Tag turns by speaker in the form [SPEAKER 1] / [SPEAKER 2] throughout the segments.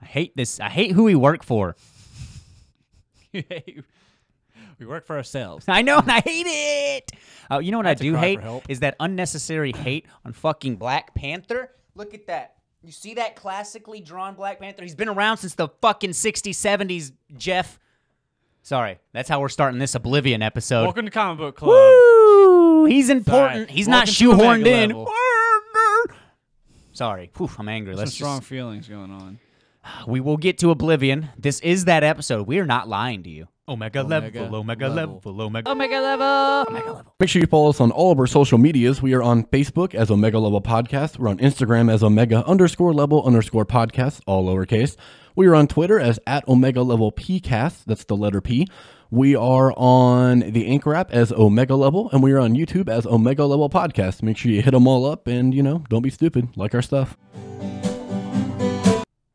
[SPEAKER 1] I hate this. I hate who we work for.
[SPEAKER 2] we work for ourselves.
[SPEAKER 1] I know, and I hate it. Uh, you know what
[SPEAKER 2] That's a
[SPEAKER 1] I do
[SPEAKER 2] cry for
[SPEAKER 1] hate
[SPEAKER 2] help.
[SPEAKER 1] is that unnecessary hate on fucking Black Panther. Look at that. You see that classically drawn Black Panther? He's been around since the fucking 60s, 70s, Jeff. Sorry, that's how we're starting this Oblivion episode.
[SPEAKER 2] Welcome to Comic Book Club.
[SPEAKER 1] Woo! He's important.
[SPEAKER 2] Sorry.
[SPEAKER 1] He's not
[SPEAKER 2] Welcome to
[SPEAKER 1] shoehorned
[SPEAKER 2] the mega
[SPEAKER 1] in.
[SPEAKER 2] level.
[SPEAKER 1] Sorry. Whew, I'm angry.
[SPEAKER 2] Some
[SPEAKER 1] Let's
[SPEAKER 2] strong
[SPEAKER 1] just,
[SPEAKER 2] feelings going on.
[SPEAKER 1] we will get to Oblivion. This is that episode. We are not lying to you. Omega,
[SPEAKER 2] level, omega level,
[SPEAKER 1] omega.
[SPEAKER 2] Omega level.
[SPEAKER 3] Make sure you follow us on all of our social medias. We are on Facebook as Omega Level Podcast. We're on Instagram as Omega underscore level underscore podcast, all lowercase. We are on Twitter as at Omega Level PCast. That's the letter P. We are on the Anchor app as Omega Level, and we are on YouTube as Omega Level Podcast. Make sure you hit them all up, and you know, don't be stupid. Like our stuff.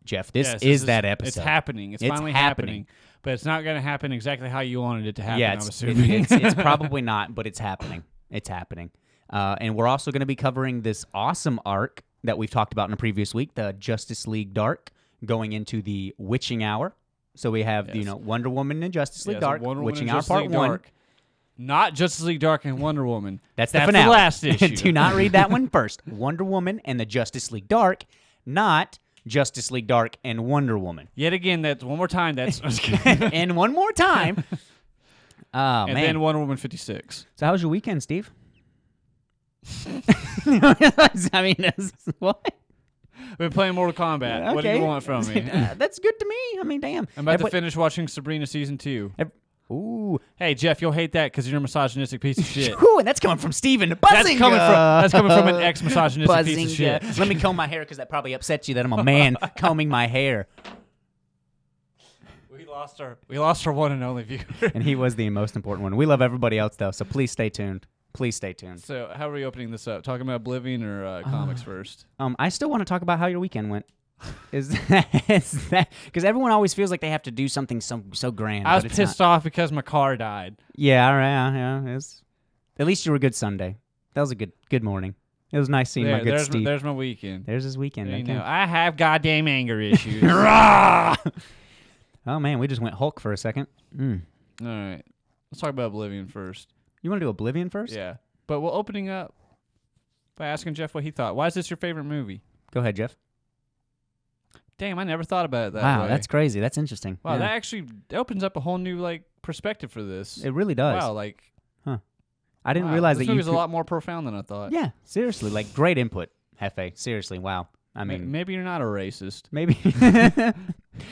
[SPEAKER 1] Jeff, this
[SPEAKER 2] Yes,
[SPEAKER 1] is that episode.
[SPEAKER 2] It's happening. It's,
[SPEAKER 1] It's
[SPEAKER 2] finally happening.
[SPEAKER 1] happening.
[SPEAKER 2] But it's not going to happen exactly how you wanted it to happen.
[SPEAKER 1] yeah,
[SPEAKER 2] I'm
[SPEAKER 1] it's,
[SPEAKER 2] assuming.
[SPEAKER 1] it- it's, it's probably not, but it's happening. It's happening. Uh, and we're also going to be covering this awesome arc that we've talked about in a previous week, the Justice League Dark, going into the Witching Hour. So we have, you
[SPEAKER 2] Yes.
[SPEAKER 1] know, Wonder Woman and Justice League
[SPEAKER 2] Yeah, so
[SPEAKER 1] Dark,
[SPEAKER 2] Wonder Woman
[SPEAKER 1] Witching
[SPEAKER 2] and
[SPEAKER 1] Hour
[SPEAKER 2] Justice
[SPEAKER 1] Part
[SPEAKER 2] League
[SPEAKER 1] 1.
[SPEAKER 2] Dark. Not Justice League Dark and Wonder Woman.
[SPEAKER 1] That's the
[SPEAKER 2] That's
[SPEAKER 1] finale.
[SPEAKER 2] the last issue.
[SPEAKER 1] Do not read that one first. Wonder Woman and the Justice League Dark, not Justice League Dark and Wonder Woman.
[SPEAKER 2] Yet again, that's one more time. That's and
[SPEAKER 1] and one more time. Oh man!
[SPEAKER 2] then Wonder Woman 56.
[SPEAKER 1] so how was your weekend, Steve? I mean, that's, what?
[SPEAKER 2] We've been playing Mortal Kombat. What do you
[SPEAKER 1] Okay.
[SPEAKER 2] want from me?
[SPEAKER 1] Uh, that's good to me. I mean, damn.
[SPEAKER 2] I'm about to
[SPEAKER 1] Everybody-
[SPEAKER 2] finish watching Sabrina season two.
[SPEAKER 1] ev- Ooh,
[SPEAKER 2] Hey Jeff, you'll hate that because you're a misogynistic piece of shit.
[SPEAKER 1] Whew, and that's coming from Steven.
[SPEAKER 2] That's coming from that's coming from an ex misogynistic piece of shit.
[SPEAKER 1] Buzzinga. Let me comb my hair because that probably upsets you that I'm a man combing my hair.
[SPEAKER 2] We lost our we lost our one and only viewer.
[SPEAKER 1] and he was the most important one. We love everybody else though, so please stay tuned. Please stay tuned.
[SPEAKER 2] so how are we opening this up? Talking about Oblivion or uh,
[SPEAKER 1] Ah.
[SPEAKER 2] comics first?
[SPEAKER 1] Um, I still want to talk about how your weekend went. Is that is that because everyone always feels like they have to do something so so grand?
[SPEAKER 2] I was
[SPEAKER 1] but it's
[SPEAKER 2] pissed
[SPEAKER 1] not.
[SPEAKER 2] off because my car died.
[SPEAKER 1] Yeah, all right, yeah, yeah. It's, at least you were good Sunday. That was a good good morning. It was nice seeing
[SPEAKER 2] There,
[SPEAKER 1] my good
[SPEAKER 2] there's, my,
[SPEAKER 1] Steve.
[SPEAKER 2] there's my weekend.
[SPEAKER 1] there's his weekend.
[SPEAKER 2] you
[SPEAKER 1] okay.
[SPEAKER 2] know, I have goddamn anger issues. All
[SPEAKER 1] oh man, we just went Hulk for a second. Mm.
[SPEAKER 2] right, let's talk about Oblivion first.
[SPEAKER 1] You want to do Oblivion first?
[SPEAKER 2] Yeah, but we're opening up by asking Jeff what he thought. Why is this your favorite movie?
[SPEAKER 1] Go ahead, Jeff.
[SPEAKER 2] Damn, I never thought about it that
[SPEAKER 1] wow,
[SPEAKER 2] way.
[SPEAKER 1] that's crazy. That's interesting.
[SPEAKER 2] Wow,
[SPEAKER 1] Yeah.
[SPEAKER 2] that actually opens up a whole new like perspective for this.
[SPEAKER 1] it really does.
[SPEAKER 2] Wow, like
[SPEAKER 1] I didn't
[SPEAKER 2] wow,
[SPEAKER 1] realize
[SPEAKER 2] this
[SPEAKER 1] that you
[SPEAKER 2] movie's
[SPEAKER 1] could,
[SPEAKER 2] a lot more profound than I thought.
[SPEAKER 1] Yeah, seriously, like great input, Hefe. Seriously, wow. I
[SPEAKER 2] Ma-
[SPEAKER 1] mean,
[SPEAKER 2] maybe you're not a racist.
[SPEAKER 1] maybe.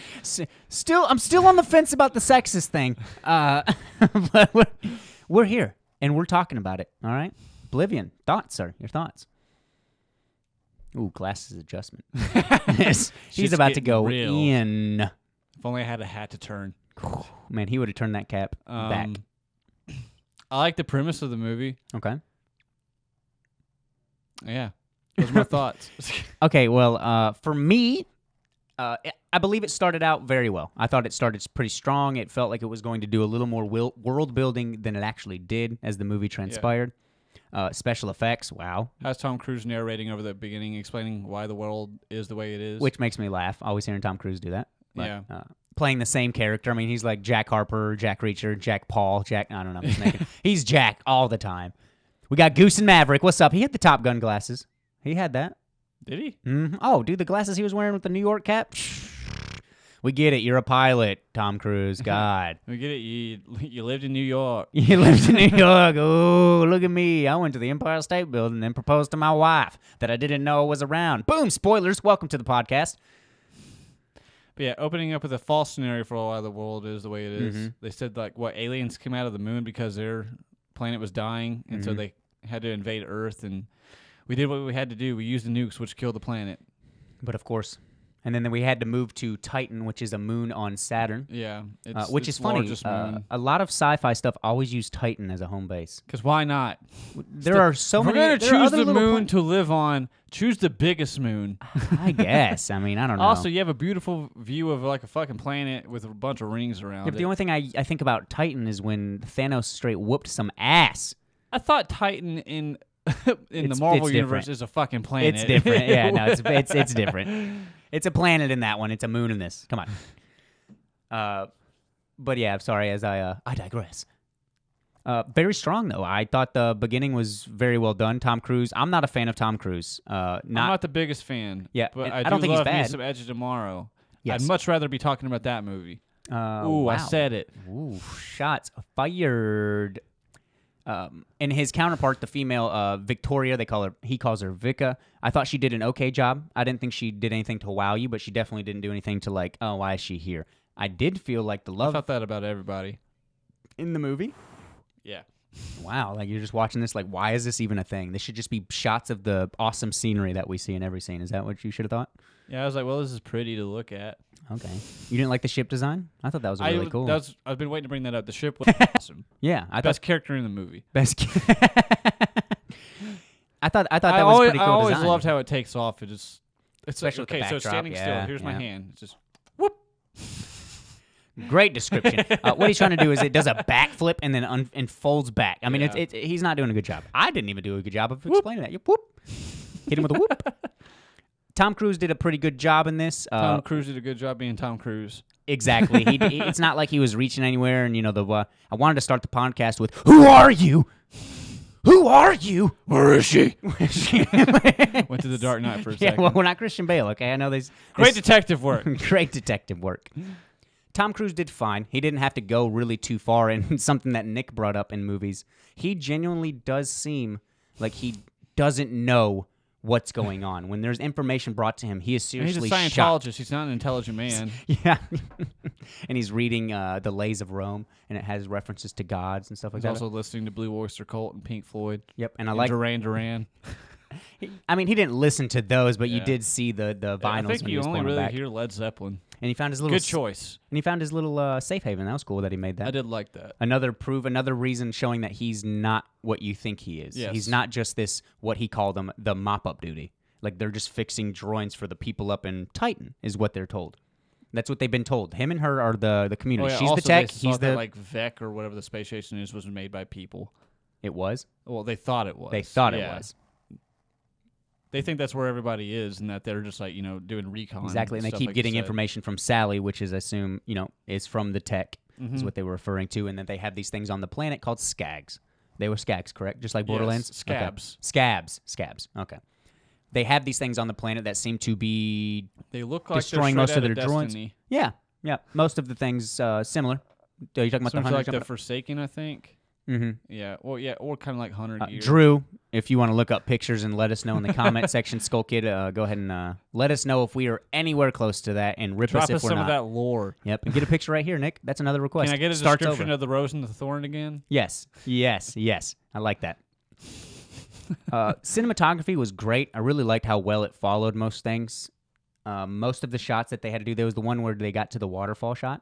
[SPEAKER 1] S- still, I'm still on the fence about the sexist thing, uh, but we're, we're here and we're talking about it. All right, Oblivion. Thoughts, sir? Your thoughts? Ooh, glasses adjustment. Yes, he's
[SPEAKER 2] Shit's
[SPEAKER 1] about to
[SPEAKER 2] getting
[SPEAKER 1] go
[SPEAKER 2] real.
[SPEAKER 1] in.
[SPEAKER 2] If only I had a hat to turn
[SPEAKER 1] Man, he would have turned that cap back.
[SPEAKER 2] Um, I like the premise of the movie.
[SPEAKER 1] Okay.
[SPEAKER 2] Yeah, those are my thoughts.
[SPEAKER 1] Okay, well, uh, for me, uh, I- I believe it started out very well. I thought it started s- pretty strong. It felt like it was going to do a little more wil- world building than it actually did as the movie transpired. Uh, special effects, wow,
[SPEAKER 2] How's Tom Cruise narrating over the beginning, explaining why the world is the way it is?
[SPEAKER 1] which makes me laugh. Always hearing Tom Cruise do that.
[SPEAKER 2] Yeah.
[SPEAKER 1] Uh, playing the same character. I mean, he's like Jack Harper, Jack Reacher, Jack Paul, Jack. I don't know. I'm just making, he's Jack all the time. We got Goose and Maverick. What's up? He had the Top Gun glasses. He had that.
[SPEAKER 2] did he?
[SPEAKER 1] hmm Oh, dude, the glasses he was wearing with the New York cap. We get it. You're a pilot, Tom Cruise.
[SPEAKER 2] Uh-huh.
[SPEAKER 1] God.
[SPEAKER 2] We get it. You you lived in New York.
[SPEAKER 1] You lived in New York. Oh, look at me. I went to the Empire State Building and proposed to my wife that I didn't know was around. Boom, spoilers. Welcome to the podcast.
[SPEAKER 2] But yeah, opening up with a false scenario for why the world is the way it is.
[SPEAKER 1] Mm-hmm.
[SPEAKER 2] They said like what aliens came out of the moon because their planet was dying, and
[SPEAKER 1] Mm-hmm.
[SPEAKER 2] so they had to invade Earth, and we did what we had to do. We used the nukes, which killed the planet.
[SPEAKER 1] But of course. And then we had to move to Titan, which is a moon on Saturn,
[SPEAKER 2] Yeah, it's,
[SPEAKER 1] uh, which
[SPEAKER 2] it's
[SPEAKER 1] is funny.
[SPEAKER 2] largest
[SPEAKER 1] Uh,
[SPEAKER 2] moon.
[SPEAKER 1] a lot of sci fi stuff always use Titan as a home base.
[SPEAKER 2] Because why not?
[SPEAKER 1] There are so
[SPEAKER 2] We're
[SPEAKER 1] many. there are
[SPEAKER 2] gonna choose
[SPEAKER 1] other
[SPEAKER 2] the
[SPEAKER 1] little
[SPEAKER 2] moon to live on. Choose the biggest moon.
[SPEAKER 1] pla- I guess. I mean, I don't know.
[SPEAKER 2] Also, you have a beautiful view of like a fucking planet with a bunch of rings around
[SPEAKER 1] Yeah, but
[SPEAKER 2] it.
[SPEAKER 1] the only thing I, I think about Titan is when Thanos straight whooped some ass.
[SPEAKER 2] I thought Titan in in the
[SPEAKER 1] It's-
[SPEAKER 2] Marvel
[SPEAKER 1] it's
[SPEAKER 2] universe
[SPEAKER 1] different.
[SPEAKER 2] is a fucking planet.
[SPEAKER 1] It's different. yeah, no, it's it's it's different. It's a planet in that one. It's a moon in this. Come on. Uh, but yeah, I'm sorry. As I uh, I digress. Uh, very strong though. I thought the beginning was very well done. Tom Cruise. I'm not a fan of Tom Cruise. Uh,
[SPEAKER 2] I'm
[SPEAKER 1] not
[SPEAKER 2] not the biggest fan.
[SPEAKER 1] Yeah,
[SPEAKER 2] but
[SPEAKER 1] and
[SPEAKER 2] I,
[SPEAKER 1] I
[SPEAKER 2] do
[SPEAKER 1] don't think he's
[SPEAKER 2] love me
[SPEAKER 1] bad.
[SPEAKER 2] Some Edge of Tomorrow.
[SPEAKER 1] Yes.
[SPEAKER 2] I'd much rather be talking about that movie.
[SPEAKER 1] Uh,
[SPEAKER 2] Ooh,
[SPEAKER 1] wow.
[SPEAKER 2] I said it.
[SPEAKER 1] Ooh, shots fired. Um, and his counterpart, the female uh, Victoria, they call her. He calls her Vika. I thought she did an okay job. I didn't think she did anything to wow you, but she definitely didn't do anything to like, oh, why is she here? I did feel like the
[SPEAKER 2] I
[SPEAKER 1] love
[SPEAKER 2] thought that about everybody.
[SPEAKER 1] in the movie.
[SPEAKER 2] Yeah.
[SPEAKER 1] Wow, like you're just watching this. Like, why is this even a thing? This should just be shots of the awesome scenery that we see in every scene. Is that what you should have thought?
[SPEAKER 2] Yeah, I was like, well, this is pretty to look at.
[SPEAKER 1] Okay, you didn't like the ship design? I thought that was really
[SPEAKER 2] I,
[SPEAKER 1] cool.
[SPEAKER 2] That was, I've been waiting to bring that up. The ship was awesome.
[SPEAKER 1] yeah, I thought
[SPEAKER 2] Best character in the movie.
[SPEAKER 1] best. I thought I thought that
[SPEAKER 2] I
[SPEAKER 1] was
[SPEAKER 2] always,
[SPEAKER 1] pretty cool.
[SPEAKER 2] I always
[SPEAKER 1] design.
[SPEAKER 2] loved how it takes off. It just, it's
[SPEAKER 1] Especially with the
[SPEAKER 2] okay. so it's
[SPEAKER 1] backdrop,
[SPEAKER 2] standing
[SPEAKER 1] yeah,
[SPEAKER 2] still. Here's my
[SPEAKER 1] yeah.
[SPEAKER 2] hand. It's just
[SPEAKER 1] Great description. uh, what he's trying to do is it does a backflip and then un- and folds back. I mean,
[SPEAKER 2] Yeah.
[SPEAKER 1] it's, it's he's not doing a good job. I didn't even do a good job of explaining that. You whoop, hit him with a whoop. Tom Cruise did a pretty good job in this. Uh,
[SPEAKER 2] Tom Cruise did a good job being Tom Cruise.
[SPEAKER 1] Exactly. He, he- it's not like he was reaching anywhere, and you know the. Uh, I wanted to start the podcast with "Who are you? Who are you?"
[SPEAKER 3] Where is she?
[SPEAKER 2] Went to the Dark Knight for a
[SPEAKER 1] yeah,
[SPEAKER 2] second.
[SPEAKER 1] well, we're not Christian Bale, okay? I know there's
[SPEAKER 2] Great detective work.
[SPEAKER 1] great detective work. Tom Cruise did fine. He didn't have to go really too far, and something that Nick brought up in movies, he genuinely does seem like he doesn't know what's going on. When there's information brought to him, he is
[SPEAKER 2] And he's a
[SPEAKER 1] seriously shocked.
[SPEAKER 2] Scientologist. He's not an intelligent man.
[SPEAKER 1] Yeah. and he's reading uh, The Lays of Rome, and it has references to gods and stuff like
[SPEAKER 2] He's
[SPEAKER 1] that.
[SPEAKER 2] also listening to Blue Oyster Cult and Pink Floyd.
[SPEAKER 1] yep. And I
[SPEAKER 2] and
[SPEAKER 1] like,
[SPEAKER 2] Duran Duran.
[SPEAKER 1] I mean, he didn't listen to those, but you
[SPEAKER 2] Yeah.
[SPEAKER 1] did see the, the
[SPEAKER 2] I
[SPEAKER 1] vinyls
[SPEAKER 2] think
[SPEAKER 1] when he
[SPEAKER 2] you
[SPEAKER 1] was
[SPEAKER 2] only
[SPEAKER 1] pulling them
[SPEAKER 2] really
[SPEAKER 1] back.
[SPEAKER 2] hear Led Zeppelin.
[SPEAKER 1] and he found his little,
[SPEAKER 2] Good
[SPEAKER 1] s-
[SPEAKER 2] choice.
[SPEAKER 1] and he found his little uh, safe haven. That was cool that he made that.
[SPEAKER 2] I did like that.
[SPEAKER 1] another proof, another reason showing that he's not what you think he is.
[SPEAKER 2] Yes.
[SPEAKER 1] He's not just this what he called them the mop up duty. Like they're just fixing droids for the people up in Titan is what they're told. That's what they've been told. Him and her are the the
[SPEAKER 2] Oh,
[SPEAKER 1] community.
[SPEAKER 2] yeah,
[SPEAKER 1] She's
[SPEAKER 2] also
[SPEAKER 1] the tech.
[SPEAKER 2] they
[SPEAKER 1] He's
[SPEAKER 2] thought that,
[SPEAKER 1] the
[SPEAKER 2] like Vec or whatever the space station is was made by people.
[SPEAKER 1] it was.
[SPEAKER 2] Well, they thought it was.
[SPEAKER 1] They thought it
[SPEAKER 2] uh, Yeah.
[SPEAKER 1] was
[SPEAKER 2] They think that's where everybody is, and that they're just like you know doing recon.
[SPEAKER 1] exactly, and they
[SPEAKER 2] stuff
[SPEAKER 1] keep
[SPEAKER 2] like you
[SPEAKER 1] getting
[SPEAKER 2] said.
[SPEAKER 1] information from Sally, which is I assume you know is from the tech is
[SPEAKER 2] Mm-hmm.
[SPEAKER 1] what they were referring to, and that they have these things on the planet called skags. They were skags, correct? Just like
[SPEAKER 2] Yes,
[SPEAKER 1] Borderlands. Okay.
[SPEAKER 2] scabs.
[SPEAKER 1] Scabs. Scabs. Okay. They have these things on the planet that seem to be
[SPEAKER 2] They look like
[SPEAKER 1] destroying
[SPEAKER 2] they're
[SPEAKER 1] most
[SPEAKER 2] straight
[SPEAKER 1] of
[SPEAKER 2] out
[SPEAKER 1] their droids.
[SPEAKER 2] Destiny.
[SPEAKER 1] yeah, yeah. Most of the things uh, similar. Are you talking about
[SPEAKER 2] Some
[SPEAKER 1] the
[SPEAKER 2] are like
[SPEAKER 1] hundred?
[SPEAKER 2] the Forsaken, I think.
[SPEAKER 1] Mhm.
[SPEAKER 2] Yeah. Well, yeah, or kind of like Hunter
[SPEAKER 1] Uh,
[SPEAKER 2] Gear.
[SPEAKER 1] Drew, if you want to look up pictures and let us know in the comment section, Skull Kid, uh, go ahead and uh, let us know if we are anywhere close to that, and rip
[SPEAKER 2] Drop
[SPEAKER 1] us if
[SPEAKER 2] us
[SPEAKER 1] we're
[SPEAKER 2] some of
[SPEAKER 1] not.
[SPEAKER 2] that lore.
[SPEAKER 1] Yep, and get a picture right here, Nick. That's another request.
[SPEAKER 2] Can I get a
[SPEAKER 1] Starts
[SPEAKER 2] description
[SPEAKER 1] over.
[SPEAKER 2] of the rose and the thorn again?
[SPEAKER 1] Yes, yes, yes. I like that. Uh, cinematography was great. I really liked how well it followed most things. Um, most of the shots that they had to do, there was the one where they got to the waterfall shot.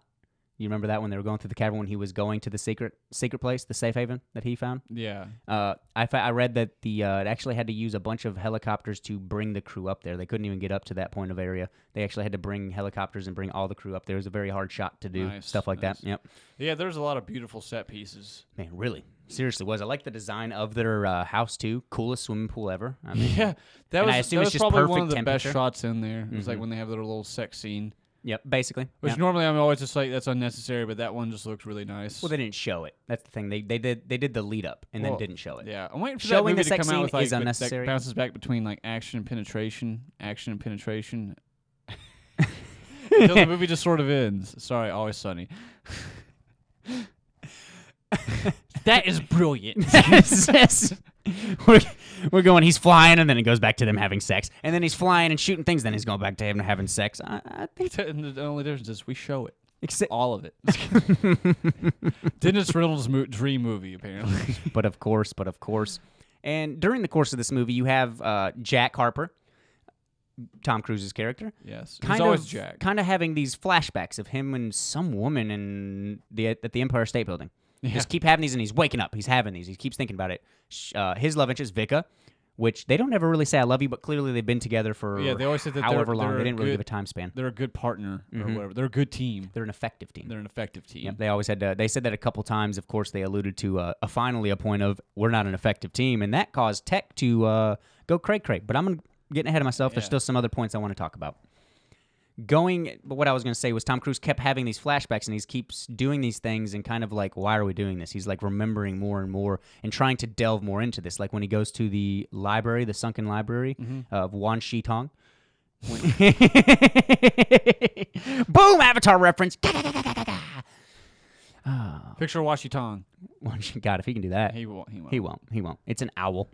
[SPEAKER 1] You remember that when they were going through the cavern when he was going to the secret secret place, the safe haven that he found.
[SPEAKER 2] Yeah.
[SPEAKER 1] Uh, I, fa- I read that the uh, it actually had to use a bunch of helicopters to bring the crew up there. They couldn't even get up to that point of area. They actually had to bring helicopters and bring all the crew up there. It was a very hard shot to do
[SPEAKER 2] Nice,
[SPEAKER 1] stuff like that.
[SPEAKER 2] nice.
[SPEAKER 1] Yep.
[SPEAKER 2] Yeah, there's a lot of beautiful set pieces.
[SPEAKER 1] Man, really, seriously, was I like the design of their uh, house too? Coolest swimming pool ever. I mean,
[SPEAKER 2] Yeah, that
[SPEAKER 1] And
[SPEAKER 2] was
[SPEAKER 1] I assume
[SPEAKER 2] that
[SPEAKER 1] it's
[SPEAKER 2] was
[SPEAKER 1] just
[SPEAKER 2] probably one of the
[SPEAKER 1] perfect
[SPEAKER 2] best
[SPEAKER 1] temperature. Mm-hmm.
[SPEAKER 2] shots in there. It was like when they have their little sex scene,
[SPEAKER 1] yep, basically.
[SPEAKER 2] which
[SPEAKER 1] Yep.
[SPEAKER 2] normally I'm always just like that's unnecessary, but that one just looks really nice.
[SPEAKER 1] well, they didn't show it. That's the thing. They they did they did the lead up and
[SPEAKER 2] Well,
[SPEAKER 1] then didn't show it.
[SPEAKER 2] yeah, I'm waiting for that
[SPEAKER 1] Showing the
[SPEAKER 2] movie to
[SPEAKER 1] sex
[SPEAKER 2] come out
[SPEAKER 1] scene
[SPEAKER 2] with like
[SPEAKER 1] is
[SPEAKER 2] that- that
[SPEAKER 1] unnecessary.
[SPEAKER 2] bounces back between like action and penetration, action and penetration. Until the movie just sort of ends. Sorry, always sunny. that is brilliant.
[SPEAKER 1] It's just- we're, we're going. He's flying, and then it goes back to them having sex, and then he's flying and shooting things. Then he's going back to him having sex. I, I think.
[SPEAKER 2] the only difference is we show it.
[SPEAKER 1] Except,
[SPEAKER 2] All of it. Dennis Reynolds' mo- dream movie, apparently.
[SPEAKER 1] but of course, but of course. And during the course of this movie, you have uh, Jack Harper, Tom Cruise's character,
[SPEAKER 2] Yes.
[SPEAKER 1] kind
[SPEAKER 2] He's always
[SPEAKER 1] of
[SPEAKER 2] Jack.
[SPEAKER 1] kind of having these flashbacks of him and some woman in the at the Empire State Building. Just keep having these, and he's waking up. He's having these. He keeps thinking about it. Sh- Uh, his love interest, Vika, which they don't ever really say "I love you," but clearly they've been together for
[SPEAKER 2] Yeah, they always said that they're-
[SPEAKER 1] however long.
[SPEAKER 2] they're
[SPEAKER 1] They
[SPEAKER 2] a
[SPEAKER 1] didn't really
[SPEAKER 2] good-
[SPEAKER 1] give a time span.
[SPEAKER 2] They're a good partner or whatever. They're a good team.
[SPEAKER 1] They're an effective team.
[SPEAKER 2] They're an effective team.
[SPEAKER 1] Mm-hmm. Yep, they always had to. They said that a couple times. Of course, they alluded to uh, a finally a point of we're not an effective team, and that caused Tech to uh, go cray cray. But I'm gonna- getting ahead of myself. There's
[SPEAKER 2] Yeah.
[SPEAKER 1] still some other points I want to talk about. going but what i was going to say was tom cruise kept having these flashbacks and he keeps doing these things and kind of like why are we doing this he's like remembering more and more and trying to delve more into this like when he goes to the library the sunken library of wan shi tong boom avatar reference
[SPEAKER 2] Picture Washi Tong.
[SPEAKER 1] Wan Shi- god if he can do that
[SPEAKER 2] He won't. He won't.
[SPEAKER 1] he won't he won't it's an owl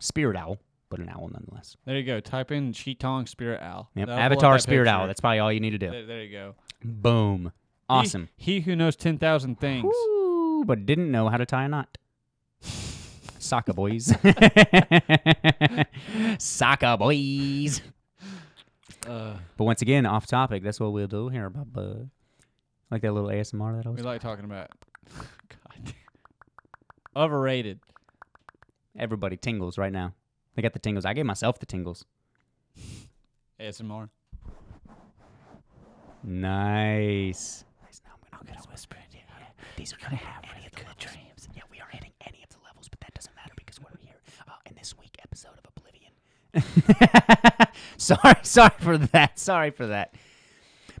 [SPEAKER 1] spirit owl but an owl nonetheless
[SPEAKER 2] There you go. Type in Shi Tong Spirit Owl.
[SPEAKER 1] yep.
[SPEAKER 2] That'll pull up
[SPEAKER 1] avatar
[SPEAKER 2] that
[SPEAKER 1] spirit
[SPEAKER 2] picture.
[SPEAKER 1] owl that's probably all you need to do
[SPEAKER 2] There, there you go.
[SPEAKER 1] boom
[SPEAKER 2] He-
[SPEAKER 1] awesome
[SPEAKER 2] He, who knows ten thousand things.
[SPEAKER 1] Ooh, but didn't know how to tie a knot. Soccer boys. Soccer boys.
[SPEAKER 2] Uh,
[SPEAKER 1] But once again, off topic. That's what we'll do here about bud. Like that little ASMR that I was.
[SPEAKER 2] we like talking about. God. Overrated.
[SPEAKER 1] Everybody tingles right now. They got the tingles. I gave myself the tingles.
[SPEAKER 2] ASMR.
[SPEAKER 1] Nice. Nice. Now I'm gonna, get a whisper in here. These are gonna have really good dreams. Yeah, we aren't hitting any of the levels, but that doesn't matter because we're here uh, in this week episode of Oblivion. sorry, sorry for that. Sorry for that.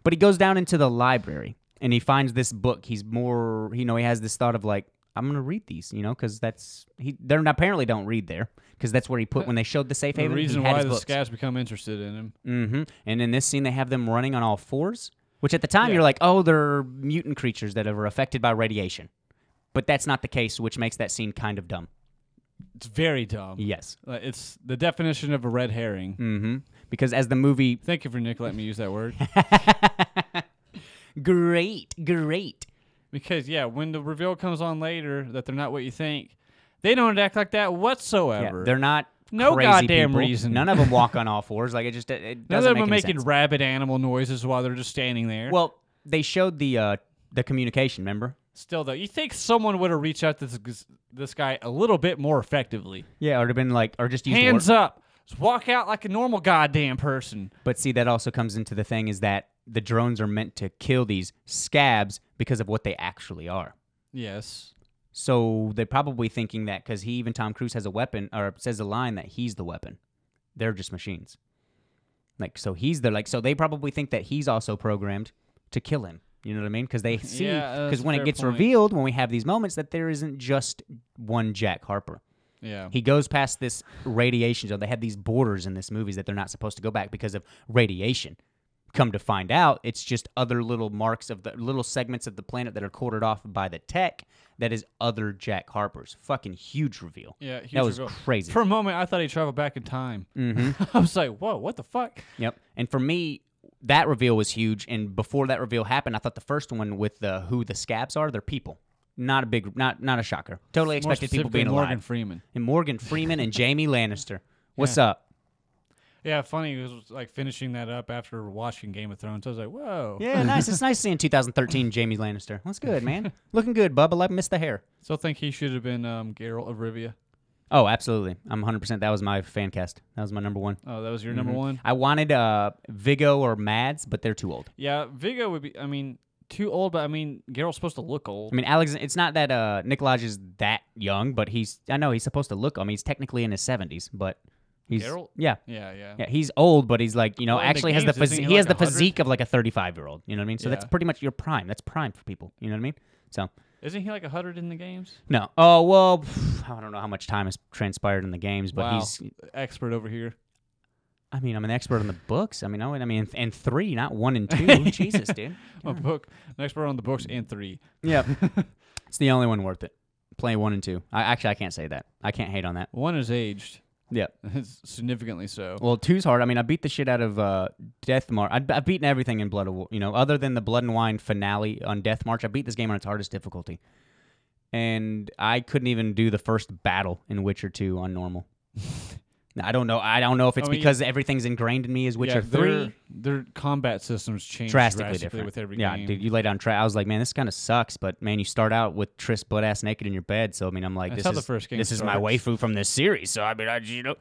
[SPEAKER 1] But he goes down into the library and he finds this book. He's more, you know, he has this thought of like, I'm gonna read these, you know, because that's he. They apparently don't read there because that's where he put when they showed the safe
[SPEAKER 2] Uh, The
[SPEAKER 1] haven. he
[SPEAKER 2] reason
[SPEAKER 1] had
[SPEAKER 2] why
[SPEAKER 1] his
[SPEAKER 2] the
[SPEAKER 1] books.
[SPEAKER 2] scouts become interested in him.
[SPEAKER 1] Mm-hmm. And in this scene, they have them running on all fours, which at the time
[SPEAKER 2] Yeah.
[SPEAKER 1] you're like, oh, they're mutant creatures that are affected by radiation. But that's not the case, which makes that scene kind of dumb.
[SPEAKER 2] It's very dumb.
[SPEAKER 1] Yes.
[SPEAKER 2] Like, it's the definition of a red herring.
[SPEAKER 1] Mm-hmm. Because as the movie,
[SPEAKER 2] Thank you for Nick letting me use that word.
[SPEAKER 1] great, great.
[SPEAKER 2] because yeah, when the reveal comes on later that they're not what you think, they don't act like that
[SPEAKER 1] Yeah,
[SPEAKER 2] whatsoever.
[SPEAKER 1] they're not
[SPEAKER 2] No
[SPEAKER 1] crazy
[SPEAKER 2] goddamn
[SPEAKER 1] people.
[SPEAKER 2] reason.
[SPEAKER 1] None of them walk on all fours. Like it just it, it
[SPEAKER 2] None of
[SPEAKER 1] doesn't
[SPEAKER 2] them
[SPEAKER 1] make
[SPEAKER 2] are
[SPEAKER 1] any
[SPEAKER 2] making
[SPEAKER 1] sense.
[SPEAKER 2] rabid animal noises while they're just standing there.
[SPEAKER 1] Well, they showed the uh, the communication. Remember?
[SPEAKER 2] Still though, you think someone would have reached out to this, this guy a little bit more effectively?
[SPEAKER 1] Yeah, or have been like, or just used the
[SPEAKER 2] Hands up. Just walk out like a normal goddamn person.
[SPEAKER 1] But see, that also comes into the thing is that the drones are meant to kill these scabs because of what they actually are.
[SPEAKER 2] Yes.
[SPEAKER 1] So they're probably thinking that because he, even Tom Cruise, has a weapon or says a line that he's the weapon. They're just machines. Like, so he's the, like, so they probably think that he's also programmed to kill him. You know what I mean? Because they see,
[SPEAKER 2] Yeah, that's
[SPEAKER 1] because
[SPEAKER 2] a
[SPEAKER 1] when it
[SPEAKER 2] fair
[SPEAKER 1] gets
[SPEAKER 2] point.
[SPEAKER 1] revealed, when we have these moments, that there isn't just one Jack Harper.
[SPEAKER 2] Yeah.
[SPEAKER 1] He goes past this radiation zone. They had these borders in this movies that they're not supposed to go back because of radiation. Come to find out, it's just other little marks of the little segments of the planet that are quartered off by the tech that is other Jack Harper's. Fucking huge reveal.
[SPEAKER 2] yeah. Huge
[SPEAKER 1] that was
[SPEAKER 2] reveal.
[SPEAKER 1] crazy.
[SPEAKER 2] For a moment, I thought he traveled back in time.
[SPEAKER 1] Mhm.
[SPEAKER 2] I was like, whoa, what the fuck?
[SPEAKER 1] Yep. And for me, that reveal was huge. And before that reveal happened, I thought the first one with the who the scabs are, they're people. Not a big, not not a shocker. Totally
[SPEAKER 2] More
[SPEAKER 1] expected people
[SPEAKER 2] specifically,
[SPEAKER 1] being
[SPEAKER 2] Morgan
[SPEAKER 1] alive.
[SPEAKER 2] Freeman.
[SPEAKER 1] And Morgan Freeman and Jamie Lannister. What's up?
[SPEAKER 2] Yeah, funny. He was like finishing that up after watching Game of Thrones. I was like, whoa.
[SPEAKER 1] Yeah, nice. It's nice seeing 2013 Jamie Lannister. That's good, man. Looking good, Bubba. I missed the hair.
[SPEAKER 2] Still think he should have been um, Geralt of Rivia.
[SPEAKER 1] Oh, absolutely. I'm 100%. That was my fan cast. That was my number one.
[SPEAKER 2] Oh, that was your
[SPEAKER 1] Mm-hmm.
[SPEAKER 2] number one.
[SPEAKER 1] I wanted uh, Vigo or Mads, but they're too old.
[SPEAKER 2] Yeah, Vigo would be. I mean, too old, but I mean, Geralt's supposed to look old.
[SPEAKER 1] I mean, Alex. It's not that uh, Nicolaj is that young, but he's. I know he's supposed to look. I mean, he's technically in his 70s, but he's.
[SPEAKER 2] Geralt?
[SPEAKER 1] Yeah.
[SPEAKER 2] yeah, yeah,
[SPEAKER 1] Yeah, he's old, but he's like you know
[SPEAKER 2] Well, in the
[SPEAKER 1] actually has the
[SPEAKER 2] games, isn't
[SPEAKER 1] physique.
[SPEAKER 2] he
[SPEAKER 1] He has
[SPEAKER 2] like
[SPEAKER 1] the
[SPEAKER 2] 100?
[SPEAKER 1] physique of like a 35 year old. You know what I mean? So that's
[SPEAKER 2] Yeah.
[SPEAKER 1] pretty much your prime. That's prime for people. You know what I mean? So
[SPEAKER 2] Isn't he like hundred in the games?
[SPEAKER 1] No. Oh well, pff, I don't know how much time has transpired in the games, but
[SPEAKER 2] wow,
[SPEAKER 1] he's.
[SPEAKER 2] expert over here.
[SPEAKER 1] I mean, I'm an expert on the books. I mean, I, would- I mean, and three, not one and two. Jesus, dude.
[SPEAKER 2] A book, an expert on the books and three.
[SPEAKER 1] Yep. it's the only one worth it. Play one and two. I actually I can't say that. I can't hate on that.
[SPEAKER 2] One is aged,
[SPEAKER 1] Yep.
[SPEAKER 2] significantly so.
[SPEAKER 1] Well, two's hard. I mean, I beat the shit out of uh, Death March. I, I've beaten everything in Blood of War. You know, other than the Blood and Wine finale on Death March, I beat this game on its hardest difficulty, and I couldn't even do the first battle in Witcher Two on normal. I don't know. I don't know if it's
[SPEAKER 2] I mean,
[SPEAKER 1] because everything's ingrained in me as Witcher
[SPEAKER 2] yeah,
[SPEAKER 1] Three.
[SPEAKER 2] Their, their combat systems change
[SPEAKER 1] Drastically,
[SPEAKER 2] drastically,
[SPEAKER 1] different.
[SPEAKER 2] with every
[SPEAKER 1] yeah,
[SPEAKER 2] game.
[SPEAKER 1] dude, you lay down. Tra- I was like, man, this kind of sucks. But man, you start out with Triss butt ass naked in your bed. So I mean, I'm like,
[SPEAKER 2] That's
[SPEAKER 1] this
[SPEAKER 2] how
[SPEAKER 1] is
[SPEAKER 2] the first game
[SPEAKER 1] this is my
[SPEAKER 2] starts.
[SPEAKER 1] waifu from this series. So I mean, I you know,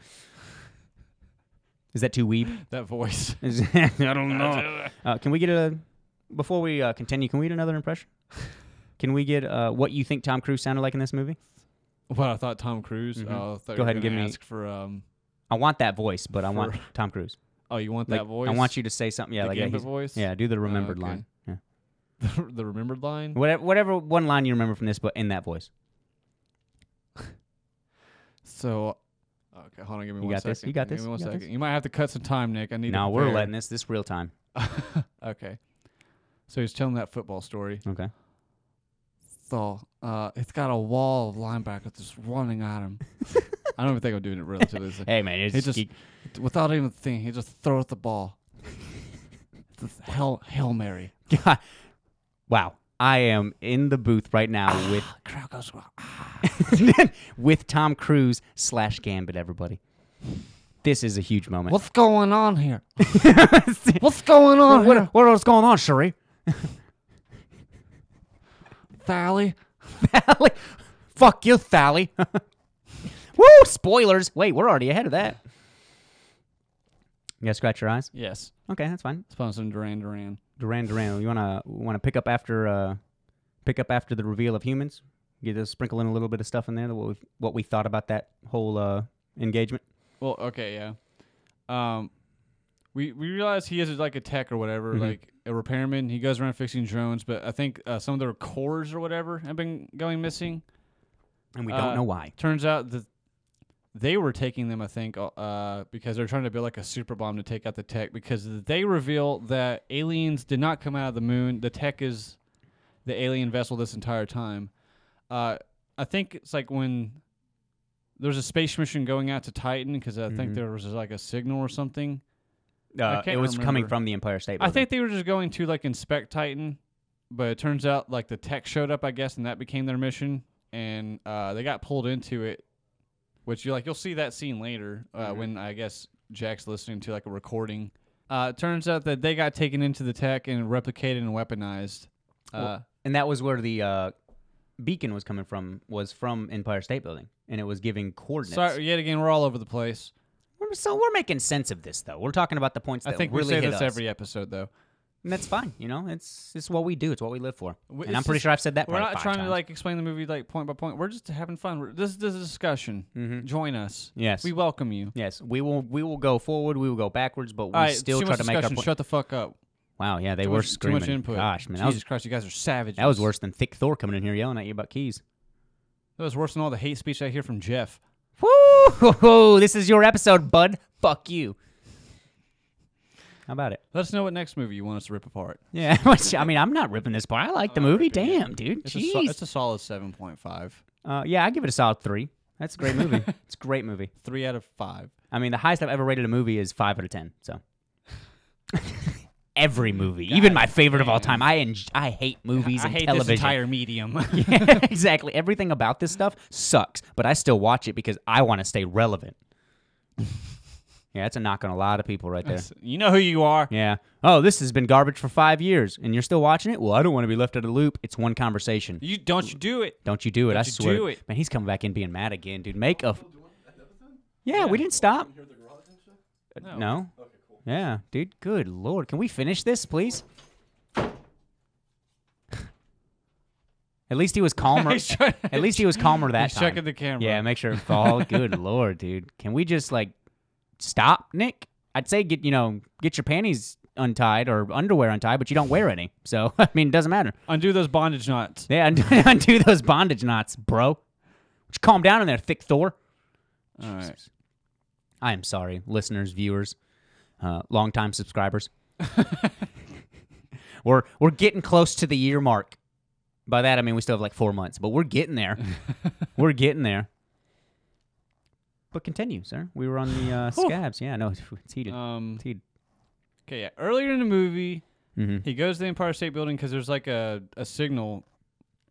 [SPEAKER 1] is that too weeb?
[SPEAKER 2] that voice.
[SPEAKER 1] Is- I don't know. Uh, can we get a before we uh, continue? Can we get another impression? Can we get uh, what you think Tom Cruise sounded like in this movie?
[SPEAKER 2] What I thought Tom Cruise.
[SPEAKER 1] Mhm.
[SPEAKER 2] Oh, I thought
[SPEAKER 1] Go
[SPEAKER 2] you were
[SPEAKER 1] ahead and
[SPEAKER 2] gonna
[SPEAKER 1] give me-
[SPEAKER 2] ask for um.
[SPEAKER 1] I want that voice, but I want Tom Cruise.
[SPEAKER 2] Oh, you want
[SPEAKER 1] Like,
[SPEAKER 2] that voice?
[SPEAKER 1] I want you to say something. Yeah,
[SPEAKER 2] the
[SPEAKER 1] like yeah,
[SPEAKER 2] Gambit
[SPEAKER 1] he's-
[SPEAKER 2] voice.
[SPEAKER 1] yeah, do the remembered
[SPEAKER 2] okay.
[SPEAKER 1] line. Yeah.
[SPEAKER 2] the remembered line.
[SPEAKER 1] Whatever, whatever one line you remember from this, but in that voice.
[SPEAKER 2] So, Uh, okay, hold on. Give me
[SPEAKER 1] You
[SPEAKER 2] one
[SPEAKER 1] got this?
[SPEAKER 2] second.
[SPEAKER 1] You got
[SPEAKER 2] Give
[SPEAKER 1] this?
[SPEAKER 2] me one
[SPEAKER 1] You got
[SPEAKER 2] second.
[SPEAKER 1] this?
[SPEAKER 2] You might have to cut some time, Nick. I need.
[SPEAKER 1] No,
[SPEAKER 2] to
[SPEAKER 1] we're
[SPEAKER 2] prepare.
[SPEAKER 1] letting this this real time.
[SPEAKER 2] okay. So he's telling that football story.
[SPEAKER 1] Okay.
[SPEAKER 2] So uh, it's got a wall of linebackers just running at him. I don't even think I'm doing it really. To this.
[SPEAKER 1] Hey man, it's
[SPEAKER 2] He just
[SPEAKER 1] he-
[SPEAKER 2] Without even thinking, he just throws the ball. It's a Hail, Hail Mary.
[SPEAKER 1] God. Wow. I am in the booth right now with
[SPEAKER 2] Crowd goes wild.
[SPEAKER 1] with Tom Cruise slash Gambit. Everybody, this is a huge moment.
[SPEAKER 2] What's going on here? What's going on here,
[SPEAKER 1] what is going on, Sherry?
[SPEAKER 2] Sally?
[SPEAKER 1] Thally, fuck you, Thally. Woo! Spoilers. Wait, we're already ahead of that. You gotta scratch your eyes.
[SPEAKER 2] Yes.
[SPEAKER 1] Okay, that's fine.
[SPEAKER 2] Sponsoring Duran Duran.
[SPEAKER 1] Duran Duran, you wanna wanna pick up after uh, pick up after the reveal of humans? Get to sprinkle in a little bit of stuff in there. What we what we thought about that whole uh, engagement.
[SPEAKER 2] Well, okay, yeah. Um, we we realize he is like a tech or whatever, like a repairman. He goes around fixing drones, but I think uh, some of their cores or whatever have been going missing.
[SPEAKER 1] And we
[SPEAKER 2] Uh,
[SPEAKER 1] don't know why.
[SPEAKER 2] Turns out that they were taking them, I think, uh, because they're trying to build like a super bomb to take out the tech. Because they reveal that aliens did not come out of the moon. The tech is the alien vessel this entire time. Uh, I think it's like when there's a space mission going out to Titan because I think
[SPEAKER 1] Mhm.
[SPEAKER 2] there was like a signal or something.
[SPEAKER 1] Uh, it
[SPEAKER 2] can't
[SPEAKER 1] was coming
[SPEAKER 2] remember.
[SPEAKER 1] from the Empire State.
[SPEAKER 2] I
[SPEAKER 1] Building.
[SPEAKER 2] think they were just going to like inspect Titan, but it turns out like the tech showed up, I guess, and that became their mission, and uh, they got pulled into it. Which you like, you'll see that scene later uh,
[SPEAKER 1] Mm-hmm.
[SPEAKER 2] when I guess Jack's listening to like a recording. Uh, it turns out that they got taken into the tech and replicated and weaponized. Uh,
[SPEAKER 1] and that was where the uh, beacon was coming from. Was from Empire State Building, and it was giving coordinates.
[SPEAKER 2] sorry, yet again, we're all over the place.
[SPEAKER 1] We're- so we're making sense of this, though. We're talking about the points that
[SPEAKER 2] I think
[SPEAKER 1] really
[SPEAKER 2] we say
[SPEAKER 1] hit
[SPEAKER 2] this
[SPEAKER 1] us.
[SPEAKER 2] every episode, though.
[SPEAKER 1] and that's fine. You know, it's it's what we do. It's what we live for.
[SPEAKER 2] W-
[SPEAKER 1] and
[SPEAKER 2] it's
[SPEAKER 1] I'm pretty
[SPEAKER 2] just-
[SPEAKER 1] sure I've said that.
[SPEAKER 2] We're
[SPEAKER 1] probably
[SPEAKER 2] not
[SPEAKER 1] five
[SPEAKER 2] trying
[SPEAKER 1] times.
[SPEAKER 2] to like explain the movie like point by point. We're just having fun. We're, this, this is a discussion. Join us.
[SPEAKER 1] Mm-hmm. Yes.
[SPEAKER 2] We welcome you.
[SPEAKER 1] Yes, we will. We will go forward. We will go backwards, but we
[SPEAKER 2] All right,
[SPEAKER 1] still
[SPEAKER 2] too
[SPEAKER 1] try
[SPEAKER 2] much
[SPEAKER 1] to make our
[SPEAKER 2] discussion.
[SPEAKER 1] point.
[SPEAKER 2] Shut the fuck up.
[SPEAKER 1] Wow, yeah, they
[SPEAKER 2] Too
[SPEAKER 1] were
[SPEAKER 2] much, too
[SPEAKER 1] screaming.
[SPEAKER 2] much input.
[SPEAKER 1] Gosh, man, that
[SPEAKER 2] Jesus
[SPEAKER 1] was
[SPEAKER 2] Christ, you guys are savages.
[SPEAKER 1] that was worse than Thick Thor coming in here yelling at you about keys.
[SPEAKER 2] That was worse than all the hate speech I hear from Jeff.
[SPEAKER 1] Woo! This is your episode, bud. Fuck you. How about it?
[SPEAKER 2] Let us know what next movie you want us to rip apart.
[SPEAKER 1] Yeah, which, I mean, I'm not ripping this part. I like the movie. Damn, dude.
[SPEAKER 2] It's, a, so-
[SPEAKER 1] Jeez.
[SPEAKER 2] it's a solid seven point five.
[SPEAKER 1] uh, yeah, I give it a solid three. That's a great movie. it's a great movie.
[SPEAKER 2] Three out of five.
[SPEAKER 1] I mean, the highest I've ever rated a movie is five out of ten. So every movie, even my favorite of all time, I en- I hate movies
[SPEAKER 2] I
[SPEAKER 1] and
[SPEAKER 2] hate
[SPEAKER 1] television.
[SPEAKER 2] this entire medium.
[SPEAKER 1] yeah, exactly. Everything about this stuff sucks, but I still watch it because I want to stay relevant. yeah, that's a knock on a lot of people right there.
[SPEAKER 2] you know who you are.
[SPEAKER 1] Yeah. Oh, this has been garbage for five years, and you're still watching it. Well, I don't want to be left out of the loop. It's one conversation.
[SPEAKER 2] You don't you do it.
[SPEAKER 1] Don't you do it? I
[SPEAKER 2] you
[SPEAKER 1] swear.
[SPEAKER 2] do it.
[SPEAKER 1] Man, he's coming back in being mad again, dude. Make a. Yeah, we didn't stop.
[SPEAKER 2] Uh, No.
[SPEAKER 1] No. Yeah, dude. Good lord. Can we finish this, please? At least he was calmer.
[SPEAKER 2] He's trying-
[SPEAKER 1] At least he was calmer that
[SPEAKER 2] He's
[SPEAKER 1] time.
[SPEAKER 2] checking the camera.
[SPEAKER 1] Yeah, make sure. Oh, good lord, dude. Can we just like stop, Nick? I'd say get you know get your panties untied or underwear untied, but you don't wear any. So I mean, it doesn't matter.
[SPEAKER 2] Undo those bondage knots.
[SPEAKER 1] Yeah, undo, undo those bondage knots, bro. Would you calm down in there, thick Thor?
[SPEAKER 2] All right.
[SPEAKER 1] I am sorry, listeners, viewers, uh, longtime subscribers. we're we're getting close to the year mark. By that I mean we still have like four months, but we're getting there. we're getting there. But continue, sir. We were on the uh, scabs. Yeah, no, it's it's heated.
[SPEAKER 2] Um.
[SPEAKER 1] It's heated.
[SPEAKER 2] Okay. Yeah. Earlier in the movie,
[SPEAKER 1] hmm
[SPEAKER 2] He goes to the Empire State Building because there's like a, a signal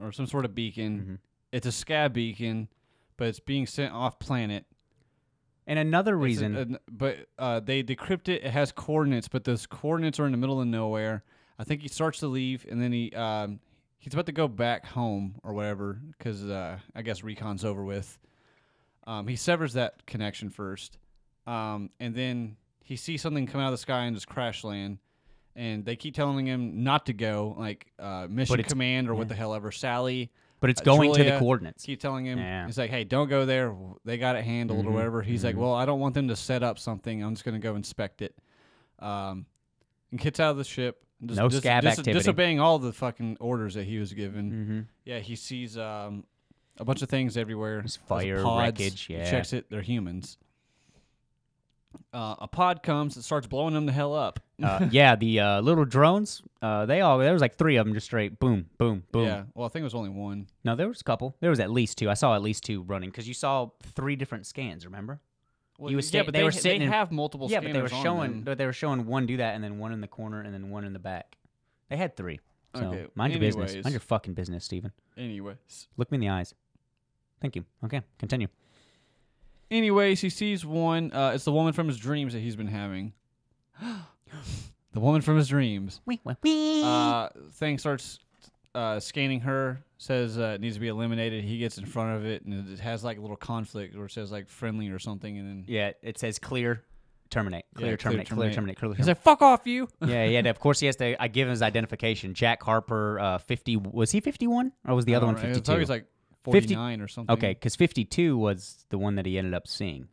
[SPEAKER 2] or some sort of beacon.
[SPEAKER 1] Mm-hmm.
[SPEAKER 2] It's a scab beacon, but it's being sent off planet.
[SPEAKER 1] And another
[SPEAKER 2] It's a-
[SPEAKER 1] reason.
[SPEAKER 2] an- but uh, they decrypt it. It has coordinates, but those coordinates are in the middle of nowhere. I think he starts to leave, and then he um, he's about to go back home or whatever because uh, I guess recon's over with. Um, he severs that connection first, um, and then he sees something come out of the sky and just crash land. And they keep telling him not to go, like uh, Mission
[SPEAKER 1] it's-
[SPEAKER 2] Command or what the hell ever. Sally
[SPEAKER 1] but it's
[SPEAKER 2] uh,
[SPEAKER 1] going to the
[SPEAKER 2] Julia-
[SPEAKER 1] coordinates.
[SPEAKER 2] keep telling him
[SPEAKER 1] Yeah. Mm-hmm.
[SPEAKER 2] he's like hey don't go there they got it handled or whatever he's like well i don't want them to set up something i'm just going to go inspect it um, and gets out of the ship. Dis-
[SPEAKER 1] No scab activity.
[SPEAKER 2] Disobeying all the fucking orders that he was given.
[SPEAKER 1] Mm-hmm.
[SPEAKER 2] Yeah, he sees um, a bunch of things everywhere.
[SPEAKER 1] There's
[SPEAKER 2] There's
[SPEAKER 1] fire,
[SPEAKER 2] pods.
[SPEAKER 1] wreckage,
[SPEAKER 2] He
[SPEAKER 1] yeah.
[SPEAKER 2] checks it. They're humans. Uh, a pod comes. It starts blowing them the hell up.
[SPEAKER 1] Uh, yeah, the uh, little drones. Uh, they all there was like three of them just straight boom, boom, boom.
[SPEAKER 2] Yeah. Well, I think it was only one.
[SPEAKER 1] No, there was a couple. There was at least two. I saw at least two running because you saw three different scans. Remember?
[SPEAKER 2] Well,
[SPEAKER 1] You were
[SPEAKER 2] yeah,
[SPEAKER 1] sta-
[SPEAKER 2] but
[SPEAKER 1] they were
[SPEAKER 2] ha-
[SPEAKER 1] sitting
[SPEAKER 2] They
[SPEAKER 1] in-
[SPEAKER 2] have multiple.
[SPEAKER 1] yeah, but they were
[SPEAKER 2] scanners on
[SPEAKER 1] showing,
[SPEAKER 2] them.
[SPEAKER 1] but they were showing one do that, and then one in the corner, and then one in the back. They had three. So
[SPEAKER 2] Okay,
[SPEAKER 1] mind your business.
[SPEAKER 2] anyways.
[SPEAKER 1] Mind your fucking business, Steven.
[SPEAKER 2] Anyways.
[SPEAKER 1] Look me in the eyes. Thank you. Okay, continue.
[SPEAKER 2] Anyways, he sees one. Uh, it's the woman from his dreams that he's been having. the woman from his dreams.
[SPEAKER 1] Wee, wee, wee.
[SPEAKER 2] Uh, thing starts uh, scanning her. Says uh, it needs to be eliminated. He gets in front of it, and it has like a little conflict where it says like friendly or something, and then
[SPEAKER 1] yeah, it says clear, terminate,
[SPEAKER 2] Yeah,
[SPEAKER 1] clear, terminate, clear, terminate, clear,
[SPEAKER 2] He's
[SPEAKER 1] terminate.
[SPEAKER 2] like, "Fuck off, you."
[SPEAKER 1] yeah, yeah. Of course, he has to. I give him his identification. Jack Harper, uh, fifty. Was he fifty-one, or was the other one
[SPEAKER 2] I
[SPEAKER 1] fifty-two?
[SPEAKER 2] thought he was like
[SPEAKER 1] 50
[SPEAKER 2] forty-nine or something.
[SPEAKER 1] Okay, because 52 was the one that he ended up seeing.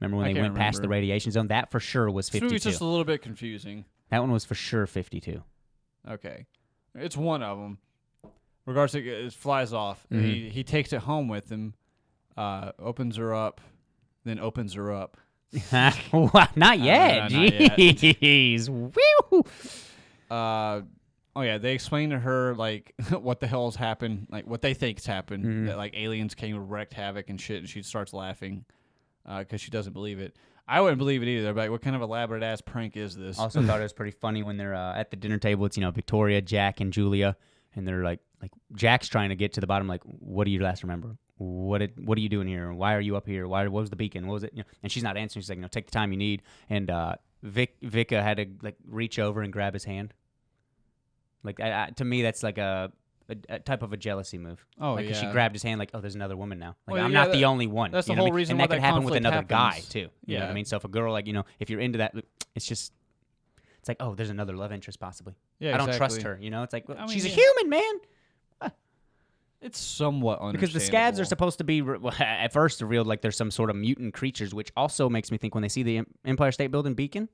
[SPEAKER 1] Remember when
[SPEAKER 2] I
[SPEAKER 1] they went
[SPEAKER 2] can't
[SPEAKER 1] past the
[SPEAKER 2] remember.
[SPEAKER 1] radiation zone? That for sure was
[SPEAKER 2] This
[SPEAKER 1] 52.
[SPEAKER 2] movie's just a little bit confusing.
[SPEAKER 1] that one was for sure 52.
[SPEAKER 2] Okay, it's one of them. Regards to it flies off. and He
[SPEAKER 1] Mm-hmm.
[SPEAKER 2] he takes it home with him, uh, opens her up, then opens her up.
[SPEAKER 1] What? not yet.
[SPEAKER 2] no, Uh, not yet.
[SPEAKER 1] Jeez. Woo!
[SPEAKER 2] Uh, oh yeah, they explain to her like what the hell's happened, like what they think's happened,
[SPEAKER 1] Mm-hmm.
[SPEAKER 2] that like aliens came and wrecked havoc and shit, and she starts laughing because she doesn't believe it. I wouldn't believe it either. But like, what kind of elaborate ass prank is this?
[SPEAKER 1] Also thought it was pretty funny when they're uh, at the dinner table. It's, you know, Victoria, Jack, and Julia. And they're like, like Jack's trying to get to the bottom. Like, what do you last remember? What did, what are you doing here? Why are you up here? Why? What was the beacon? What was it? You know, and she's not answering. She's like, you know, take the time you need. And uh, Vic, Vicka had to like reach over and grab his hand. Like I, I, to me, that's like a, a, a type of a jealousy move.
[SPEAKER 2] Oh,
[SPEAKER 1] like, 'cause she
[SPEAKER 2] yeah.
[SPEAKER 1] grabbed his hand, like, oh, there's another woman now. Like
[SPEAKER 2] Well,
[SPEAKER 1] I'm
[SPEAKER 2] yeah,
[SPEAKER 1] not the
[SPEAKER 2] that-
[SPEAKER 1] only one.
[SPEAKER 2] that's
[SPEAKER 1] you
[SPEAKER 2] the
[SPEAKER 1] know what
[SPEAKER 2] whole
[SPEAKER 1] I mean?
[SPEAKER 2] reason
[SPEAKER 1] And
[SPEAKER 2] why
[SPEAKER 1] that could
[SPEAKER 2] that
[SPEAKER 1] happen with
[SPEAKER 2] conflict
[SPEAKER 1] another guy
[SPEAKER 2] happens.
[SPEAKER 1] too. You know what I
[SPEAKER 2] Yeah.
[SPEAKER 1] mean? So if a girl, like you know, if you're into that, it's just it's like, oh, there's another love interest possibly.
[SPEAKER 2] Yeah,
[SPEAKER 1] I don't trust
[SPEAKER 2] exactly.
[SPEAKER 1] her. You know, it's like well,
[SPEAKER 2] I mean,
[SPEAKER 1] she's a
[SPEAKER 2] yeah.
[SPEAKER 1] human, man.
[SPEAKER 2] It's somewhat
[SPEAKER 1] Because the scabs are
[SPEAKER 2] understandable.
[SPEAKER 1] supposed to be re- well, at first revealed like they're some sort of mutant creatures, which also makes me think when they see the Em- Empire State Building beacon,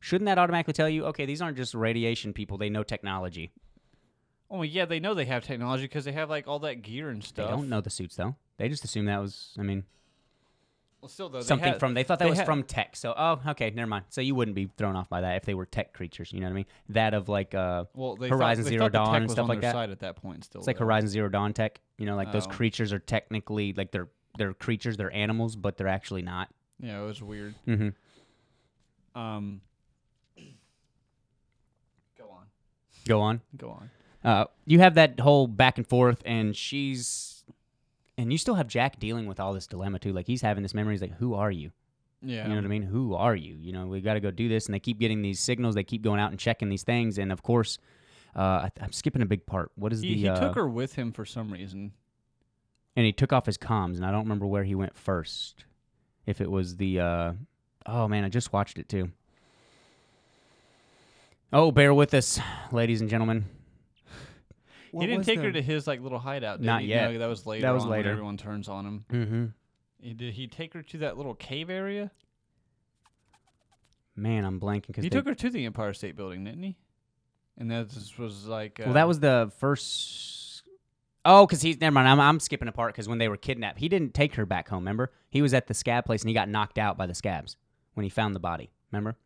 [SPEAKER 1] shouldn't that automatically tell you, okay, these aren't just radiation people; they know technology.
[SPEAKER 2] Oh yeah, they know they have technology because they have like all that gear and
[SPEAKER 1] They
[SPEAKER 2] stuff.
[SPEAKER 1] don't know the suits though. They just assume that was, I mean,
[SPEAKER 2] Well, still though, they
[SPEAKER 1] something
[SPEAKER 2] had-
[SPEAKER 1] from. They thought that
[SPEAKER 2] they
[SPEAKER 1] was
[SPEAKER 2] had-
[SPEAKER 1] from tech. So, oh, okay, never mind. So you wouldn't be thrown off by that if they were tech creatures. You know what I mean? That of like, uh,
[SPEAKER 2] well, they
[SPEAKER 1] Horizon
[SPEAKER 2] thought, they
[SPEAKER 1] Zero
[SPEAKER 2] thought the
[SPEAKER 1] Dawn
[SPEAKER 2] tech
[SPEAKER 1] and
[SPEAKER 2] was
[SPEAKER 1] stuff
[SPEAKER 2] on
[SPEAKER 1] like
[SPEAKER 2] their
[SPEAKER 1] that.
[SPEAKER 2] Side at that point, still
[SPEAKER 1] it's like
[SPEAKER 2] though.
[SPEAKER 1] Horizon Zero Dawn tech. You know, like those
[SPEAKER 2] Oh.
[SPEAKER 1] creatures are technically like they're they're creatures, they're animals, but they're actually not.
[SPEAKER 2] Yeah, it was weird.
[SPEAKER 1] Mm-hmm.
[SPEAKER 2] Um, go on,
[SPEAKER 1] Go on.
[SPEAKER 2] go on.
[SPEAKER 1] Uh, you have that whole back and forth, and she's, and you still have Jack dealing with all this dilemma too. Like he's having this memory. He's like, "Who are you?
[SPEAKER 2] Yeah,
[SPEAKER 1] You know what I mean? Who are you? You know, we got to go do this." And they keep getting these signals. They keep going out and checking these things. And of course, uh, I, I'm skipping a big part. What is
[SPEAKER 2] he,
[SPEAKER 1] the?
[SPEAKER 2] he
[SPEAKER 1] uh,
[SPEAKER 2] took her with him for some reason.
[SPEAKER 1] and he took off his comms, and I don't remember where he went first. If it was the, uh, oh man, I just watched it too. Oh, bear with us, ladies and gentlemen.
[SPEAKER 2] he didn't take her to his like little hideout. Did
[SPEAKER 1] Not
[SPEAKER 2] he?
[SPEAKER 1] yet.
[SPEAKER 2] No, that was later.
[SPEAKER 1] That was
[SPEAKER 2] on when
[SPEAKER 1] later.
[SPEAKER 2] everyone turns on him.
[SPEAKER 1] Mm-hmm.
[SPEAKER 2] He- Did he take her to that little cave area?
[SPEAKER 1] Man, I'm blanking because
[SPEAKER 2] He took her to the Empire State Building, didn't he? And that just was like. Uh,
[SPEAKER 1] Well, that was the first. Oh, because he's never mind. I'm, I'm skipping a part because when they were kidnapped, he didn't take her back home. Remember, he was at the scab place and he got knocked out by the scabs when he found the body. Remember?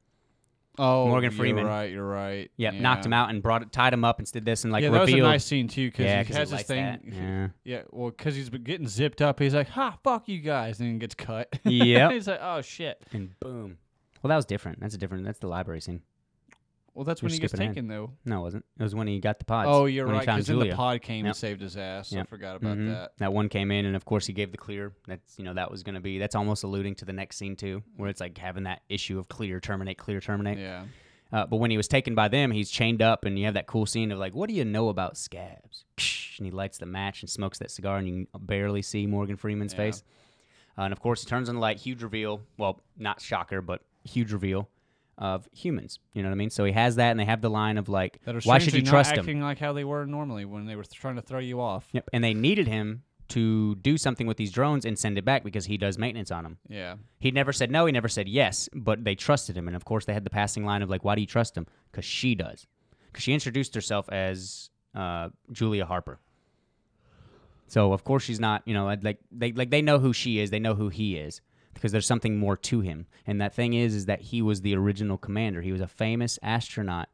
[SPEAKER 2] oh,
[SPEAKER 1] Morgan Freeman.
[SPEAKER 2] You're right. You're right.
[SPEAKER 1] Yep, knocked
[SPEAKER 2] yeah.
[SPEAKER 1] him out and brought it, tied him up and did this and like
[SPEAKER 2] yeah, that
[SPEAKER 1] revealed.
[SPEAKER 2] was a nice scene too because
[SPEAKER 1] yeah,
[SPEAKER 2] he
[SPEAKER 1] 'cause
[SPEAKER 2] has
[SPEAKER 1] it likes
[SPEAKER 2] this thing.
[SPEAKER 1] that. Yeah.
[SPEAKER 2] Yeah, well, because he's been getting zipped up. He's like, "Ha, fuck you guys," and then gets cut.
[SPEAKER 1] Yep.
[SPEAKER 2] he's like, "Oh shit."
[SPEAKER 1] and boom. Well, that was different. That's a different. That's the library scene.
[SPEAKER 2] Well, that's
[SPEAKER 1] You're
[SPEAKER 2] when he gets
[SPEAKER 1] skipping ahead.
[SPEAKER 2] taken, though.
[SPEAKER 1] No, it wasn't. It was when he got the pods.
[SPEAKER 2] oh, you're
[SPEAKER 1] when he
[SPEAKER 2] right.
[SPEAKER 1] found
[SPEAKER 2] Because then the
[SPEAKER 1] Julia.
[SPEAKER 2] pod came
[SPEAKER 1] Yep.
[SPEAKER 2] and saved his ass. I
[SPEAKER 1] Yep.
[SPEAKER 2] forgot about
[SPEAKER 1] Mhm.
[SPEAKER 2] that.
[SPEAKER 1] one came in, and of course he gave the clear. That's you know that was going to be. That's almost alluding to the next scene too, where it's like having that issue of clear, terminate, clear, terminate.
[SPEAKER 2] Yeah.
[SPEAKER 1] Uh, but when he was taken by them, he's chained up, and you have that cool scene of like, what do you know about scabs? And he lights the match and smokes that cigar, and you can barely see Morgan Freeman's
[SPEAKER 2] Yeah.
[SPEAKER 1] face. Uh, and of course, he turns on the light, huge reveal. Well, not shocker, but huge reveal of humans. You know what I mean? So he has that, and they have the line of like,
[SPEAKER 2] That are
[SPEAKER 1] why should
[SPEAKER 2] strangely
[SPEAKER 1] you
[SPEAKER 2] not
[SPEAKER 1] trust him?
[SPEAKER 2] acting like how they were normally when they were th- trying to throw you off.
[SPEAKER 1] Yep. And they needed him to do something with these drones and send it back because he does maintenance on them.
[SPEAKER 2] Yeah.
[SPEAKER 1] He never said no. He never said yes. But they trusted him, and of course they had the passing line of like, "Why do you trust him?" Because she does. Because she introduced herself as uh, Julia Harper. So of course she's not. You know, I'd like they like they know who she is. They know who he is because there's something more to him. And that thing is, is that he was the original commander. He was a famous astronaut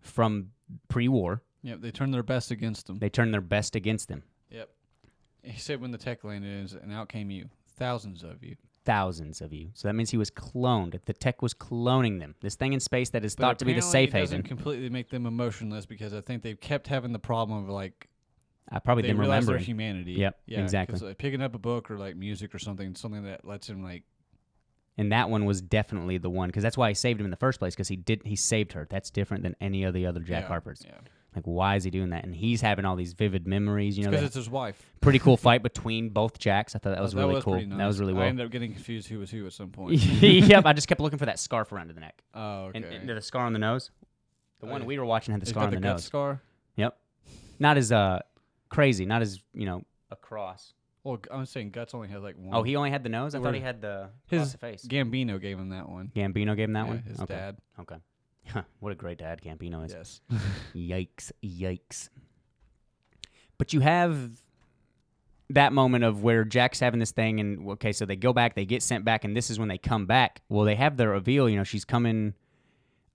[SPEAKER 1] from pre-war.
[SPEAKER 2] Yep. They turned their best against them.
[SPEAKER 1] They turned their best against him.
[SPEAKER 2] Yep. He said when the tech landed, is- and out came you, thousands of you.
[SPEAKER 1] Thousands of you. So that means he was cloned. The tech was cloning them. This thing in space that is
[SPEAKER 2] But
[SPEAKER 1] thought to be the
[SPEAKER 2] apparently
[SPEAKER 1] safe
[SPEAKER 2] it doesn't
[SPEAKER 1] haven.
[SPEAKER 2] completely make them emotionless because I think they've kept having the problem of like
[SPEAKER 1] I probably
[SPEAKER 2] they
[SPEAKER 1] didn't
[SPEAKER 2] realize
[SPEAKER 1] remember.
[SPEAKER 2] their humanity.
[SPEAKER 1] Yep,
[SPEAKER 2] Yeah,
[SPEAKER 1] exactly.
[SPEAKER 2] 'cause, Like, picking up a book or like music or something, something that lets him like
[SPEAKER 1] And that one was definitely the one because that's why he saved him in the first place because he did he saved her. That's different than any of the other Jack
[SPEAKER 2] yeah,
[SPEAKER 1] Harpers.
[SPEAKER 2] Yeah, because
[SPEAKER 1] Like why is he doing that? And he's having all these vivid memories. You know, they-
[SPEAKER 2] it's his wife.
[SPEAKER 1] pretty cool fight between both Jacks. I thought that was
[SPEAKER 2] that
[SPEAKER 1] really
[SPEAKER 2] was
[SPEAKER 1] cool.
[SPEAKER 2] pretty
[SPEAKER 1] That was
[SPEAKER 2] nice.
[SPEAKER 1] really
[SPEAKER 2] I
[SPEAKER 1] well.
[SPEAKER 2] ended up getting confused who was who at some point.
[SPEAKER 1] yep, I just kept looking for that scarf around the neck
[SPEAKER 2] oh, okay.
[SPEAKER 1] and, and the scar on the nose. The
[SPEAKER 2] Oh,
[SPEAKER 1] one
[SPEAKER 2] yeah.
[SPEAKER 1] we were watching had the
[SPEAKER 2] He's
[SPEAKER 1] scar on
[SPEAKER 2] got the
[SPEAKER 1] the
[SPEAKER 2] gut
[SPEAKER 1] nose.
[SPEAKER 2] scar.
[SPEAKER 1] Yep, not as uh crazy, not as you know across.
[SPEAKER 2] Well, g- I'm saying guts only has like one.
[SPEAKER 1] Oh, he only had the nose. I
[SPEAKER 2] Where-
[SPEAKER 1] thought he had the across
[SPEAKER 2] his
[SPEAKER 1] the face.
[SPEAKER 2] Gambino gave him that one.
[SPEAKER 1] Gambino gave him that
[SPEAKER 2] Yeah,
[SPEAKER 1] one.
[SPEAKER 2] His
[SPEAKER 1] okay.
[SPEAKER 2] dad.
[SPEAKER 1] Okay. Huh, what a great dad Gambino is.
[SPEAKER 2] Yes.
[SPEAKER 1] Yikes, yikes. But you have that moment of where Jack's having this thing, and okay, so they go back, they get sent back, and this is when they come back. Well, they have their reveal. You know, she's coming.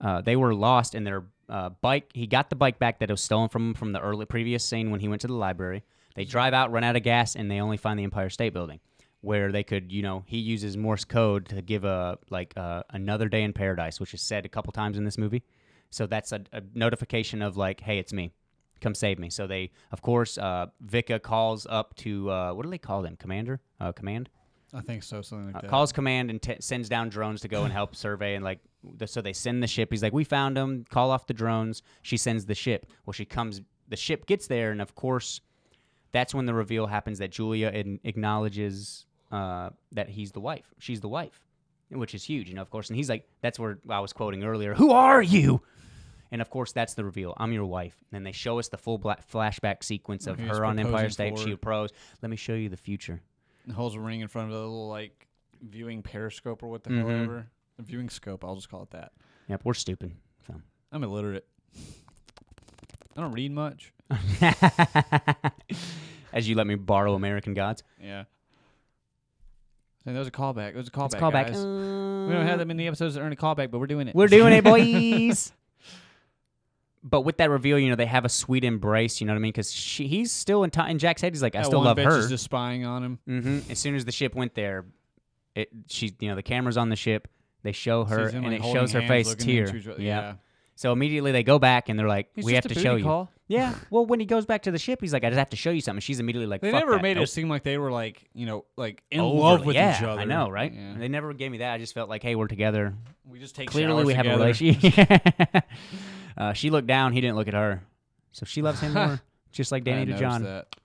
[SPEAKER 1] Uh, they were lost, and their uh, bike. He got the bike back that was stolen from him from the early previous scene when he went to the library. They drive out, run out of gas, and they only find the Empire State Building, where they could, you know, he uses Morse code to give a like uh, another day in paradise, which is said a couple times in this movie. So that's a, a notification of like, hey, it's me. Come save me. So they, of course, uh, Vika calls up to uh, what do they call them? Commander, uh, command,
[SPEAKER 2] I think so. Something
[SPEAKER 1] uh,
[SPEAKER 2] like that.
[SPEAKER 1] calls command and t- sends down drones to go and help survey and like. The, so they send the ship. He's like, we found him. Call off the drones. She sends the ship. Well, she comes. The ship gets there, and of course, that's when the reveal happens that Julia in, acknowledges uh, that he's the wife. She's the wife, which is huge, you know. Of course, and he's like, that's where I was quoting earlier. Who are you? And of course, that's the reveal. I'm your wife. And then they show us the full black flashback sequence of
[SPEAKER 2] He's
[SPEAKER 1] her on Empire
[SPEAKER 2] proposing
[SPEAKER 1] State.
[SPEAKER 2] for
[SPEAKER 1] She
[SPEAKER 2] her.
[SPEAKER 1] pros. Let me show you the future.
[SPEAKER 2] And holds a ring in front of a little like viewing periscope or what the hell
[SPEAKER 1] Mhm.
[SPEAKER 2] ever. A viewing scope. I'll just call it that.
[SPEAKER 1] Yep, we're stupid. So.
[SPEAKER 2] I'm illiterate. I don't read much.
[SPEAKER 1] As you let me borrow American Gods.
[SPEAKER 2] Yeah. And that was a callback. It was a callback.
[SPEAKER 1] It's callback.
[SPEAKER 2] guys.
[SPEAKER 1] Uh,
[SPEAKER 2] we don't have that many episodes to earn a callback, but we're doing it.
[SPEAKER 1] We're doing it, boys. but with that reveal, you know, they have a sweet embrace. You know what I mean? Because he's still in, t- in Jack's head. He's like, I
[SPEAKER 2] That
[SPEAKER 1] still
[SPEAKER 2] one
[SPEAKER 1] love
[SPEAKER 2] bitch
[SPEAKER 1] her.
[SPEAKER 2] Is just spying on him.
[SPEAKER 1] hmm As soon as the ship went there, it she you know the camera's on the ship. They show her
[SPEAKER 2] Sees him,
[SPEAKER 1] and
[SPEAKER 2] like,
[SPEAKER 1] it
[SPEAKER 2] holding
[SPEAKER 1] shows her
[SPEAKER 2] hands,
[SPEAKER 1] face
[SPEAKER 2] looking
[SPEAKER 1] tear.
[SPEAKER 2] into each other.
[SPEAKER 1] Yeah. So immediately they go back and they're like,
[SPEAKER 2] It's
[SPEAKER 1] we have
[SPEAKER 2] just
[SPEAKER 1] to
[SPEAKER 2] a
[SPEAKER 1] show
[SPEAKER 2] booty
[SPEAKER 1] you.
[SPEAKER 2] call.
[SPEAKER 1] Yeah. Well, when he goes back to the ship, he's like, I just have to show you something. She's immediately like,
[SPEAKER 2] They
[SPEAKER 1] "Fuck
[SPEAKER 2] never
[SPEAKER 1] that.
[SPEAKER 2] made
[SPEAKER 1] Nope.
[SPEAKER 2] it seem like they were like you know like in
[SPEAKER 1] Overly.
[SPEAKER 2] love with
[SPEAKER 1] yeah,
[SPEAKER 2] each other.
[SPEAKER 1] I know, right?
[SPEAKER 2] Yeah.
[SPEAKER 1] They never gave me that. I just felt like, hey, we're together.
[SPEAKER 2] we just take
[SPEAKER 1] Clearly,
[SPEAKER 2] showers
[SPEAKER 1] we have a
[SPEAKER 2] together.
[SPEAKER 1] relationship. uh, she looked down. He didn't look at her. So she loves him more, just like
[SPEAKER 2] I
[SPEAKER 1] Danny
[SPEAKER 2] noticed
[SPEAKER 1] DeJohn.
[SPEAKER 2] that.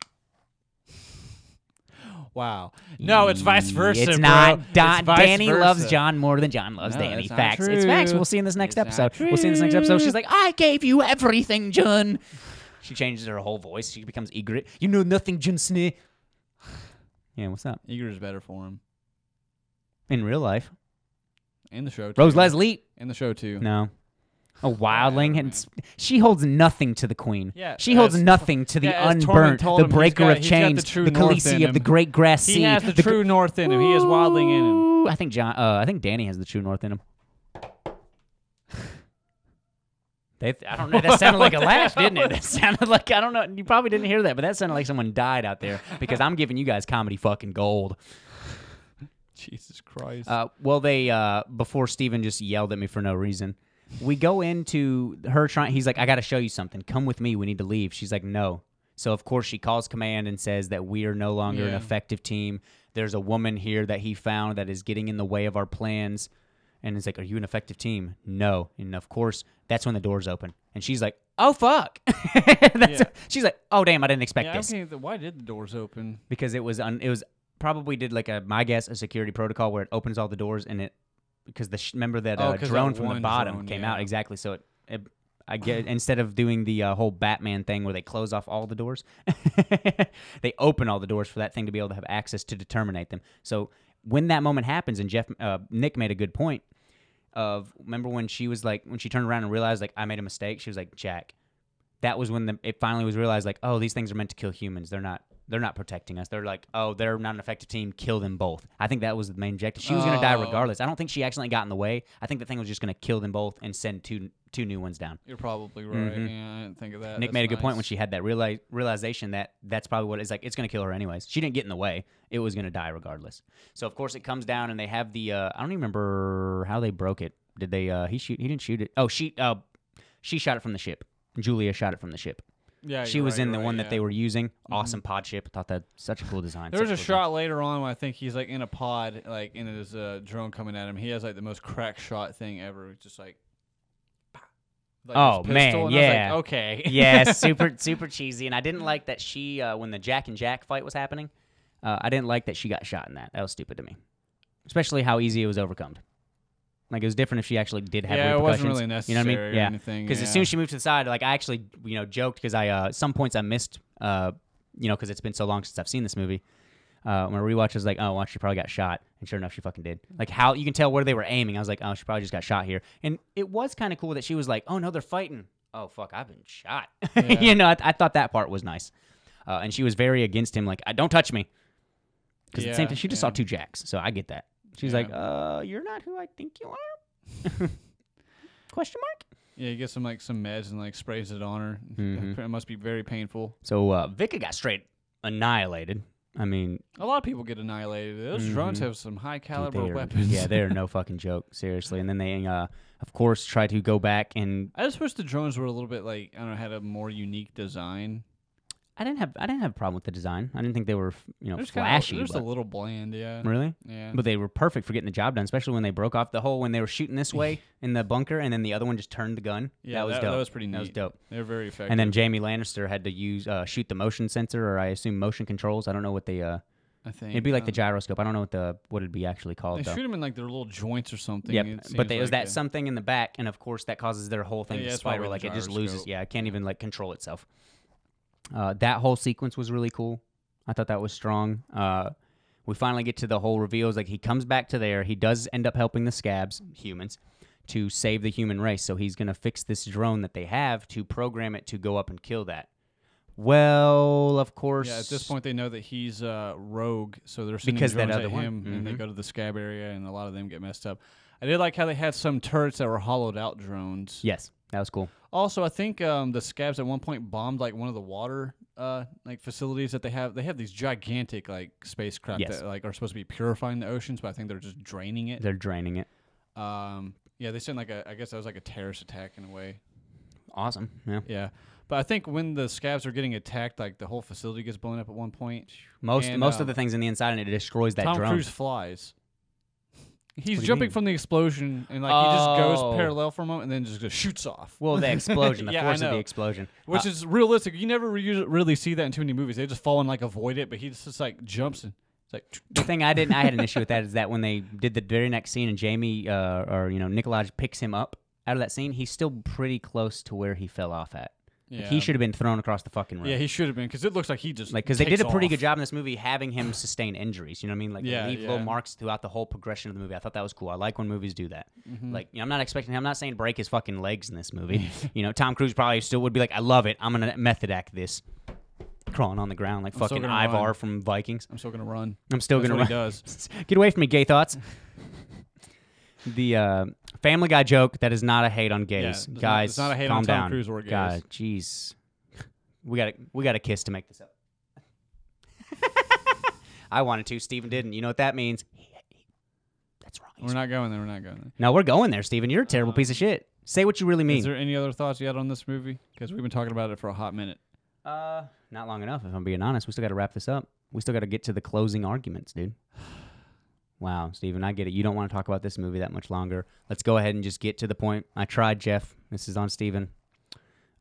[SPEAKER 2] Wow. No, it's vice versa.
[SPEAKER 1] Mm, It's
[SPEAKER 2] bro.
[SPEAKER 1] not. Don,
[SPEAKER 2] It's vice
[SPEAKER 1] Danny loves
[SPEAKER 2] versa.
[SPEAKER 1] John more than John loves
[SPEAKER 2] No,
[SPEAKER 1] Danny.
[SPEAKER 2] that's not
[SPEAKER 1] Facts. It's facts.
[SPEAKER 2] true.
[SPEAKER 1] We'll see in this next
[SPEAKER 2] It's not
[SPEAKER 1] episode. We'll see in this next episode.
[SPEAKER 2] true.
[SPEAKER 1] She's like, I gave you everything, John. She changes her whole voice. She becomes egret. You know nothing, John Snee. Yeah, what's up?
[SPEAKER 2] Eager is better for him.
[SPEAKER 1] In real life,
[SPEAKER 2] In the show. Too.
[SPEAKER 1] Rose Leslie.
[SPEAKER 2] In the show too.
[SPEAKER 1] No. A wildling,
[SPEAKER 2] man.
[SPEAKER 1] and s- she holds nothing to the queen.
[SPEAKER 2] Yeah,
[SPEAKER 1] she holds
[SPEAKER 2] as-
[SPEAKER 1] nothing to the
[SPEAKER 2] yeah, as
[SPEAKER 1] unburnt,
[SPEAKER 2] Tormund told
[SPEAKER 1] the
[SPEAKER 2] him, he's
[SPEAKER 1] breaker
[SPEAKER 2] got-
[SPEAKER 1] of
[SPEAKER 2] he's got the
[SPEAKER 1] chains,
[SPEAKER 2] true
[SPEAKER 1] the
[SPEAKER 2] north
[SPEAKER 1] Khaleesi
[SPEAKER 2] in
[SPEAKER 1] of the
[SPEAKER 2] him.
[SPEAKER 1] great grass sea.
[SPEAKER 2] He has the,
[SPEAKER 1] the gr-
[SPEAKER 2] true north in him. He has wildling in him.
[SPEAKER 1] Ooh, I think John. Uh, I think Danny has the true north in him. They, I don't know. That sounded like a laugh, didn't it? That sounded like I don't know. You probably didn't hear that, but that sounded like someone died out there because I'm giving you guys comedy fucking gold.
[SPEAKER 2] Jesus Christ.
[SPEAKER 1] Uh, well, they uh, before Steven just yelled at me for no reason. We go into her trying. He's like, "I got to show you something. Come with me. We need to leave." She's like, "No." So of course she calls command and says that we are no longer an
[SPEAKER 2] Yeah.
[SPEAKER 1] effective team. There's a woman here that he found that is getting in the way of our plans. And it's like, "Are you an effective team?" No. And of course, that's when the doors open, and she's like, "Oh fuck!" that's
[SPEAKER 2] Yeah.
[SPEAKER 1] she's like, "Oh damn, I didn't expect
[SPEAKER 2] yeah,
[SPEAKER 1] this."
[SPEAKER 2] I think why did the doors open?
[SPEAKER 1] because it was un, it was probably did like a my guess a security protocol where it opens all the doors and it because the sh- remember that
[SPEAKER 2] Oh,
[SPEAKER 1] uh,
[SPEAKER 2] 'cause
[SPEAKER 1] drone
[SPEAKER 2] that
[SPEAKER 1] from the
[SPEAKER 2] one
[SPEAKER 1] bottom
[SPEAKER 2] drone,
[SPEAKER 1] came
[SPEAKER 2] yeah.
[SPEAKER 1] out exactly so it, it I get instead of doing the uh, whole Batman thing where they close off all the doors, they open all the doors for that thing to be able to have access to determinate them. So when that moment happens, and Jeff uh, Nick made a good point of remember when she was like when she turned around and realized like I made a mistake. She was like Jack. That was when the, it finally was realized like oh these things are meant to kill humans. They're not they're not protecting us. They're like oh they're not an effective team. Kill them both. I think that was the main objective. She was gonna die
[SPEAKER 2] Oh.
[SPEAKER 1] regardless. I don't think she accidentally got in the way. I think the thing was just gonna kill them both and send two two new ones down.
[SPEAKER 2] You're probably right. Yeah, I didn't think of that.
[SPEAKER 1] Mm-hmm. Nick
[SPEAKER 2] Oh, That's
[SPEAKER 1] made a good point when
[SPEAKER 2] nice.
[SPEAKER 1] she had that reali- realization that that's probably what it's like. It's going to kill her anyways. She didn't get in the way. It was going to die regardless. So of course it comes down and they have the. Uh, I don't even remember how they broke it. Did they? Uh, he shoot. He didn't shoot it. Oh, she. Uh, she shot it from the ship. Julia shot it from the ship.
[SPEAKER 2] Yeah,
[SPEAKER 1] she
[SPEAKER 2] you're
[SPEAKER 1] was
[SPEAKER 2] right,
[SPEAKER 1] in
[SPEAKER 2] you're
[SPEAKER 1] the
[SPEAKER 2] right,
[SPEAKER 1] one
[SPEAKER 2] yeah.
[SPEAKER 1] that
[SPEAKER 2] Mm-hmm.
[SPEAKER 1] they were using. Awesome pod ship. I thought that such a cool design.
[SPEAKER 2] There was a
[SPEAKER 1] such cool design.
[SPEAKER 2] shot later on where I think he's like in a pod, like and there's a drone coming at him. He has like the most crack shot thing ever. It's just like, pah. like
[SPEAKER 1] Oh,
[SPEAKER 2] his pistol,
[SPEAKER 1] man,
[SPEAKER 2] and I was like,
[SPEAKER 1] yeah.
[SPEAKER 2] okay,
[SPEAKER 1] yeah, super super cheesy. And I didn't like that she uh, when the Jack and Jack fight was happening. Uh, I didn't like that she got shot in that. That was stupid to me, especially how easy it was overcome. Like it was different if she actually did have
[SPEAKER 2] yeah, it
[SPEAKER 1] repercussions.
[SPEAKER 2] wasn't really necessary.
[SPEAKER 1] You know what I mean?
[SPEAKER 2] Or
[SPEAKER 1] Yeah,
[SPEAKER 2] anything.
[SPEAKER 1] because
[SPEAKER 2] yeah.
[SPEAKER 1] as soon as she moved to the side, like I actually you know joked because I uh, some points I missed. Uh, you know because it's been so long since I've seen this movie. Uh, when I rewatch, I was like, oh, well, she probably got shot, and sure enough, she fucking did. Like how you can tell where they were aiming. I was like, oh, she probably just got shot here, and it was kind of cool that she was like, oh no, they're fighting. Oh fuck, I've been shot. you know, I, I thought that part was nice, uh, and she was very against him, like, "I- don't touch me, because at the same
[SPEAKER 2] Yeah,
[SPEAKER 1] time, she just saw
[SPEAKER 2] yeah.
[SPEAKER 1] two jacks, so I get that. She's
[SPEAKER 2] Yeah.
[SPEAKER 1] like, uh, you're not who I think you are. Question mark.
[SPEAKER 2] yeah, you get some like some meds and like sprays it on her.
[SPEAKER 1] Mhm.
[SPEAKER 2] It must be very painful.
[SPEAKER 1] So uh, Vicka got straight annihilated. I mean,
[SPEAKER 2] A lot of people get annihilated. Those drones have some high caliber
[SPEAKER 1] they're-
[SPEAKER 2] weapons.
[SPEAKER 1] Mm-hmm. yeah, they're no fucking joke, seriously. And then they, uh, of course, try to go back and
[SPEAKER 2] I just wish the drones were a little bit like I don't know, had a more unique design.
[SPEAKER 1] I didn't have I didn't have a problem with the design. I didn't think they were you know
[SPEAKER 2] They're just kinda-
[SPEAKER 1] flashy,
[SPEAKER 2] They're just a
[SPEAKER 1] but-
[SPEAKER 2] little bland. Yeah.
[SPEAKER 1] really.
[SPEAKER 2] Yeah.
[SPEAKER 1] But they were perfect for getting the job done, especially when they broke off the hole when they were shooting this way in the bunker, and then the other one just turned the gun.
[SPEAKER 2] yeah,
[SPEAKER 1] that was
[SPEAKER 2] that,
[SPEAKER 1] dope.
[SPEAKER 2] That was pretty neat.
[SPEAKER 1] That was dope.
[SPEAKER 2] They're very effective.
[SPEAKER 1] And then Jamie Lannister had to use uh, shoot the motion sensor, or I assume motion controls. I don't know what they. Uh,
[SPEAKER 2] I think
[SPEAKER 1] it'd be like
[SPEAKER 2] uh,
[SPEAKER 1] the gyroscope. I don't know what the what it'd be actually
[SPEAKER 2] They
[SPEAKER 1] called though.
[SPEAKER 2] shoot them in like their little joints or something.
[SPEAKER 1] Yep,
[SPEAKER 2] it
[SPEAKER 1] but
[SPEAKER 2] seems
[SPEAKER 1] there was
[SPEAKER 2] like,
[SPEAKER 1] that
[SPEAKER 2] uh,
[SPEAKER 1] something in the back, and of course that causes their whole thing
[SPEAKER 2] Yeah,
[SPEAKER 1] to
[SPEAKER 2] that's probably
[SPEAKER 1] spiral. Like
[SPEAKER 2] the
[SPEAKER 1] it just loses.
[SPEAKER 2] gyroscope.
[SPEAKER 1] Yeah, it can't even like control itself. Uh, that whole sequence was really cool. I thought that was strong. Uh, we finally get to the whole reveal. It's like he comes back to there. He does end up helping the scabs, humans, to save the human race. So he's gonna fix this drone that they have to program it to go up and kill that. Well, of course.
[SPEAKER 2] Yeah, at this point they know that he's uh, rogue, so they're sending
[SPEAKER 1] Because that
[SPEAKER 2] drones
[SPEAKER 1] other
[SPEAKER 2] at
[SPEAKER 1] one.
[SPEAKER 2] him, and they
[SPEAKER 1] Mhm.
[SPEAKER 2] go to the scab area, and a lot of them get messed up. I did like how they had some turrets that were hollowed out drones.
[SPEAKER 1] Yes, that was cool.
[SPEAKER 2] Also, I think um, the scabs at one point bombed like one of the water uh, like facilities that they have. They have these gigantic like spacecraft
[SPEAKER 1] Yes.
[SPEAKER 2] that like are supposed to be purifying the oceans, but I think they're just draining it.
[SPEAKER 1] They're draining it.
[SPEAKER 2] Um, yeah, they sent like a I guess that was like a terrorist attack in a way.
[SPEAKER 1] Awesome. Yeah.
[SPEAKER 2] Yeah, but I think when the scabs are getting attacked, like the whole facility gets blown up at one point.
[SPEAKER 1] Most
[SPEAKER 2] And,
[SPEAKER 1] most
[SPEAKER 2] uh,
[SPEAKER 1] of the things in the inside, and it destroys that
[SPEAKER 2] Tom
[SPEAKER 1] drone.
[SPEAKER 2] Cruise flies.
[SPEAKER 1] What
[SPEAKER 2] He's
[SPEAKER 1] do you
[SPEAKER 2] jumping
[SPEAKER 1] mean?
[SPEAKER 2] from the explosion and like he just
[SPEAKER 1] Oh.
[SPEAKER 2] goes parallel for a moment and then just goes, shoots off.
[SPEAKER 1] Well, the explosion, the
[SPEAKER 2] Yeah, I
[SPEAKER 1] force of the
[SPEAKER 2] know.
[SPEAKER 1] explosion. Uh,
[SPEAKER 2] Which is realistic. You never re- really see that in too many movies. They just fall and like avoid it, but he just, just like jumps and it's like
[SPEAKER 1] the thing I didn't, I had an issue with that is that when they did the very next scene and Jamie uh, or you know Nicolaj picks him up out of that scene, he's still pretty close to where he fell off at. Like, he
[SPEAKER 2] Yeah.
[SPEAKER 1] should have been thrown across the fucking room.
[SPEAKER 2] Yeah, he should have been because it looks like he just
[SPEAKER 1] like because they did
[SPEAKER 2] takes
[SPEAKER 1] a pretty
[SPEAKER 2] off.
[SPEAKER 1] good job in this movie having him sustain injuries. You know what I mean? Like they
[SPEAKER 2] Yeah,
[SPEAKER 1] leave little
[SPEAKER 2] yeah.
[SPEAKER 1] marks throughout the whole progression of the movie. I thought that was cool. I like when movies do that.
[SPEAKER 2] Mm. Mm-hmm.
[SPEAKER 1] Like you know, I'm not expecting him. I'm not saying break his fucking legs in this movie. you know, Tom Cruise probably still would be like, I love it. I'm gonna method act this, crawling on the ground like
[SPEAKER 2] still
[SPEAKER 1] fucking
[SPEAKER 2] gonna run.
[SPEAKER 1] Ivar from Vikings.
[SPEAKER 2] I'm still gonna run.
[SPEAKER 1] I'm still
[SPEAKER 2] That's
[SPEAKER 1] gonna run.
[SPEAKER 2] what he does.
[SPEAKER 1] Get away from me, gay thoughts. the uh, Family Guy joke that is not a hate on
[SPEAKER 2] Yeah,
[SPEAKER 1] gays,
[SPEAKER 2] it's not-
[SPEAKER 1] guys.
[SPEAKER 2] it's not a hate
[SPEAKER 1] calm
[SPEAKER 2] on Tom
[SPEAKER 1] down.
[SPEAKER 2] Cruise or gays.
[SPEAKER 1] God, jeez. We got we got a kiss to make this up. I wanted to. Steven didn't. You know what that means? He- he- that's wrong.
[SPEAKER 2] We're not going there. We're not going there.
[SPEAKER 1] no, we're going there, Steven. You're a terrible piece of shit. Say what you really
[SPEAKER 2] Uh-huh. Is
[SPEAKER 1] mean.
[SPEAKER 2] there any other thoughts you had on this movie? Because we've been talking about it for a hot minute.
[SPEAKER 1] uh, not long enough. If I'm being honest, we still got to wrap this up. We still got to get to the closing arguments, dude. Wow, Steven, I get it. You don't want to talk about this movie that much longer. Let's go ahead and just get to the point. I tried, Jeff. This is on Steven.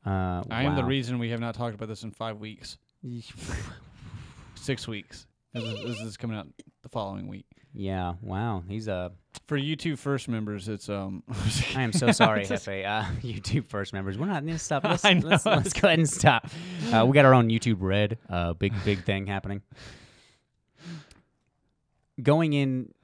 [SPEAKER 1] Uh,
[SPEAKER 2] I am the
[SPEAKER 1] wow.
[SPEAKER 2] reason we have not talked about this in five weeks, six weeks. This is, this is coming out the following week.
[SPEAKER 1] Yeah. Wow. He's a.
[SPEAKER 2] For you two first members, it's um.
[SPEAKER 1] I am so sorry, Hefe. Uh, YouTube first members, we're not going to stop. Let's,
[SPEAKER 2] I
[SPEAKER 1] let's,
[SPEAKER 2] know.
[SPEAKER 1] let's go ahead and stop. Uh, we got our own YouTube Red, uh, big big thing happening. Going in,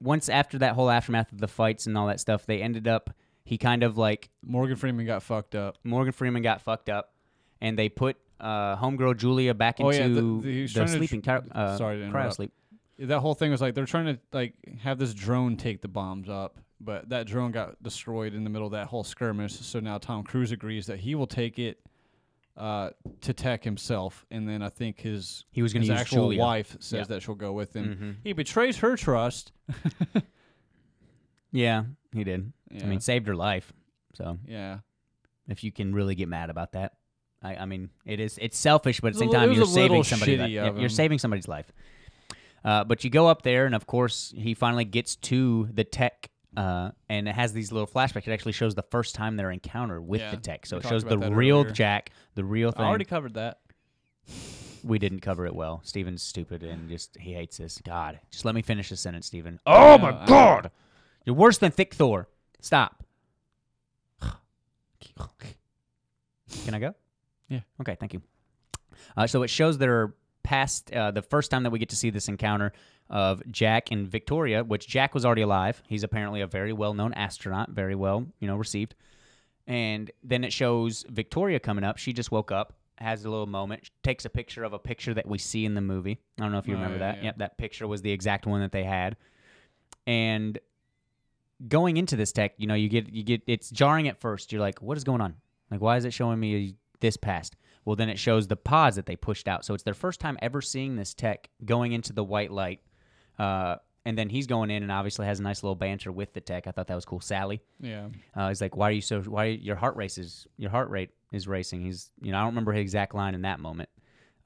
[SPEAKER 1] once after that whole aftermath of the fights and all that stuff, they ended up. He kind of like
[SPEAKER 2] Morgan Freeman got fucked up.
[SPEAKER 1] Morgan Freeman got fucked up, and they put uh, homegirl Julia back into
[SPEAKER 2] Oh, yeah, the- the- he
[SPEAKER 1] the,
[SPEAKER 2] was trying to
[SPEAKER 1] sleeping
[SPEAKER 2] tr-
[SPEAKER 1] car- uh,
[SPEAKER 2] sorry to
[SPEAKER 1] cryo
[SPEAKER 2] interrupt.
[SPEAKER 1] sleep.
[SPEAKER 2] That whole thing was like they're trying to like have this drone take the bombs up, but that drone got destroyed in the middle of that whole skirmish. So now Tom Cruise agrees that he will take it uh, to tech himself, and then I think his
[SPEAKER 1] He was going
[SPEAKER 2] his
[SPEAKER 1] to use
[SPEAKER 2] actual
[SPEAKER 1] Julia.
[SPEAKER 2] wife says
[SPEAKER 1] Yeah.
[SPEAKER 2] that she'll go with him.
[SPEAKER 1] Mhm.
[SPEAKER 2] He betrays her trust.
[SPEAKER 1] Yeah, he did.
[SPEAKER 2] Yeah.
[SPEAKER 1] I mean, saved her life. So
[SPEAKER 2] yeah.
[SPEAKER 1] if you can really get mad about that. I, I mean, it is it's selfish, but at the same
[SPEAKER 2] It was a
[SPEAKER 1] time, you're
[SPEAKER 2] little
[SPEAKER 1] saving somebody's
[SPEAKER 2] shitty
[SPEAKER 1] life.
[SPEAKER 2] of
[SPEAKER 1] Yeah, You're
[SPEAKER 2] him.
[SPEAKER 1] saving somebody's life. Uh, but you go up there, and of course, he finally gets to the tech, uh, and it has these little flashbacks. It actually shows the first time their encounter with
[SPEAKER 2] Yeah,
[SPEAKER 1] the tech, so
[SPEAKER 2] we
[SPEAKER 1] it
[SPEAKER 2] talked
[SPEAKER 1] shows the
[SPEAKER 2] about that
[SPEAKER 1] real
[SPEAKER 2] earlier.
[SPEAKER 1] Jack, the real thing.
[SPEAKER 2] I already covered that.
[SPEAKER 1] We didn't cover it well. Steven's stupid and just he hates this. God, just let me finish the sentence, Steven. Oh
[SPEAKER 2] I
[SPEAKER 1] my
[SPEAKER 2] know.
[SPEAKER 1] God, you're worse than Thick Thor. Stop. Can I go?
[SPEAKER 2] Yeah.
[SPEAKER 1] Okay. Thank you. Uh, so it shows their past, uh, the first time that we get to see this encounter of Jack and Victoria, which Jack was already alive. He's apparently a very well-known astronaut, very well, you know, received. And then it shows Victoria coming up. She just woke up, has a little moment, takes a picture of a picture that we see in the movie. I don't know if you
[SPEAKER 2] Oh,
[SPEAKER 1] remember
[SPEAKER 2] yeah,
[SPEAKER 1] that.
[SPEAKER 2] yeah.
[SPEAKER 1] Yep, that picture was the exact one that they had. And going into this tech, you know, you get you get it's jarring at first. You're like, what is going on? Like, why is it showing me this past? Well, then it shows the pods that they pushed out. So it's their first time ever seeing this tech going into the white light. Uh, and then he's going in and obviously has a nice little banter with the tech. I thought that was cool, Sally.
[SPEAKER 2] Yeah.
[SPEAKER 1] Uh, he's like, "Why are you so? Why your heart races? Your heart rate is racing." He's, you know, I don't remember his exact line in that moment,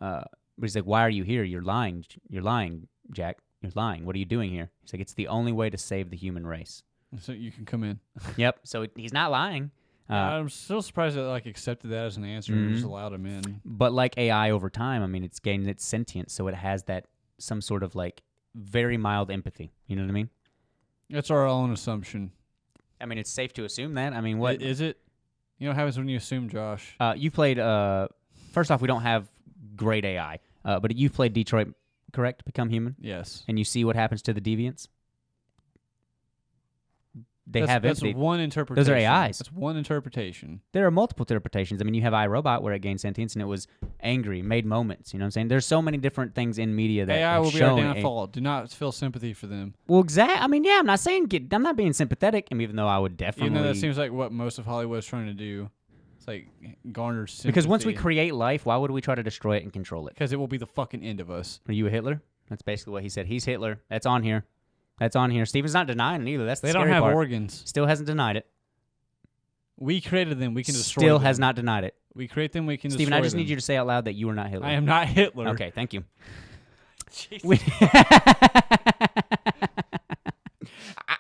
[SPEAKER 1] uh, but he's like, "Why are you here? You're lying. J- You're lying, Jack. You're lying. What are you doing here?" He's like, "It's the only way to save the human race."
[SPEAKER 2] So you can come in.
[SPEAKER 1] yep. So he's not lying, uh, Mm-hmm.
[SPEAKER 2] I'm still surprised that like accepted that as an answer and just allowed him in.
[SPEAKER 1] but like AI over time, I mean, it's gained its sentience, so it has that some sort of like very mild empathy. You know what I mean?
[SPEAKER 2] That's our own assumption.
[SPEAKER 1] I mean, it's safe to assume that. I mean,
[SPEAKER 2] What
[SPEAKER 1] what
[SPEAKER 2] is it? You know what happens when you assume, Josh?
[SPEAKER 1] Uh, you played. Uh, first off, we don't have great AI, uh, but you played Detroit, correct? Become Human,
[SPEAKER 2] Yes.
[SPEAKER 1] and you see what happens to the deviants. They
[SPEAKER 2] that's,
[SPEAKER 1] have
[SPEAKER 2] that's
[SPEAKER 1] empathy.
[SPEAKER 2] one interpretation.
[SPEAKER 1] AIs.
[SPEAKER 2] That's one interpretation.
[SPEAKER 1] there are multiple interpretations. I mean, you have iRobot where it gained sentience and it was angry, made moments. You know what I'm saying? There's so many different things in media that
[SPEAKER 2] AI
[SPEAKER 1] have
[SPEAKER 2] will be our
[SPEAKER 1] shown a-
[SPEAKER 2] downfall. Do not feel sympathy for them.
[SPEAKER 1] well, exact. I mean, yeah, I'm not saying get. I'm not being sympathetic. I mean, even though I would definitely.
[SPEAKER 2] Even though that seems like what most of Hollywood is trying to do. It's like garner sympathy.
[SPEAKER 1] because once we create life, why would we try to destroy it and control it?
[SPEAKER 2] because it will be the fucking end of us.
[SPEAKER 1] Are you a Hitler? That's basically what he said. He's Hitler. That's on here. That's on here. Steven's not denying it either. That's the
[SPEAKER 2] They don't
[SPEAKER 1] scary
[SPEAKER 2] have
[SPEAKER 1] part.
[SPEAKER 2] organs.
[SPEAKER 1] Still hasn't denied it.
[SPEAKER 2] We created them. We can destroy
[SPEAKER 1] Still
[SPEAKER 2] them.
[SPEAKER 1] has not denied it.
[SPEAKER 2] We create them. We can
[SPEAKER 1] Steven,
[SPEAKER 2] destroy
[SPEAKER 1] I just
[SPEAKER 2] them.
[SPEAKER 1] need you to say out loud that you are not Hitler.
[SPEAKER 2] I am not Hitler.
[SPEAKER 1] Okay, thank you.
[SPEAKER 2] Jesus.
[SPEAKER 1] We- I-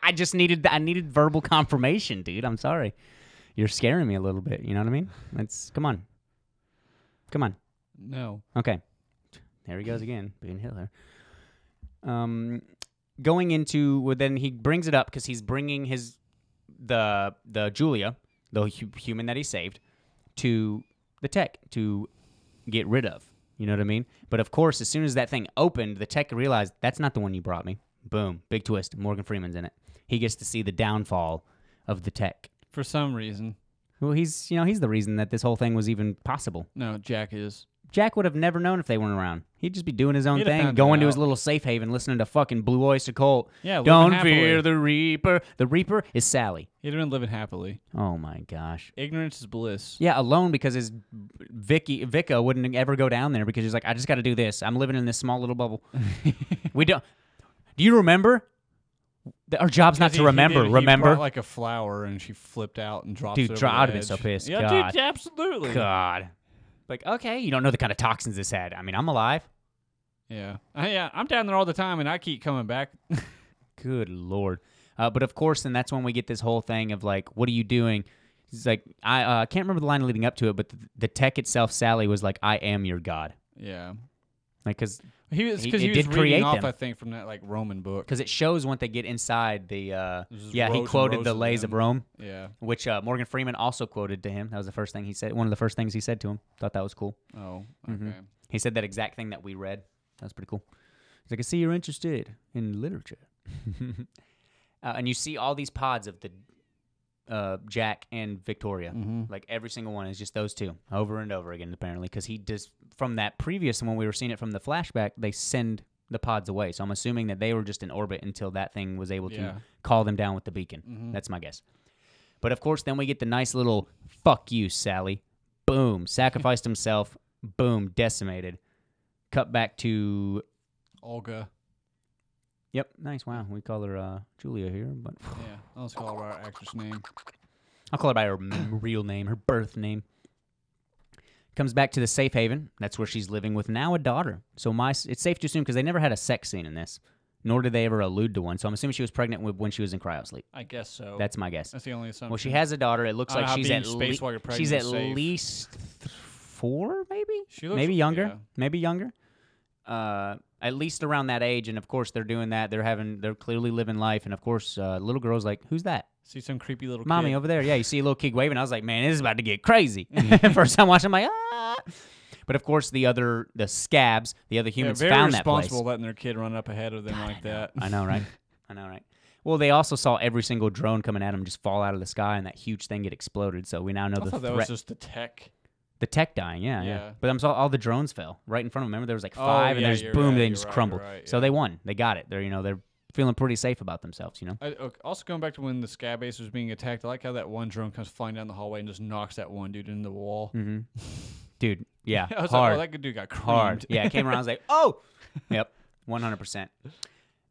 [SPEAKER 1] I just needed th- I needed verbal confirmation, dude. I'm sorry. You're scaring me a little bit. You know what I mean? That's come on. Come on.
[SPEAKER 2] No.
[SPEAKER 1] Okay. There he goes again, being Hitler. Um, going into well, then he brings it up because he's bringing his the the Julia, the hu- human that he saved, to the tech to get rid of. You know what I mean? But of course, as soon as that thing opened, the tech realized that's not the one you brought me. Boom! Big twist. Morgan Freeman's in it. He gets to see the downfall of the tech.
[SPEAKER 2] For some reason.
[SPEAKER 1] Well, he's you know he's the reason that this whole thing was even possible.
[SPEAKER 2] No, Jack is.
[SPEAKER 1] Jack would have never known if they weren't around. He'd just be doing his own
[SPEAKER 2] He'd have
[SPEAKER 1] thing,
[SPEAKER 2] found
[SPEAKER 1] going
[SPEAKER 2] it
[SPEAKER 1] to his
[SPEAKER 2] out.
[SPEAKER 1] little safe haven, listening to fucking Blue Oyster Cult.
[SPEAKER 2] Yeah, living
[SPEAKER 1] Don't
[SPEAKER 2] happily.
[SPEAKER 1] fear the Reaper. The Reaper is Sally.
[SPEAKER 2] He'd have been living happily.
[SPEAKER 1] Oh my gosh.
[SPEAKER 2] Ignorance is bliss.
[SPEAKER 1] Yeah, alone because his Vicky Vicka wouldn't ever go down there because he's like, I just got to do this. I'm living in this small little bubble. we don't. Do you remember? Th- Our job's not
[SPEAKER 2] He-
[SPEAKER 1] to
[SPEAKER 2] he
[SPEAKER 1] remember.
[SPEAKER 2] did- he brought,
[SPEAKER 1] remember,
[SPEAKER 2] like a flower, and she flipped out and dropped.
[SPEAKER 1] Dude,
[SPEAKER 2] it over
[SPEAKER 1] dro-
[SPEAKER 2] the
[SPEAKER 1] I'd have been so
[SPEAKER 2] edge.
[SPEAKER 1] pissed.
[SPEAKER 2] Yeah,
[SPEAKER 1] God.
[SPEAKER 2] dude, absolutely.
[SPEAKER 1] God. Like, okay, you don't know the kind of toxins this had. I mean, I'm alive.
[SPEAKER 2] Yeah, I, yeah. I'm down there all the time, and I keep coming back.
[SPEAKER 1] Good lord. Uh, but of course, then that's when we get this whole thing of like, what are you doing? He's like, I uh, can't remember the line leading up to it, but the, the tech itself, Sally was like, I am your god.
[SPEAKER 2] yeah.
[SPEAKER 1] Like, cause
[SPEAKER 2] He was
[SPEAKER 1] He-
[SPEAKER 2] because
[SPEAKER 1] it
[SPEAKER 2] he,
[SPEAKER 1] did
[SPEAKER 2] was reading
[SPEAKER 1] create
[SPEAKER 2] off,
[SPEAKER 1] them.
[SPEAKER 2] I think, from that like Roman book.
[SPEAKER 1] because it shows once they get inside the. Uh,
[SPEAKER 2] This is
[SPEAKER 1] yeah,
[SPEAKER 2] rows
[SPEAKER 1] he
[SPEAKER 2] and
[SPEAKER 1] quoted
[SPEAKER 2] rows
[SPEAKER 1] the
[SPEAKER 2] of
[SPEAKER 1] Lays
[SPEAKER 2] them.
[SPEAKER 1] of Rome,
[SPEAKER 2] Yeah.
[SPEAKER 1] which uh, Morgan Freeman also quoted to him. That was the first thing he said. One of the first things he said to him. Thought that was cool.
[SPEAKER 2] Oh. Okay.
[SPEAKER 1] Mhm. He said that exact thing that we read. That was pretty cool. He's like, I see you're interested in literature. uh, and you see all these pods of the uh, Jack and
[SPEAKER 2] Mm-hmm.
[SPEAKER 1] Victoria. Like every single one is just those two over and over again, apparently. Because he just, from that previous one, we were seeing it from the flashback, they send the pods away. So I'm assuming that they were just in orbit until that thing was able
[SPEAKER 2] Yeah.
[SPEAKER 1] to call them down with the beacon. That's my guess. But of course, then we get the nice little fuck you, Sally. Boom. Sacrificed himself. Boom. Decimated. Cut back to.
[SPEAKER 2] Olga.
[SPEAKER 1] Yep. Nice. Wow. We call her uh, Julia here, but
[SPEAKER 2] Yeah. Let's call her our actress name.
[SPEAKER 1] I'll call her by her m- real name, her birth name. Comes back to the safe haven. That's where she's living with now a daughter. So my, it's safe to assume because they never had a sex scene in this, nor did they ever allude to one. So I'm assuming she was pregnant with, when she was in cryosleep.
[SPEAKER 2] I guess so.
[SPEAKER 1] That's my guess.
[SPEAKER 2] That's the only assumption.
[SPEAKER 1] Well, she has a daughter. It looks
[SPEAKER 2] I don't
[SPEAKER 1] like
[SPEAKER 2] know how
[SPEAKER 1] she's
[SPEAKER 2] Oh, Uh,
[SPEAKER 1] at
[SPEAKER 2] being space
[SPEAKER 1] lea-
[SPEAKER 2] while you're pregnant
[SPEAKER 1] she's
[SPEAKER 2] is
[SPEAKER 1] at
[SPEAKER 2] safe.
[SPEAKER 1] least th- four, maybe.
[SPEAKER 2] She looks-
[SPEAKER 1] maybe younger.
[SPEAKER 2] yeah.
[SPEAKER 1] Maybe younger. Uh, at least around that age, and of course they're doing that. They're having. They're clearly living life, and of course, uh, little girls like, "Who's that,
[SPEAKER 2] See some creepy little
[SPEAKER 1] mommy
[SPEAKER 2] kid.
[SPEAKER 1] over there?" Yeah, you see a little kid waving. I was like, "Man, this is about to get crazy." First time watching, I'm like, "Ah!" But of course, the other the scabs, the other
[SPEAKER 2] They're
[SPEAKER 1] humans
[SPEAKER 2] very
[SPEAKER 1] found that place.
[SPEAKER 2] responsible letting their kid run up ahead of them like that.
[SPEAKER 1] I know, right? I know, right? Well, they also saw every single drone coming at them just fall out of the sky, and that huge thing get exploded. So we now know
[SPEAKER 2] I
[SPEAKER 1] the
[SPEAKER 2] thought
[SPEAKER 1] threat.
[SPEAKER 2] that was just the tech.
[SPEAKER 1] The tech dying, yeah, yeah.
[SPEAKER 2] Yeah.
[SPEAKER 1] But I'm all, all the drones fell right in front of them. Remember, there was like
[SPEAKER 2] Oh,
[SPEAKER 1] five,
[SPEAKER 2] yeah,
[SPEAKER 1] and they
[SPEAKER 2] you're
[SPEAKER 1] just boom,
[SPEAKER 2] right,
[SPEAKER 1] they
[SPEAKER 2] you're
[SPEAKER 1] just
[SPEAKER 2] right, you're
[SPEAKER 1] crumbled.
[SPEAKER 2] right,
[SPEAKER 1] So
[SPEAKER 2] yeah.
[SPEAKER 1] they won. They got it. They're you know they're feeling pretty safe about themselves. You know,
[SPEAKER 2] I, okay, also going back to when the sky base was being attacked, I like how that one drone comes flying down the hallway and just knocks that one dude into the wall.
[SPEAKER 1] dude, yeah,
[SPEAKER 2] I was
[SPEAKER 1] Mm-hmm. hard,
[SPEAKER 2] like, oh, that good dude got creamed.
[SPEAKER 1] hard. Yeah, it came around. I was like, oh, yep, 100. percent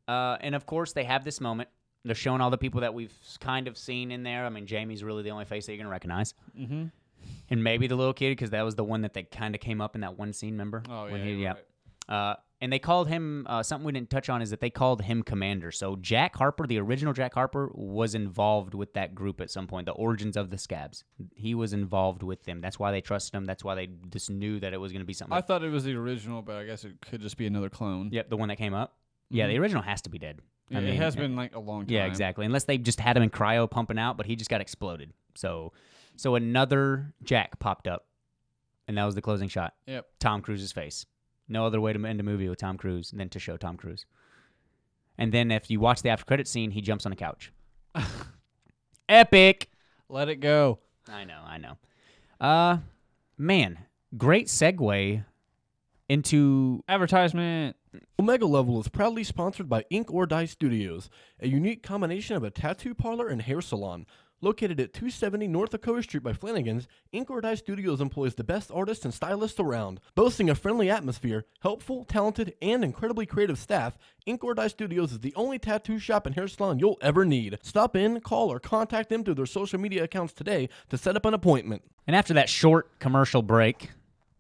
[SPEAKER 1] uh, And of course, they have this moment. They're showing all the people that we've kind of seen in there. I mean, Jamie's really the only face that you're gonna recognize,
[SPEAKER 2] Mhm.
[SPEAKER 1] and maybe the little kid because that was the one that they kind of came up in that one scene. Remember?
[SPEAKER 2] Oh,
[SPEAKER 1] When
[SPEAKER 2] yeah,
[SPEAKER 1] he-
[SPEAKER 2] you're
[SPEAKER 1] yeah.
[SPEAKER 2] right.
[SPEAKER 1] Uh, and they called him uh, something we didn't touch on is that they called him commander. So Jack Harper, the original Jack Harper, was involved with that group at some point. The origins of the Scabs, he was involved with them. That's why they trusted him. That's why they just knew that it was going to be something.
[SPEAKER 2] I
[SPEAKER 1] Like,
[SPEAKER 2] thought it was the original, but I guess it could just be another clone.
[SPEAKER 1] yep, the one that came up. Yeah, the original has to be dead.
[SPEAKER 2] Mm-hmm. Yeah, it has been like a long time.
[SPEAKER 1] Yeah, exactly. Unless they just had him in cryo pumping out, but he just got exploded. So, so another Jack popped up, and that was the closing shot.
[SPEAKER 2] Yep.
[SPEAKER 1] Tom Cruise's face. No other way to end a movie with Tom Cruise than to show Tom Cruise. And then if you watch the after credit scene, he jumps on a couch. Epic.
[SPEAKER 2] Let it go.
[SPEAKER 1] I know, I know. Uh man, great segue into
[SPEAKER 2] Advertisement.
[SPEAKER 3] Omega Level is proudly sponsored by Ink or Die Studios, a unique combination of a tattoo parlor and hair salon. Located at 270 North Dakota Street by Flanagan's, Ink or Die Studios employs the best artists and stylists around. Boasting a friendly atmosphere, helpful, talented, and incredibly creative staff, Ink or Die Studios is the only tattoo shop and hair salon you'll ever need. Stop in, call, or contact them through their social media accounts today to set up an appointment.
[SPEAKER 1] and after that short commercial break.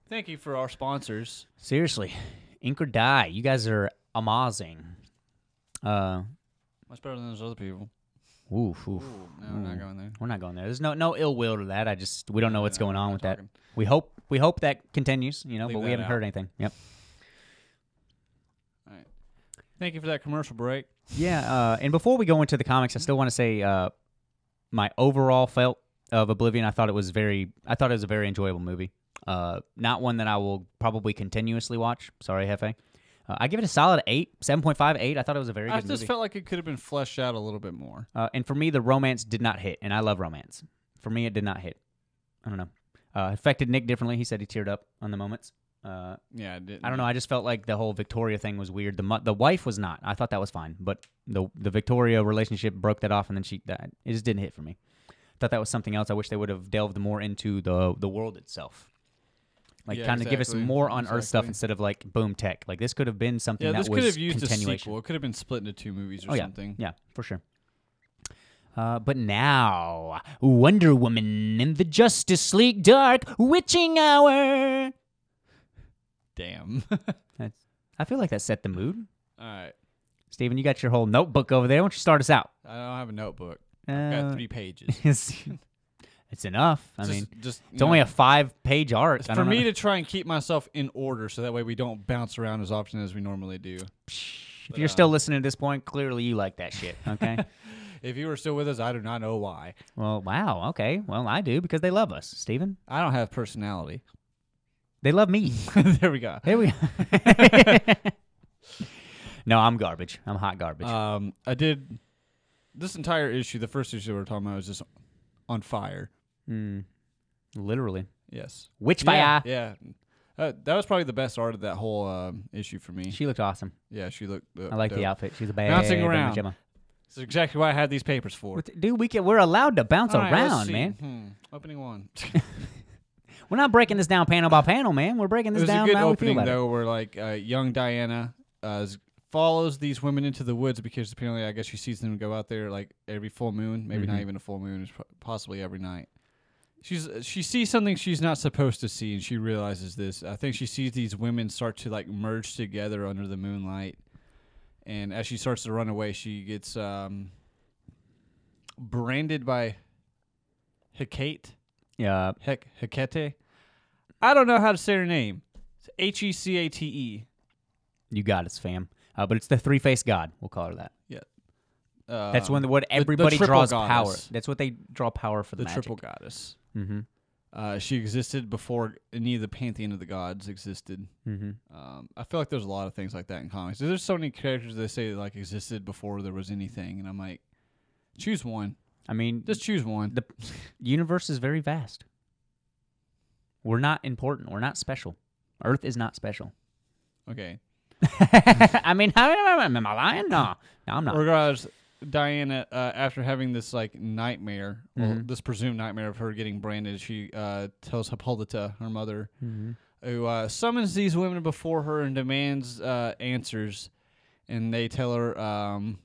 [SPEAKER 2] Thank you for our sponsors.
[SPEAKER 1] Seriously, ink or die. You guys are amazing. Uh
[SPEAKER 2] Much better than those other people.
[SPEAKER 1] oof, oof.
[SPEAKER 2] Ooh, no, we're not going there.
[SPEAKER 1] We're not going there. There's no no ill will to that. I just we don't know what's going on with
[SPEAKER 2] talking.
[SPEAKER 1] that. We hope we hope that continues, you know,
[SPEAKER 2] Leave
[SPEAKER 1] but we
[SPEAKER 2] that
[SPEAKER 1] haven't
[SPEAKER 2] out.
[SPEAKER 1] heard anything. Yep.
[SPEAKER 2] All right. Thank you for that commercial break.
[SPEAKER 1] Yeah, uh, and before we go into the comics, I still want to say uh, my overall felt of Oblivion. I thought it was very, I thought it was a very enjoyable movie. Uh, not one that I will probably continuously watch. Sorry, Hefe. Uh, I give it a solid eight, seven point five eight. I thought it was a very
[SPEAKER 2] I
[SPEAKER 1] good
[SPEAKER 2] just
[SPEAKER 1] movie.
[SPEAKER 2] felt like it could have been fleshed out a little bit more.
[SPEAKER 1] uh, and for me, the romance did not hit, and I love romance. For me, it did not hit. I don't know. Uh, affected Nick differently. He said he teared up on the moments. Uh,
[SPEAKER 2] Yeah, it didn't.
[SPEAKER 1] I don't know. I just felt like the whole Victoria thing was weird. The mu- the wife was not. I thought that was fine, but the the Victoria relationship broke that off, and then she died. It just didn't hit for me. Thought that was something else. I wish they would have delved more into the the world itself. Like
[SPEAKER 2] Yeah,
[SPEAKER 1] kind of give us
[SPEAKER 2] exactly,
[SPEAKER 1] more on Earth stuff
[SPEAKER 2] exactly.
[SPEAKER 1] instead of like boom tech. Like this could have been something
[SPEAKER 2] Yeah,
[SPEAKER 1] that
[SPEAKER 2] this
[SPEAKER 1] was
[SPEAKER 2] could have used a
[SPEAKER 1] continuation.
[SPEAKER 2] sequel. It could have been split into two movies or
[SPEAKER 1] oh yeah,
[SPEAKER 2] something.
[SPEAKER 1] yeah, for sure. Uh, but now, Wonder Woman and the Justice League Dark Witching Hour.
[SPEAKER 2] Damn.
[SPEAKER 1] That's, I feel like that set the mood.
[SPEAKER 2] All right.
[SPEAKER 1] Steven, you got your whole notebook over there. Why don't you start us out?
[SPEAKER 2] I don't have a notebook. I've
[SPEAKER 1] Uh,
[SPEAKER 2] got three pages.
[SPEAKER 1] it's- it's enough. I
[SPEAKER 2] Just-
[SPEAKER 1] mean,
[SPEAKER 2] just
[SPEAKER 1] it's only a five-page arc. I
[SPEAKER 2] for
[SPEAKER 1] don't
[SPEAKER 2] me
[SPEAKER 1] know.
[SPEAKER 2] to try and keep myself in order, so that way we don't bounce around as often as we normally do.
[SPEAKER 1] if you're still listening at this point, clearly you like that shit. Okay.
[SPEAKER 2] If you were still with us, I do not know why.
[SPEAKER 1] well, wow. Okay. Well, I do because they love us, Steven.
[SPEAKER 2] I don't have personality.
[SPEAKER 1] They love me.
[SPEAKER 2] there we go.
[SPEAKER 1] Here we. no, I'm garbage. I'm hot garbage.
[SPEAKER 2] Um, I did this entire issue. The first issue we were talking about was just on fire.
[SPEAKER 1] Mm. Literally,
[SPEAKER 2] Yes,
[SPEAKER 1] witch
[SPEAKER 2] yeah,
[SPEAKER 1] fire.
[SPEAKER 2] yeah. Uh, that was probably the best art of that whole um, issue for me.
[SPEAKER 1] She looked awesome.
[SPEAKER 2] yeah, she looked. Uh,
[SPEAKER 1] I like the
[SPEAKER 2] dope.
[SPEAKER 1] outfit. She's a bad
[SPEAKER 2] Bouncing
[SPEAKER 1] damn
[SPEAKER 2] around.
[SPEAKER 1] Gemma.
[SPEAKER 2] This is exactly what I had these papers for.
[SPEAKER 1] What- Dude, we can, we're allowed to bounce
[SPEAKER 2] All right, let's
[SPEAKER 1] around,
[SPEAKER 2] see.
[SPEAKER 1] man.
[SPEAKER 2] Hmm, Opening one.
[SPEAKER 1] We're not breaking this down panel by panel, man. We're breaking
[SPEAKER 2] it
[SPEAKER 1] this
[SPEAKER 2] was a
[SPEAKER 1] down.
[SPEAKER 2] good
[SPEAKER 1] how we feel
[SPEAKER 2] opening
[SPEAKER 1] about it.
[SPEAKER 2] though, where like uh, young Diana uh, is- follows these women into the woods because apparently, I guess she sees them go out there like every full moon, maybe
[SPEAKER 1] Mm-hmm.
[SPEAKER 2] not even a full moon, it's po- possibly every night. She's uh, she sees something she's not supposed to see, and she realizes this. I think she sees these women start to like merge together under the moonlight, and as she starts to run away, she gets um, branded by Hecate.
[SPEAKER 1] Yeah,
[SPEAKER 2] Hec- Hecate. I don't know how to say her name. It's H E C A T E.
[SPEAKER 1] you got us, fam. Uh, but it's the three faced god. We'll call her that.
[SPEAKER 2] Yeah. Uh,
[SPEAKER 1] That's when the, what everybody
[SPEAKER 2] triple
[SPEAKER 1] draws
[SPEAKER 2] goddess.
[SPEAKER 1] power. That's what they draw power for the,
[SPEAKER 2] the
[SPEAKER 1] magic.
[SPEAKER 2] triple goddess.
[SPEAKER 1] Mm-hmm.
[SPEAKER 2] Uh, she existed before any of the pantheon of the gods existed.
[SPEAKER 1] Mm-hmm.
[SPEAKER 2] Um, I feel like there's a lot of things like that in comics. There's so many characters they say like existed before there was anything, and I'm like, choose one.
[SPEAKER 1] I mean,
[SPEAKER 2] Just choose one.
[SPEAKER 1] the universe is very vast. We're not important. We're not special. Earth is not special.
[SPEAKER 2] okay.
[SPEAKER 1] I mean, how am I, am I lying? No, no, I'm not.
[SPEAKER 2] Regardless, Diana, uh, after having this like nightmare, well,
[SPEAKER 1] Mhm.
[SPEAKER 2] this presumed nightmare of her getting branded, she uh, tells Hippolyta, her mother,
[SPEAKER 1] Mm-hmm.
[SPEAKER 2] who uh, summons these women before her and demands uh, answers. And they tell her, um,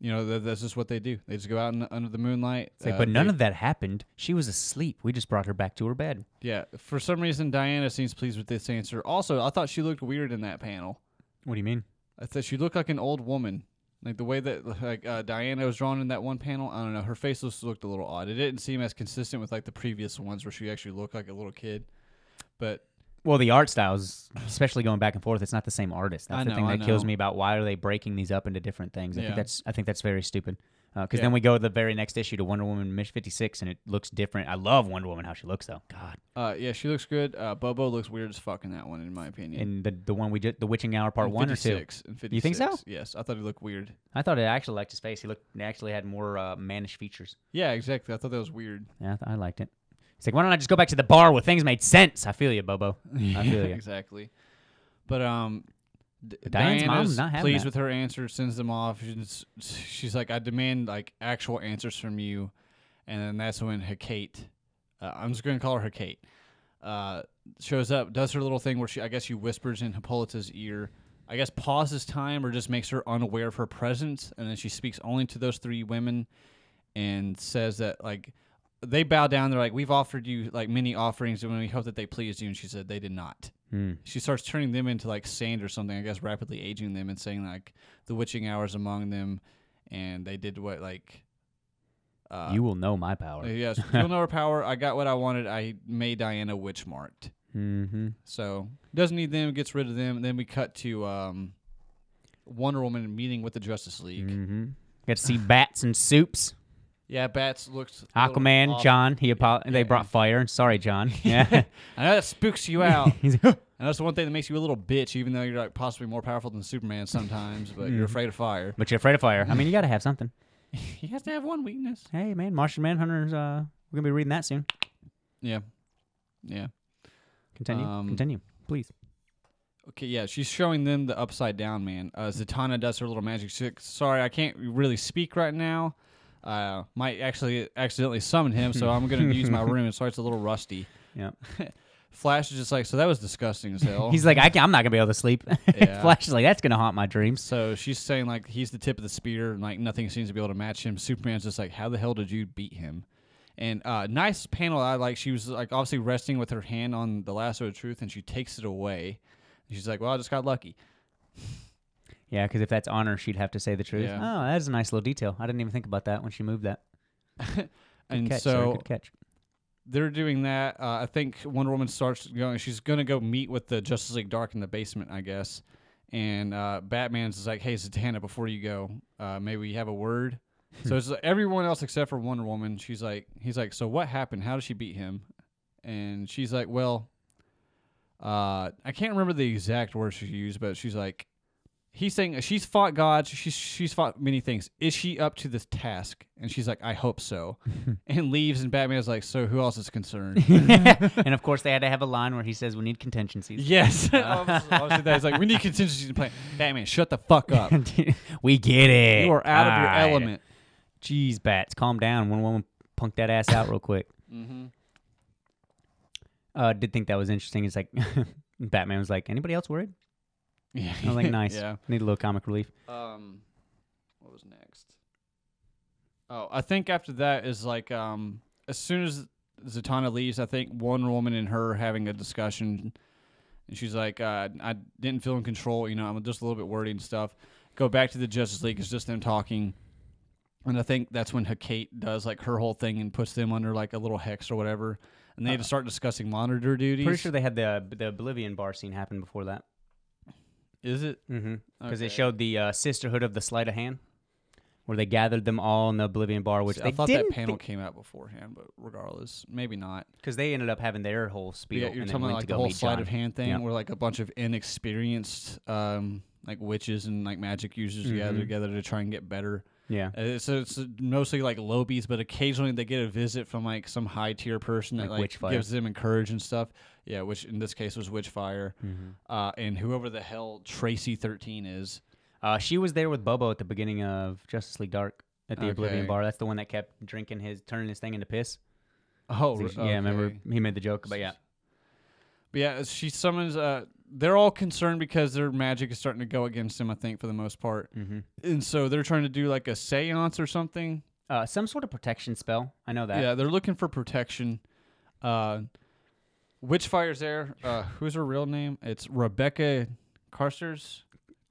[SPEAKER 2] you know, that that's just what they do. They just go out in, under the moonlight. Uh,
[SPEAKER 1] It's like, but none of that happened. She was asleep. We just brought her back to her bed.
[SPEAKER 2] Yeah. For some reason, Diana seems pleased with this answer. Also, I thought she looked weird in that panel.
[SPEAKER 1] What do you mean?
[SPEAKER 2] I thought she looked like an old woman. Like the way that like uh, Diana was drawn in that one panel, I don't know. Her face just looked a little odd. It didn't seem as consistent with like the previous ones where she actually looked like a little kid. But
[SPEAKER 1] Well, the art styles, especially going back and forth, it's not the same artist. That's
[SPEAKER 2] I
[SPEAKER 1] the
[SPEAKER 2] know,
[SPEAKER 1] thing
[SPEAKER 2] I
[SPEAKER 1] that kills
[SPEAKER 2] know.
[SPEAKER 1] me about why are they breaking these up into different things. I
[SPEAKER 2] Yeah.
[SPEAKER 1] think that's I think that's very stupid. Because
[SPEAKER 2] Yeah.
[SPEAKER 1] then we go to the very next issue to Wonder Woman Mission 56, and it looks different. I love Wonder Woman how she looks though. God,
[SPEAKER 2] uh, yeah, she looks good. Uh, Bobo looks weird as fuck in that one, in my opinion.
[SPEAKER 1] and the the one we did, the Witching Hour Part
[SPEAKER 2] In
[SPEAKER 1] One or Two.
[SPEAKER 2] 56, in
[SPEAKER 1] You think so?
[SPEAKER 2] 56, Yes, I thought he looked weird.
[SPEAKER 1] I thought I actually liked his face. He looked he actually had more uh, mannish features.
[SPEAKER 2] Yeah, exactly. I thought that was weird.
[SPEAKER 1] Yeah, I, th- I liked it. He's like, why don't I just go back to the bar where things made sense? I feel you, Bobo. I feel you.
[SPEAKER 2] exactly. But um, D-
[SPEAKER 1] Diane's mom's
[SPEAKER 2] Diana's
[SPEAKER 1] not having
[SPEAKER 2] pleased
[SPEAKER 1] that.
[SPEAKER 2] with her answer, sends them off. She's, she's like, I demand like actual answers from you, and then that's when Hecate, uh, I'm just gonna call her Hecate, uh, shows up, does her little thing where she, I guess, she whispers in Hippolyta's ear. I guess pauses time or just makes her unaware of her presence, and then she speaks only to those three women, and says that like they bow down. They're like, "We've offered you like many offerings, and we hope that they pleased you." And she said, "They did not."
[SPEAKER 1] Hmm.
[SPEAKER 2] She starts turning them into like sand or something. I guess rapidly aging them and saying like the witching hours among them, and they did what like. Uh,
[SPEAKER 1] you will know my power.
[SPEAKER 2] yes, you'll know her power. I got what I wanted. I made Diana witch marked.
[SPEAKER 1] mm-hmm.
[SPEAKER 2] So doesn't need them. Gets rid of them. And then we cut to um, Wonder Woman meeting with the Justice League.
[SPEAKER 1] Mm-hmm. Got to see bats and soups.
[SPEAKER 2] Yeah, Bats looks a little
[SPEAKER 1] Aquaman,
[SPEAKER 2] off.
[SPEAKER 1] John, he apo-
[SPEAKER 2] yeah.
[SPEAKER 1] they brought fire. Sorry, John. Yeah.
[SPEAKER 2] I know that spooks you out.
[SPEAKER 1] He's like,
[SPEAKER 2] And that's the one thing that makes you a little bitch, even though you're like possibly more powerful than Superman sometimes, but
[SPEAKER 1] Mm.
[SPEAKER 2] you're afraid of fire.
[SPEAKER 1] but you're afraid of fire. I mean, you got to have something.
[SPEAKER 2] You have to have one weakness.
[SPEAKER 1] Hey, man, Martian Manhunter's, uh, we're going to be reading that soon.
[SPEAKER 2] Yeah. Yeah.
[SPEAKER 1] Continue.
[SPEAKER 2] Um,
[SPEAKER 1] Continue, please.
[SPEAKER 2] Okay, yeah, she's showing them the upside down man. Uh,
[SPEAKER 1] Mm.
[SPEAKER 2] Zatanna does her little magic trick. Sorry, I can't really speak right now. Uh, might actually accidentally summon him, so I'm gonna use my room. So it's a little rusty.
[SPEAKER 1] Yeah.
[SPEAKER 2] Flash is just like, so that was disgusting as hell.
[SPEAKER 1] He's like, I can- I'm not going to be able to sleep.
[SPEAKER 2] Yeah.
[SPEAKER 1] Flash is like, that's going to haunt my dreams.
[SPEAKER 2] So she's saying like he's the tip of the spear, and like nothing seems to be able to match him. Superman's just like, how the hell did you beat him? And uh, nice panel. I like. She was like obviously resting with her hand on the lasso of truth, and she takes it away. And she's like, well, I just got lucky.
[SPEAKER 1] Yeah, because if that's honor, she'd have to say the truth.
[SPEAKER 2] Yeah.
[SPEAKER 1] Oh, that's a nice little detail. I didn't even think about that when she moved that. Good
[SPEAKER 2] and
[SPEAKER 1] catch, sir.
[SPEAKER 2] so
[SPEAKER 1] Good catch.
[SPEAKER 2] they're doing that. Uh, I think Wonder Woman starts going. She's gonna go meet with the Justice League Dark in the basement, I guess. And uh, Batman's is like, "Hey, Zatanna, before you go, uh, may we have a word?" so it's like everyone else except for Wonder Woman. She's like, "He's like, so what happened? How did she beat him?" And she's like, "Well, uh, I can't remember the exact words she used, but she's like, he's saying she's fought gods, she's she's fought many things. Is she up to this task? And she's like, I hope so, and leaves. And Batman's like, so who else is concerned?
[SPEAKER 1] and of course, they had to have a line where he says, "We need contingencies."
[SPEAKER 2] yes, obviously, obviously that's like we need contingency to plan. Batman, shut the fuck up.
[SPEAKER 1] we get it.
[SPEAKER 2] You are out of your
[SPEAKER 1] All right.
[SPEAKER 2] element.
[SPEAKER 1] Jeez, bats, calm down. One woman punked that ass out real quick. Uh, I did think that was interesting. It's like Batman was like, "Anybody else worried?"
[SPEAKER 2] Yeah.
[SPEAKER 1] I was like, "Nice.
[SPEAKER 2] yeah.
[SPEAKER 1] Need a little comic relief."
[SPEAKER 2] Um, what was next? Oh, I think after that is like um, as soon as Zatanna leaves, I think one woman and her having a discussion, and she's like, uh, "I didn't feel in control. You know, I'm just a little bit wordy and stuff." Go back to the Justice League. It's just them talking, and I think that's when Hecate does like her whole thing and puts them under like a little hex or whatever, and they had to start discussing monitor duties.
[SPEAKER 1] Pretty sure they had the the Oblivion bar scene happen before that.
[SPEAKER 2] is it?
[SPEAKER 1] Because they
[SPEAKER 2] Okay.
[SPEAKER 1] showed the uh, Sisterhood of the Sleight of Hand, where they gathered them all in the Oblivion bar, which
[SPEAKER 2] See,
[SPEAKER 1] they
[SPEAKER 2] I thought
[SPEAKER 1] didn't.
[SPEAKER 2] that panel came out beforehand, but regardless, maybe not.
[SPEAKER 1] Because they ended up having their whole spiel.
[SPEAKER 2] Yeah, you're
[SPEAKER 1] and then
[SPEAKER 2] talking
[SPEAKER 1] went
[SPEAKER 2] about
[SPEAKER 1] to
[SPEAKER 2] like
[SPEAKER 1] go
[SPEAKER 2] the whole
[SPEAKER 1] meet
[SPEAKER 2] sleight
[SPEAKER 1] John.
[SPEAKER 2] of hand thing,
[SPEAKER 1] Yeah.
[SPEAKER 2] where like a bunch of inexperienced um, like witches and like magic users gather together to try and get better.
[SPEAKER 1] Yeah.
[SPEAKER 2] Uh, so it's mostly like lobies, but occasionally they get a visit from like some high tier person that
[SPEAKER 1] Like
[SPEAKER 2] like,
[SPEAKER 1] Witchfire.
[SPEAKER 2] gives them encourage and stuff. Yeah, which in this case was Witchfire, uh, and whoever the hell Tracy Thirteen is.
[SPEAKER 1] Uh, she was there with Bobo at the beginning of Justice League Dark at the Oblivion
[SPEAKER 2] Okay.
[SPEAKER 1] bar. That's the one that kept drinking his, turning his thing into piss.
[SPEAKER 2] Oh,
[SPEAKER 1] So
[SPEAKER 2] re-
[SPEAKER 1] she- Yeah, remember
[SPEAKER 2] okay.
[SPEAKER 1] he made the joke, but yeah.
[SPEAKER 2] But yeah, she summons. Uh, they're all concerned because their magic is starting to go against them. I think for the most part, mm-hmm. and so they're trying to do like a séance or something.
[SPEAKER 1] Uh, some sort of protection spell. I know that.
[SPEAKER 2] Yeah, they're looking for protection. Uh, Witchfire's there. Uh, who's her real name? It's Rebecca Carstairs.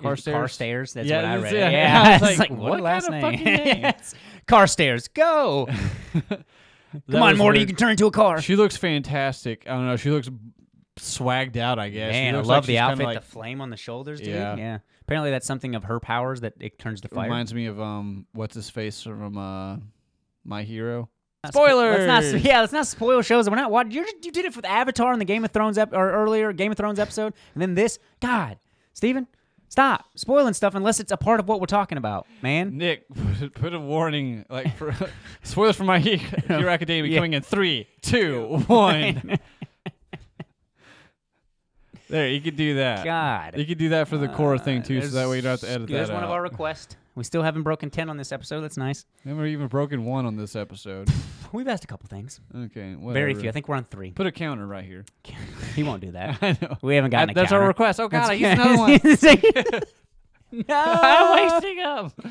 [SPEAKER 1] Is it Carstairs. That's
[SPEAKER 2] Yeah,
[SPEAKER 1] what I
[SPEAKER 2] it's-
[SPEAKER 1] read.
[SPEAKER 2] yeah.
[SPEAKER 1] Yeah,
[SPEAKER 2] I
[SPEAKER 1] it's
[SPEAKER 2] was like,
[SPEAKER 1] like, what,
[SPEAKER 2] what
[SPEAKER 1] a
[SPEAKER 2] kind
[SPEAKER 1] last
[SPEAKER 2] of
[SPEAKER 1] name?
[SPEAKER 2] fucking name?
[SPEAKER 1] Yes. Carstairs, go! Come on, Morty, you can turn into a car.
[SPEAKER 2] She looks fantastic. I don't know. She looks swagged out. I guess. She
[SPEAKER 1] Man, I
[SPEAKER 2] looks
[SPEAKER 1] love
[SPEAKER 2] like she's
[SPEAKER 1] the
[SPEAKER 2] kinda
[SPEAKER 1] outfit.
[SPEAKER 2] like-
[SPEAKER 1] the flame on the shoulders, dude.
[SPEAKER 2] Yeah.
[SPEAKER 1] Yeah. Apparently, that's something of her powers that it turns to fire.
[SPEAKER 2] reminds me of um, what's his face from uh, My Hero.
[SPEAKER 1] Not spo- Let's not,
[SPEAKER 2] Spoilers!
[SPEAKER 1] yeah, let's not spoil shows. that We're not watching. You you did it with Avatar in the Game of Thrones ep- or earlier Game of Thrones episode, and then this. God, Steven, stop spoiling stuff unless it's a part of what we're talking about, man.
[SPEAKER 2] Nick, put a warning like for, spoilers for my Hero Hero Academia coming in three, two, one. there, you could do that.
[SPEAKER 1] God, Uh,
[SPEAKER 2] You could do that for the core thing too, so that way you don't have to edit that.
[SPEAKER 1] there's one of
[SPEAKER 2] out.
[SPEAKER 1] our requests. We still haven't broken ten on this episode. That's nice.
[SPEAKER 2] Remember, even broken one on this episode.
[SPEAKER 1] We've asked a couple things.
[SPEAKER 2] okay, whatever.
[SPEAKER 1] Very few. I think we're on three.
[SPEAKER 2] Put a counter right here.
[SPEAKER 1] He won't do that.
[SPEAKER 2] I know.
[SPEAKER 1] We haven't gotten.
[SPEAKER 2] That-
[SPEAKER 1] a
[SPEAKER 2] that's our
[SPEAKER 1] counter.
[SPEAKER 2] request. Oh God, I used
[SPEAKER 1] That's-
[SPEAKER 2] another one.
[SPEAKER 1] no.
[SPEAKER 2] I'm wasting up.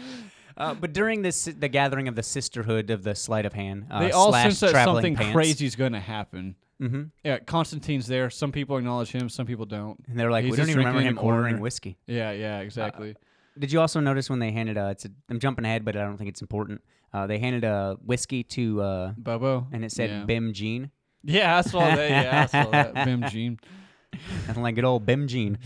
[SPEAKER 1] Uh, but during this, the gathering of the sisterhood of the sleight of hand, uh,
[SPEAKER 2] they all
[SPEAKER 1] slash
[SPEAKER 2] sense that
[SPEAKER 1] traveling
[SPEAKER 2] something
[SPEAKER 1] pants,
[SPEAKER 2] crazy is going to happen.
[SPEAKER 1] Mm-hmm.
[SPEAKER 2] Yeah, Constantine's there. Some people acknowledge him. Some people don't.
[SPEAKER 1] And they're like,
[SPEAKER 2] He's
[SPEAKER 1] we don't
[SPEAKER 2] just
[SPEAKER 1] even remember
[SPEAKER 2] drinking in
[SPEAKER 1] him
[SPEAKER 2] a corner.
[SPEAKER 1] ordering whiskey.
[SPEAKER 2] Yeah, yeah, exactly.
[SPEAKER 1] Did you also notice when they handed uh, it's a, I'm jumping ahead, but I don't think it's important. Uh, they handed a whiskey to, uh,
[SPEAKER 2] Bobo.
[SPEAKER 1] and it said
[SPEAKER 2] yeah.
[SPEAKER 1] Bim Jean.
[SPEAKER 2] Yeah, I saw that. Yeah, I saw that. Bim Jean.
[SPEAKER 1] Nothing like good old Bim Jean.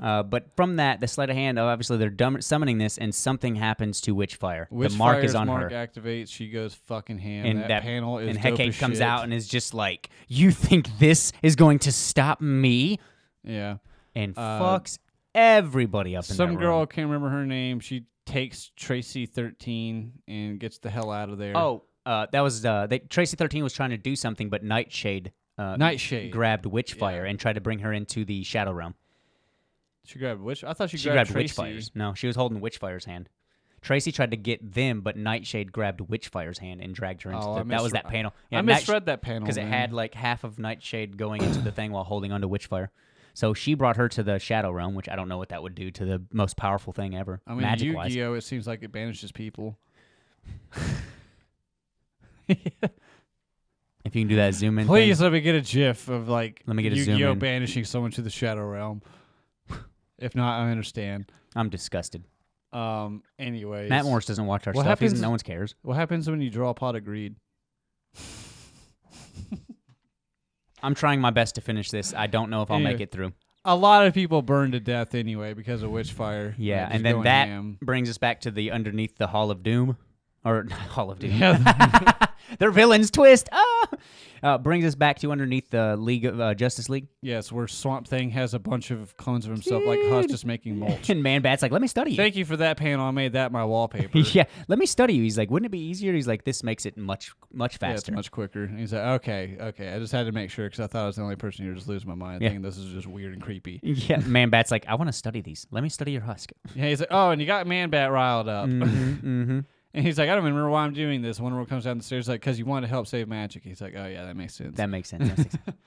[SPEAKER 1] Uh, but from that, the sleight of hand, oh, obviously they're dum- summoning this, and something happens to Witchfire.
[SPEAKER 2] Which
[SPEAKER 1] the mark is on her,
[SPEAKER 2] mark activates. She goes fucking ham.
[SPEAKER 1] and
[SPEAKER 2] that, panel is
[SPEAKER 1] and
[SPEAKER 2] dope
[SPEAKER 1] Hecate
[SPEAKER 2] as
[SPEAKER 1] comes
[SPEAKER 2] shit.
[SPEAKER 1] out and is just like, "You think this is going to stop me?"
[SPEAKER 2] yeah,
[SPEAKER 1] and
[SPEAKER 2] Uh,
[SPEAKER 1] fucks everybody up. In
[SPEAKER 2] some
[SPEAKER 1] that
[SPEAKER 2] girl
[SPEAKER 1] room.
[SPEAKER 2] can't remember her name. She takes Tracy thirteen and gets the hell out of there.
[SPEAKER 1] Oh, uh, that was uh, they, Tracy Thirteen was trying to do something, but Nightshade uh,
[SPEAKER 2] Nightshade.
[SPEAKER 1] grabbed Witchfire and tried to bring her into the Shadow Realm.
[SPEAKER 2] she grabbed which? I thought she,
[SPEAKER 1] She
[SPEAKER 2] grabbed,
[SPEAKER 1] grabbed
[SPEAKER 2] Tracy.
[SPEAKER 1] Witchfire's. No, she was holding Witchfire's hand. Tracy tried to get them, but Nightshade grabbed Witchfire's hand and dragged her into
[SPEAKER 2] Oh, I
[SPEAKER 1] the. That was
[SPEAKER 2] misread-
[SPEAKER 1] that panel.
[SPEAKER 2] I misread that panel
[SPEAKER 1] because it
[SPEAKER 2] man.
[SPEAKER 1] had like half of Nightshade going into the thing while holding onto Witchfire. So she brought her to the Shadow Realm, which I don't know what that would do to the most powerful thing ever,
[SPEAKER 2] I mean,
[SPEAKER 1] magic wise.
[SPEAKER 2] Yu-Gi-Oh! It seems like it banishes people.
[SPEAKER 1] If you can do that zoom in, thing.
[SPEAKER 2] Please let me get a GIF of like
[SPEAKER 1] Let me get a zoom
[SPEAKER 2] Yu-Gi-Oh!
[SPEAKER 1] in.
[SPEAKER 2] banishing someone to the Shadow Realm. if not, I understand.
[SPEAKER 1] I'm disgusted.
[SPEAKER 2] Um. Anyways,
[SPEAKER 1] Matt Morris doesn't watch our
[SPEAKER 2] What
[SPEAKER 1] stuff. He's-
[SPEAKER 2] happens-
[SPEAKER 1] no one cares.
[SPEAKER 2] What happens when you draw a pot of greed?
[SPEAKER 1] I'm trying my best to finish this. I don't know if I'll make
[SPEAKER 2] Anyway.
[SPEAKER 1] it through.
[SPEAKER 2] A lot of people burned to death anyway because of witchfire.
[SPEAKER 1] Yeah,
[SPEAKER 2] Like, just
[SPEAKER 1] and then
[SPEAKER 2] going
[SPEAKER 1] that
[SPEAKER 2] ham.
[SPEAKER 1] brings us back to the underneath the Hall of Doom, or not Hall of Doom.
[SPEAKER 2] Yeah,
[SPEAKER 1] Their villains twist. Ah! Uh, brings us back to underneath the League of uh, Justice League,
[SPEAKER 2] yes, where Swamp Thing has a bunch of clones of himself, like Huss just making mulch.
[SPEAKER 1] and Man Bat's like, "Let me study you."
[SPEAKER 2] Thank you for that panel. I made that my wallpaper.
[SPEAKER 1] yeah, let me study you. He's like, "Wouldn't it be easier?" He's like, "This makes it much, much
[SPEAKER 2] Yeah, it's
[SPEAKER 1] faster."
[SPEAKER 2] much quicker. And he's like, okay, okay. I just had to make sure because I thought I was the only person here just losing my mind,
[SPEAKER 1] Yeah.
[SPEAKER 2] thinking this is just weird and creepy.
[SPEAKER 1] yeah, Man Bat's like, "I want to study these. Let me study your husk."
[SPEAKER 2] Yeah, he's like, oh, and you got Man Bat riled up.
[SPEAKER 1] mm-hmm.
[SPEAKER 2] And he's like, I don't even remember why I'm doing this. One World comes down the stairs, like, because you want to help save magic. He's like, oh, yeah, that makes sense.
[SPEAKER 1] That makes sense. That makes sense.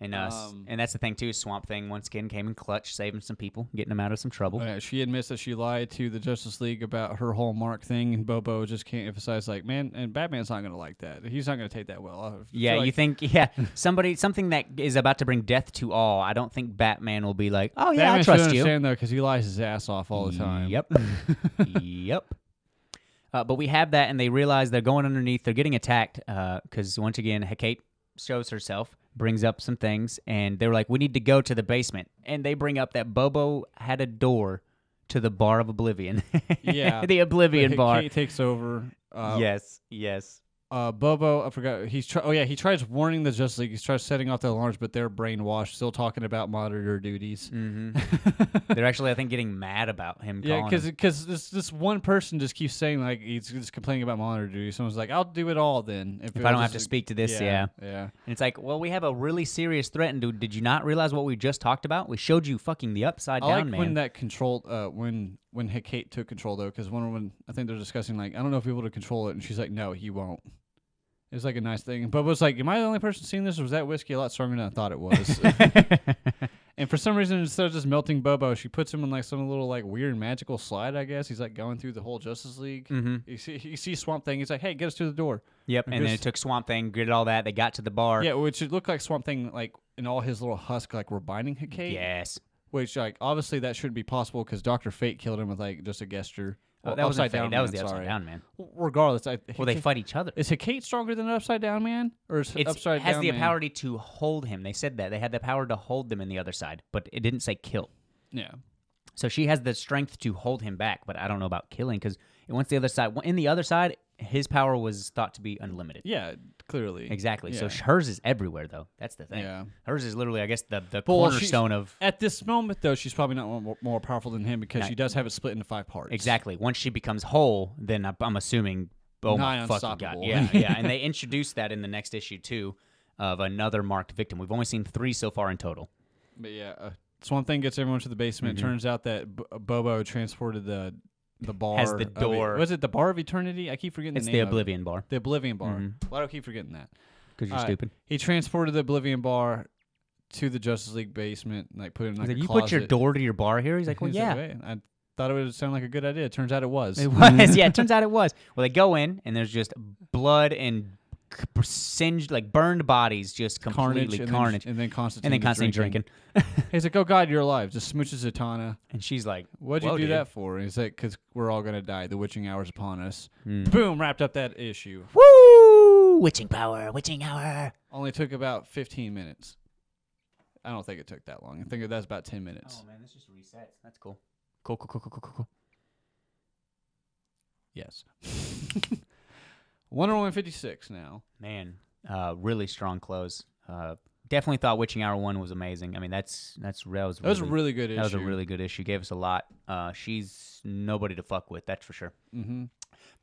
[SPEAKER 1] And uh, s-
[SPEAKER 2] Um,
[SPEAKER 1] and that's the thing too. Swamp Thing once again came in clutch, saving some people, getting them out of some trouble.
[SPEAKER 2] Uh, she admits that she lied to the Justice League about her whole mark thing, and Bobo just can't emphasize, like, man, and Batman's not going to like that. He's not going to take that well. I feel
[SPEAKER 1] Yeah,
[SPEAKER 2] like
[SPEAKER 1] you think yeah somebody something that is about to bring death to all. I don't think Batman will be like, oh yeah,
[SPEAKER 2] Batman
[SPEAKER 1] I
[SPEAKER 2] should
[SPEAKER 1] trust you.
[SPEAKER 2] understand, though, because he lies his ass off all the time.
[SPEAKER 1] Yep, yep. Uh, but we have that, and they realize they're going underneath. They're getting attacked because once again, Hecate shows herself, brings up some things, and they're like, we need to go to the basement. And they bring up that Bobo had a door to the bar of Oblivion.
[SPEAKER 2] Yeah.
[SPEAKER 1] the Oblivion
[SPEAKER 2] Kate
[SPEAKER 1] bar.
[SPEAKER 2] takes over. Uh,
[SPEAKER 1] yes, yes.
[SPEAKER 2] uh, Bobo, I forgot. He's try- oh yeah, he tries warning the Justice League. He tries setting off the alarms, but they're brainwashed, still talking about monitor duties.
[SPEAKER 1] hmm they're actually, I think, getting mad about him.
[SPEAKER 2] Mm-hmm. Yeah,
[SPEAKER 1] calling him.
[SPEAKER 2] because this this one person just keeps saying like he's just complaining about monitor duties. Someone's like, "I'll do it all then
[SPEAKER 1] If
[SPEAKER 2] it
[SPEAKER 1] I
[SPEAKER 2] was
[SPEAKER 1] don't have
[SPEAKER 2] just
[SPEAKER 1] to
[SPEAKER 2] a-
[SPEAKER 1] speak to this, yeah.
[SPEAKER 2] yeah.
[SPEAKER 1] And it's like, well, we have a really serious threat, and dude, did you not realize what we just talked about? We showed you fucking the upside
[SPEAKER 2] I
[SPEAKER 1] down
[SPEAKER 2] like
[SPEAKER 1] man.
[SPEAKER 2] when that control uh, when when Hecate took control though, because one woman I think they're discussing like I don't know if he'll be able to control it, and she's like, "No, he won't." It was like a nice thing. And Bobo's like, "Am I the only person seeing this? Or was that whiskey a lot stronger than I thought it was?" And for some reason, instead of just melting Bobo, she puts him in like some little like weird magical slide. I guess he's like going through the whole Justice League.
[SPEAKER 1] hmm
[SPEAKER 2] You see, you see Swamp Thing. He's like, "Hey, get us to the door."
[SPEAKER 1] Yep. And then it
[SPEAKER 2] Because-
[SPEAKER 1] took Swamp Thing, gritted all that. They got to the bar.
[SPEAKER 2] Yeah, which it looked like Swamp Thing, like in all his little husk, like were binding Hecate.
[SPEAKER 1] Yes.
[SPEAKER 2] Which like obviously that shouldn't be possible because Doctor Fate killed him with like just a gesture.
[SPEAKER 1] Oh,
[SPEAKER 2] Well,
[SPEAKER 1] that was down. That was
[SPEAKER 2] man,
[SPEAKER 1] the upside
[SPEAKER 2] sorry.
[SPEAKER 1] down man.
[SPEAKER 2] W- Regardless, I,
[SPEAKER 1] Well, they
[SPEAKER 2] Hecate-
[SPEAKER 1] fight each other.
[SPEAKER 2] Is Hecate stronger than an upside down man, or is
[SPEAKER 1] It
[SPEAKER 2] upside
[SPEAKER 1] has
[SPEAKER 2] down
[SPEAKER 1] the
[SPEAKER 2] man?
[SPEAKER 1] power to hold him. They said that they had the power to hold them in the other side, but it didn't say kill.
[SPEAKER 2] Yeah.
[SPEAKER 1] So she has the strength to hold him back, but I don't know about killing because once the other side, in the other side, his power was thought to be unlimited.
[SPEAKER 2] Yeah. Clearly.
[SPEAKER 1] Exactly. So
[SPEAKER 2] Yeah.
[SPEAKER 1] sh- hers is everywhere, though. That's the thing.
[SPEAKER 2] Yeah.
[SPEAKER 1] Hers is literally, I guess, the, the
[SPEAKER 2] Well, she's-
[SPEAKER 1] cornerstone of
[SPEAKER 2] At this moment, though, she's probably not more, more powerful than him because
[SPEAKER 1] No.
[SPEAKER 2] she does have it split into five parts.
[SPEAKER 1] exactly. Once she becomes whole, then I- I'm assuming, oh my
[SPEAKER 2] Nigh
[SPEAKER 1] fucking god,
[SPEAKER 2] unstoppable.
[SPEAKER 1] yeah, yeah. And they introduced that in the next issue too, of another marked victim. We've only seen three so far in total.
[SPEAKER 2] But yeah, uh, Swamp Thing gets everyone to the basement.
[SPEAKER 1] Mhm.
[SPEAKER 2] Turns out that B- Bobo transported the the bar.
[SPEAKER 1] Has the
[SPEAKER 2] of E-
[SPEAKER 1] door.
[SPEAKER 2] was it the bar of eternity? I keep forgetting
[SPEAKER 1] It's
[SPEAKER 2] the
[SPEAKER 1] the
[SPEAKER 2] name. of it.
[SPEAKER 1] Oblivion Bar
[SPEAKER 2] The Oblivion Bar.
[SPEAKER 1] Mhm.
[SPEAKER 2] Why do I keep forgetting that?
[SPEAKER 1] because you're
[SPEAKER 2] All right.
[SPEAKER 1] stupid.
[SPEAKER 2] He transported the Oblivion Bar to the Justice League basement. Like put it in like
[SPEAKER 1] He's
[SPEAKER 2] a
[SPEAKER 1] like, you
[SPEAKER 2] closet.
[SPEAKER 1] put your door to your bar here. He's like, well,
[SPEAKER 2] He's
[SPEAKER 1] yeah.
[SPEAKER 2] "Wait, I thought it would sound like a good idea. Turns out it was.
[SPEAKER 1] It was, yeah. It turns out it was. Well, they go in and there's just blood and c- singed, like burned bodies, just
[SPEAKER 2] Carnage,
[SPEAKER 1] completely
[SPEAKER 2] and
[SPEAKER 1] carnage,
[SPEAKER 2] then, and then Constantine,
[SPEAKER 1] and then
[SPEAKER 2] is
[SPEAKER 1] constantly
[SPEAKER 2] drinking.
[SPEAKER 1] drinking.
[SPEAKER 2] He's like, "Oh God, you're alive!" Just smooches Zatanna.
[SPEAKER 1] And she's like,
[SPEAKER 2] What'd you
[SPEAKER 1] "Whoa,
[SPEAKER 2] do
[SPEAKER 1] dude."
[SPEAKER 2] that for? He's like, because we're all gonna die. The witching hour's upon us. Boom! Wrapped up that issue.
[SPEAKER 1] Woo! Witching power, witching hour.
[SPEAKER 2] Only took about 15 minutes. I don't think it took that long. I think that's about 10 minutes.
[SPEAKER 1] Oh, man, this just resets. That's cool. Cool, cool, cool, cool, cool, cool, cool.
[SPEAKER 2] Yes. Wonder Woman 56 now.
[SPEAKER 1] Man, uh, really strong close. Uh, definitely thought Witching Hour one was amazing. I mean, that's that's that was
[SPEAKER 2] That
[SPEAKER 1] really,
[SPEAKER 2] was a really good issue.
[SPEAKER 1] that was a really good issue. Gave us a lot. Uh, she's nobody to fuck with, that's for sure.
[SPEAKER 2] hmm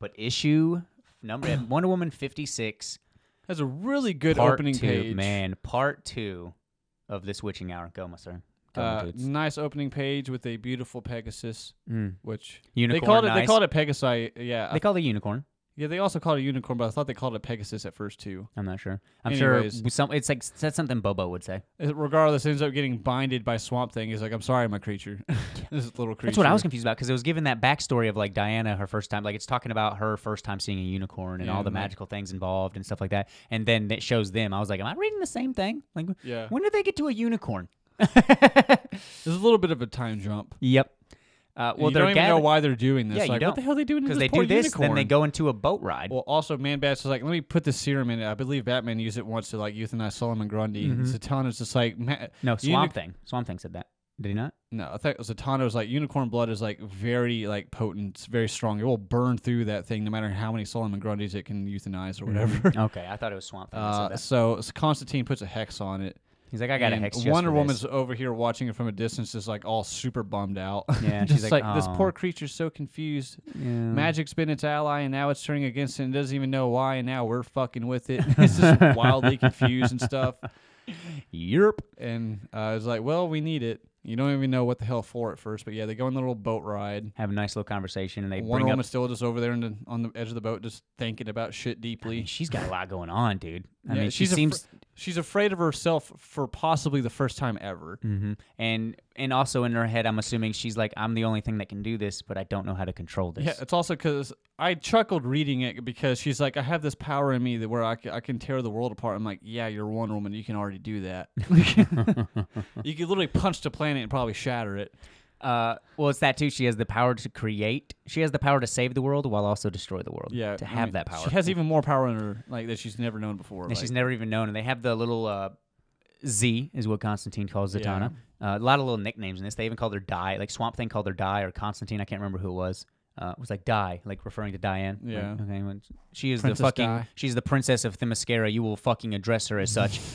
[SPEAKER 1] But issue number Wonder Woman fifty six,
[SPEAKER 2] That's a really good
[SPEAKER 1] part
[SPEAKER 2] opening
[SPEAKER 1] two,
[SPEAKER 2] page.
[SPEAKER 1] man, part two of this Witching Hour. Go, my sir. Go, my
[SPEAKER 2] Uh,
[SPEAKER 1] dudes.
[SPEAKER 2] nice opening page with a beautiful Pegasus,
[SPEAKER 1] Mm.
[SPEAKER 2] which
[SPEAKER 1] Unicorn.
[SPEAKER 2] they called it.
[SPEAKER 1] nice.
[SPEAKER 2] They called it Pegasi. Yeah,
[SPEAKER 1] They call it unicorn.
[SPEAKER 2] yeah. They also called it a unicorn, but I thought they called it Pegasus at first too.
[SPEAKER 1] I'm not sure. I'm
[SPEAKER 2] Anyways.
[SPEAKER 1] sure some. It's like that's something Bobo would say.
[SPEAKER 2] It- regardless, it ends up getting binded by Swamp Thing. He's like, "I'm sorry, my creature. this is little creature."
[SPEAKER 1] That's what I was confused about because it was given that backstory of like Diana, her first time, like it's talking about her first time seeing a unicorn and
[SPEAKER 2] Yeah,
[SPEAKER 1] all the
[SPEAKER 2] and, like-
[SPEAKER 1] magical things involved and stuff like that. And then it shows them. I was like, am I reading the same thing? Like,
[SPEAKER 2] Yeah,
[SPEAKER 1] when did they get to a unicorn?
[SPEAKER 2] there's a little bit of a time jump.
[SPEAKER 1] Yep. Uh,
[SPEAKER 2] And
[SPEAKER 1] well,
[SPEAKER 2] you
[SPEAKER 1] they're
[SPEAKER 2] don't even know
[SPEAKER 1] gathering
[SPEAKER 2] why they're doing this.
[SPEAKER 1] Yeah, you
[SPEAKER 2] like,
[SPEAKER 1] don't.
[SPEAKER 2] what the hell are they doing? to
[SPEAKER 1] because
[SPEAKER 2] this
[SPEAKER 1] they
[SPEAKER 2] poor
[SPEAKER 1] do this,
[SPEAKER 2] unicorn?
[SPEAKER 1] then they go into a boat ride.
[SPEAKER 2] Well, also, Man Bats was like, let me put the serum in it. I believe Batman used it once to like euthanize Solomon Grundy.
[SPEAKER 1] Mm-hmm.
[SPEAKER 2] And Zatanna's just like, Ma-
[SPEAKER 1] no,
[SPEAKER 2] you
[SPEAKER 1] Swamp Thing. Swamp Thing said that. Did he not?
[SPEAKER 2] No, I think Zatanna was like unicorn blood is like very like potent, it's very strong. It will burn through that thing no matter how many Solomon Grundys it can euthanize
[SPEAKER 1] Mm-hmm.
[SPEAKER 2] or whatever.
[SPEAKER 1] Okay, I thought it was Swamp Thing. that said
[SPEAKER 2] uh,
[SPEAKER 1] that.
[SPEAKER 2] so so Constantine puts a hex on it.
[SPEAKER 1] He's like, I got a
[SPEAKER 2] and
[SPEAKER 1] hex. just
[SPEAKER 2] Wonder
[SPEAKER 1] for
[SPEAKER 2] Woman's
[SPEAKER 1] This.
[SPEAKER 2] over here watching it from a distance, just like all super bummed out.
[SPEAKER 1] Yeah,
[SPEAKER 2] just
[SPEAKER 1] she's like, Mm.
[SPEAKER 2] this
[SPEAKER 1] "Oh."
[SPEAKER 2] poor creature's so confused. Magic's been its ally, and now it's turning against it, and doesn't even know why. And now we're fucking with it. it's just wildly confused and stuff.
[SPEAKER 1] Yerp.
[SPEAKER 2] And uh, I was like, well, we need it. You don't even know what the hell for at first, but yeah, they go on the little boat ride.
[SPEAKER 1] Have a nice little conversation, and they
[SPEAKER 2] One
[SPEAKER 1] bring up.
[SPEAKER 2] woman still just over there in the, on the edge of the boat, just thinking about shit deeply.
[SPEAKER 1] She's got a lot going on, dude. I
[SPEAKER 2] Yeah,
[SPEAKER 1] mean, she
[SPEAKER 2] she's afr-
[SPEAKER 1] seems.
[SPEAKER 2] she's afraid of herself for possibly the first time ever.
[SPEAKER 1] hmm And and also in her head, I'm assuming she's like, I'm the only thing that can do this, but I don't know how to control this.
[SPEAKER 2] Yeah, it's also because I chuckled reading it because she's like, I have this power in me that where I, c- I can tear the world apart. I'm like, yeah, you're Wonder Woman. You can already do that. you could literally punch the planet and probably shatter it.
[SPEAKER 1] Uh, well, it's that too. She has the power to create. She has the power to save the world while also destroy the world.
[SPEAKER 2] Yeah,
[SPEAKER 1] to
[SPEAKER 2] I
[SPEAKER 1] have
[SPEAKER 2] mean,
[SPEAKER 1] that power.
[SPEAKER 2] She has even more power in her like that she's never known before.
[SPEAKER 1] and
[SPEAKER 2] like-
[SPEAKER 1] she's never even known. And they have the little uh, Z is what Constantine calls Zatanna. Uh, a lot of little nicknames in this. They even called her Die. Like Swamp Thing called her Die, or Constantine. I can't remember who it was. Uh, was like Die, like referring to Diane. Like,
[SPEAKER 2] Yeah.
[SPEAKER 1] okay. When she is
[SPEAKER 2] Princess
[SPEAKER 1] the fucking.
[SPEAKER 2] Di.
[SPEAKER 1] She's the princess of Themyscira. You will fucking address her as such.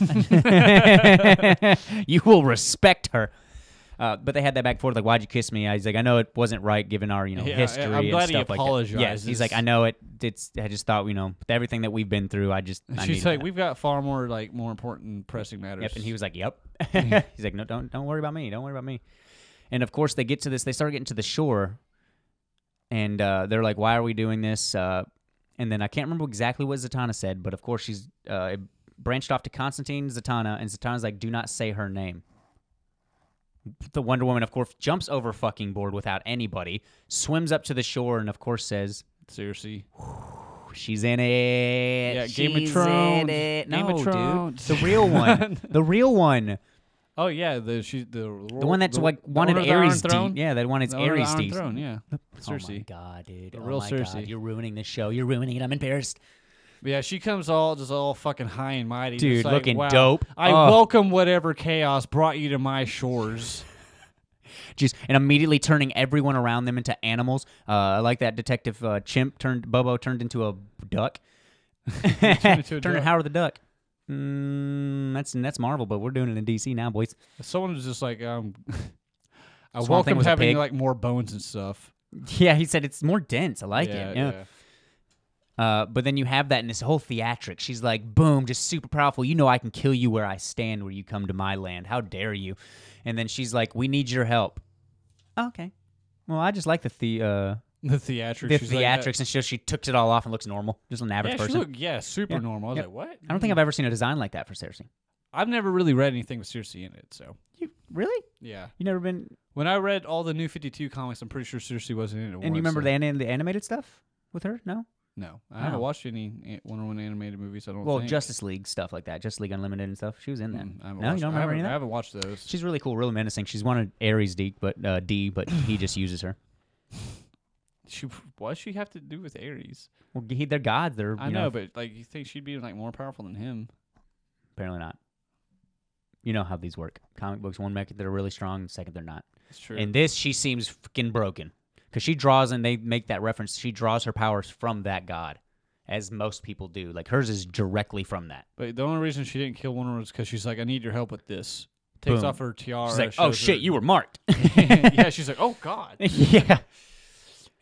[SPEAKER 1] you will respect her. Uh, but they had that back and forth, like, "Why'd you kiss me?" I was like, "I know it wasn't right, given our you know
[SPEAKER 2] Yeah, I-
[SPEAKER 1] history
[SPEAKER 2] I'm
[SPEAKER 1] and
[SPEAKER 2] glad he
[SPEAKER 1] stuff like that." Yeah, he's
[SPEAKER 2] apologizes.
[SPEAKER 1] like, "I know it. It's. I just thought you know, with everything that we've been through, I just." I
[SPEAKER 2] She's
[SPEAKER 1] needed
[SPEAKER 2] like,
[SPEAKER 1] that."
[SPEAKER 2] we've got far more like more important pressing matters.
[SPEAKER 1] Yep, and he was like, "Yep."
[SPEAKER 2] Hmm.
[SPEAKER 1] He's like, "No, don't don't worry about me. Don't worry about me." And of course, they get to this. They start getting to the shore, and uh, they're like, "Why are we doing this?" Uh, and then I can't remember exactly what Zatanna said, but of course, she's uh, it branched off to Constantine Zatanna, and Zatanna's like, "Do not say her name." The Wonder Woman, of course, jumps over fucking board without anybody, swims up to the shore, and of course says,
[SPEAKER 2] seriously.
[SPEAKER 1] She's in it.
[SPEAKER 2] Yeah, Game of
[SPEAKER 1] She's
[SPEAKER 2] Thrones.
[SPEAKER 1] In it.
[SPEAKER 2] Game
[SPEAKER 1] No,
[SPEAKER 2] of Thrones.
[SPEAKER 1] dude, the real one. the real one.
[SPEAKER 2] Oh yeah, the she the
[SPEAKER 1] The one that's like wanted Ares deep. Yeah, that one is Ares deep.
[SPEAKER 2] Throne, yeah,
[SPEAKER 1] Oh my
[SPEAKER 2] Cersei.
[SPEAKER 1] god, dude. oh
[SPEAKER 2] real
[SPEAKER 1] my
[SPEAKER 2] Cersei.
[SPEAKER 1] god. You're ruining the show. You're ruining it. I'm embarrassed.
[SPEAKER 2] But yeah, she comes all just all fucking high and mighty, just
[SPEAKER 1] Dude,
[SPEAKER 2] like,
[SPEAKER 1] looking
[SPEAKER 2] wow,
[SPEAKER 1] dope. Oh.
[SPEAKER 2] I
[SPEAKER 1] Ugh.
[SPEAKER 2] welcome whatever chaos brought you to my shores.
[SPEAKER 1] Jeez. And immediately turning everyone around them into animals. Uh, I like that detective uh, chimp turned Bobo turned into a duck. turned
[SPEAKER 2] into a duck.
[SPEAKER 1] into Howard the Duck. Mm, that's that's Marvel, but we're doing it in DC now, boys.
[SPEAKER 2] Someone was just like, um, I
[SPEAKER 1] Thing
[SPEAKER 2] welcome
[SPEAKER 1] was a
[SPEAKER 2] having
[SPEAKER 1] pig.
[SPEAKER 2] like more bones and stuff.
[SPEAKER 1] Yeah, he said it's more dense. I like it. yeah.
[SPEAKER 2] yeah.
[SPEAKER 1] Uh, but then you have that in this whole theatric. She's like, boom, just super powerful. You know, I can kill you where I stand, where you come to my land. How dare you? And then she's like, we need your help. Oh, Okay. Well, I just like the the, uh,
[SPEAKER 2] The theatrics.
[SPEAKER 1] the
[SPEAKER 2] she's
[SPEAKER 1] theatrics and she, she took it all off and looks normal, just an
[SPEAKER 2] Like,
[SPEAKER 1] average
[SPEAKER 2] yeah, yeah, she
[SPEAKER 1] person.
[SPEAKER 2] looked, yeah, super
[SPEAKER 1] Yeah.
[SPEAKER 2] normal. I was
[SPEAKER 1] Yep.
[SPEAKER 2] like, what?
[SPEAKER 1] I don't think I've ever seen a design like that for Cersei.
[SPEAKER 2] I've never really read anything with Cersei in it. So
[SPEAKER 1] You really?
[SPEAKER 2] yeah,
[SPEAKER 1] You never been?
[SPEAKER 2] when I read all the New Fifty Two comics, I'm pretty sure Cersei wasn't in it.
[SPEAKER 1] And
[SPEAKER 2] once,
[SPEAKER 1] you remember
[SPEAKER 2] so-
[SPEAKER 1] the, an- the animated stuff with her? No.
[SPEAKER 2] No, I haven't
[SPEAKER 1] Wow.
[SPEAKER 2] watched any an- Wonder Woman animated movies. I don't.
[SPEAKER 1] Well,
[SPEAKER 2] think.
[SPEAKER 1] Justice League stuff like that, Justice League Unlimited and stuff. She was in that.
[SPEAKER 2] Mm, I haven't
[SPEAKER 1] no,
[SPEAKER 2] watched,
[SPEAKER 1] you don't
[SPEAKER 2] I
[SPEAKER 1] remember
[SPEAKER 2] haven't,
[SPEAKER 1] any of
[SPEAKER 2] I
[SPEAKER 1] that.
[SPEAKER 2] haven't watched those.
[SPEAKER 1] She's really cool, really menacing. She's one of Ares D, but uh, D, but he just uses her.
[SPEAKER 2] She what does she have to do with Ares?
[SPEAKER 1] Well, he, they're gods. They're
[SPEAKER 2] I
[SPEAKER 1] you
[SPEAKER 2] know,
[SPEAKER 1] know,
[SPEAKER 2] but like you think she'd be like more powerful than him?
[SPEAKER 1] apparently not. You know how these work. Comic books, one minute they're really strong, the second they're not.
[SPEAKER 2] It's true.
[SPEAKER 1] And this, she seems freaking broken because she draws, and they make that reference. She draws her powers from that god, as most people do. Like hers is directly from that.
[SPEAKER 2] but the only reason she didn't kill Wonder Woman was because she's like, I need your help with this. Takes
[SPEAKER 1] Boom.
[SPEAKER 2] off her tiara.
[SPEAKER 1] She's like, oh
[SPEAKER 2] shows
[SPEAKER 1] shit,
[SPEAKER 2] her-
[SPEAKER 1] you were marked.
[SPEAKER 2] yeah, she's like, oh god. And
[SPEAKER 1] yeah.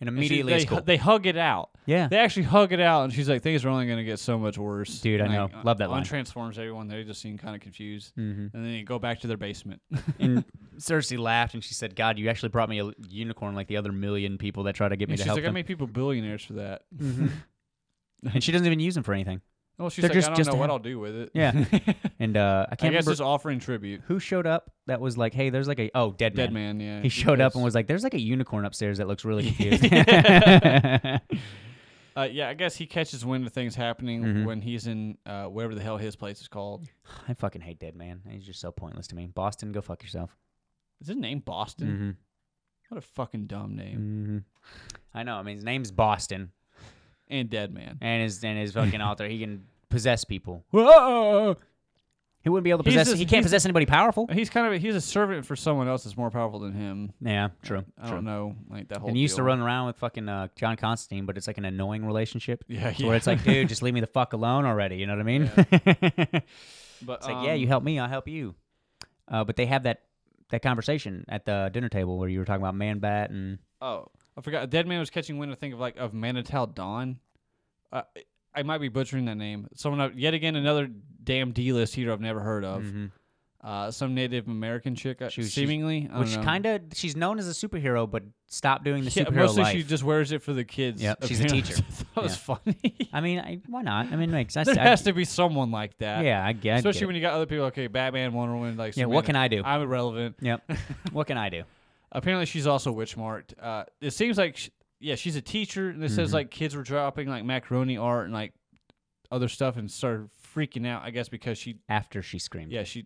[SPEAKER 1] And
[SPEAKER 2] she-
[SPEAKER 1] immediately,
[SPEAKER 2] they,
[SPEAKER 1] it's cool.
[SPEAKER 2] they hug it out.
[SPEAKER 1] yeah.
[SPEAKER 2] They actually hug it out, and she's like, "Things are only going to get so much worse."
[SPEAKER 1] Dude, I
[SPEAKER 2] Like,
[SPEAKER 1] know. Love that
[SPEAKER 2] on
[SPEAKER 1] line.
[SPEAKER 2] transforms everyone. They just seem kind of confused,
[SPEAKER 1] mm-hmm.
[SPEAKER 2] and then you go back to their basement.
[SPEAKER 1] And Cersei laughed and she said, "God, you actually brought me a unicorn like the other million people that try to get me
[SPEAKER 2] And
[SPEAKER 1] to
[SPEAKER 2] she's
[SPEAKER 1] help
[SPEAKER 2] like, "I
[SPEAKER 1] them."
[SPEAKER 2] made people billionaires for that."
[SPEAKER 1] and she doesn't even use them for anything.
[SPEAKER 2] Well, she's
[SPEAKER 1] They're
[SPEAKER 2] like,
[SPEAKER 1] just-
[SPEAKER 2] "I don't
[SPEAKER 1] just
[SPEAKER 2] know
[SPEAKER 1] to
[SPEAKER 2] what
[SPEAKER 1] have-
[SPEAKER 2] I'll do with it."
[SPEAKER 1] Yeah. and uh, I
[SPEAKER 2] I,
[SPEAKER 1] can't
[SPEAKER 2] guess
[SPEAKER 1] remember
[SPEAKER 2] just offering tribute.
[SPEAKER 1] who showed up that was like, "Hey, there's like a oh dead,
[SPEAKER 2] Dead
[SPEAKER 1] man."
[SPEAKER 2] man, yeah.
[SPEAKER 1] He showed up and
[SPEAKER 2] because-
[SPEAKER 1] was like, "There's like a unicorn upstairs that looks really confused."
[SPEAKER 2] Uh, yeah, I guess he catches wind of things happening
[SPEAKER 1] Mhm.
[SPEAKER 2] when he's in uh, wherever the hell his place is called.
[SPEAKER 1] I fucking hate Dead Man. He's just so pointless to me. Boston, go fuck yourself.
[SPEAKER 2] Is his name Boston?
[SPEAKER 1] Mm-hmm.
[SPEAKER 2] What a fucking dumb name.
[SPEAKER 1] I know. I mean, his name's Boston,
[SPEAKER 2] And Dead Man.
[SPEAKER 1] and his and his fucking alter. He can possess people.
[SPEAKER 2] Whoa!
[SPEAKER 1] He wouldn't be able to
[SPEAKER 2] He's
[SPEAKER 1] possess.
[SPEAKER 2] just-
[SPEAKER 1] he can't
[SPEAKER 2] he's-
[SPEAKER 1] possess anybody powerful.
[SPEAKER 2] He's kind of a, he's a servant for someone else that's more powerful than him.
[SPEAKER 1] Yeah, true.
[SPEAKER 2] I
[SPEAKER 1] true.
[SPEAKER 2] don't know, like that whole.
[SPEAKER 1] and you used to
[SPEAKER 2] deal.
[SPEAKER 1] run around with fucking uh, John Constantine, but it's like an annoying relationship.
[SPEAKER 2] Yeah,
[SPEAKER 1] To Where
[SPEAKER 2] yeah.
[SPEAKER 1] it's like, dude, just leave me the fuck alone already. You know what I mean?
[SPEAKER 2] But um,
[SPEAKER 1] It's like, yeah, you help me, I'll help you. Uh, but they have that that conversation at the dinner table where you were talking about Man Bat and
[SPEAKER 2] Oh, I forgot. Dead Man was catching wind. I think of like of Manital Dawn. Uh, I might be butchering that name. Someone I- yet again another damn D list hero I've never heard
[SPEAKER 1] Mm-hmm.
[SPEAKER 2] of. Uh, some Native American chick, uh,
[SPEAKER 1] She was- she's-
[SPEAKER 2] seemingly, I don't
[SPEAKER 1] which
[SPEAKER 2] know.
[SPEAKER 1] kind of she's known as a superhero, but stopped doing the
[SPEAKER 2] Yeah,
[SPEAKER 1] superhero
[SPEAKER 2] mostly
[SPEAKER 1] life.
[SPEAKER 2] she just wears it for the kids.
[SPEAKER 1] Yep, she's a
[SPEAKER 2] apparently.
[SPEAKER 1] teacher.
[SPEAKER 2] that was funny.
[SPEAKER 1] I mean, I, why not? I mean, makes sense.
[SPEAKER 2] there
[SPEAKER 1] I-
[SPEAKER 2] has to be someone like that.
[SPEAKER 1] yeah, I get.
[SPEAKER 2] especially when you got other people. Okay, Batman, Wonder Woman, like
[SPEAKER 1] Yeah, what
[SPEAKER 2] Superman.
[SPEAKER 1] can I do?
[SPEAKER 2] I'm irrelevant.
[SPEAKER 1] yep. what can I do?
[SPEAKER 2] Apparently, she's also witch marked. Uh, it seems like, sh yeah, she's a teacher, and it
[SPEAKER 1] Mm-hmm.
[SPEAKER 2] says like kids were dropping like macaroni art and like other stuff and started freaking out. I guess because she,
[SPEAKER 1] After she screamed.
[SPEAKER 2] yeah, she.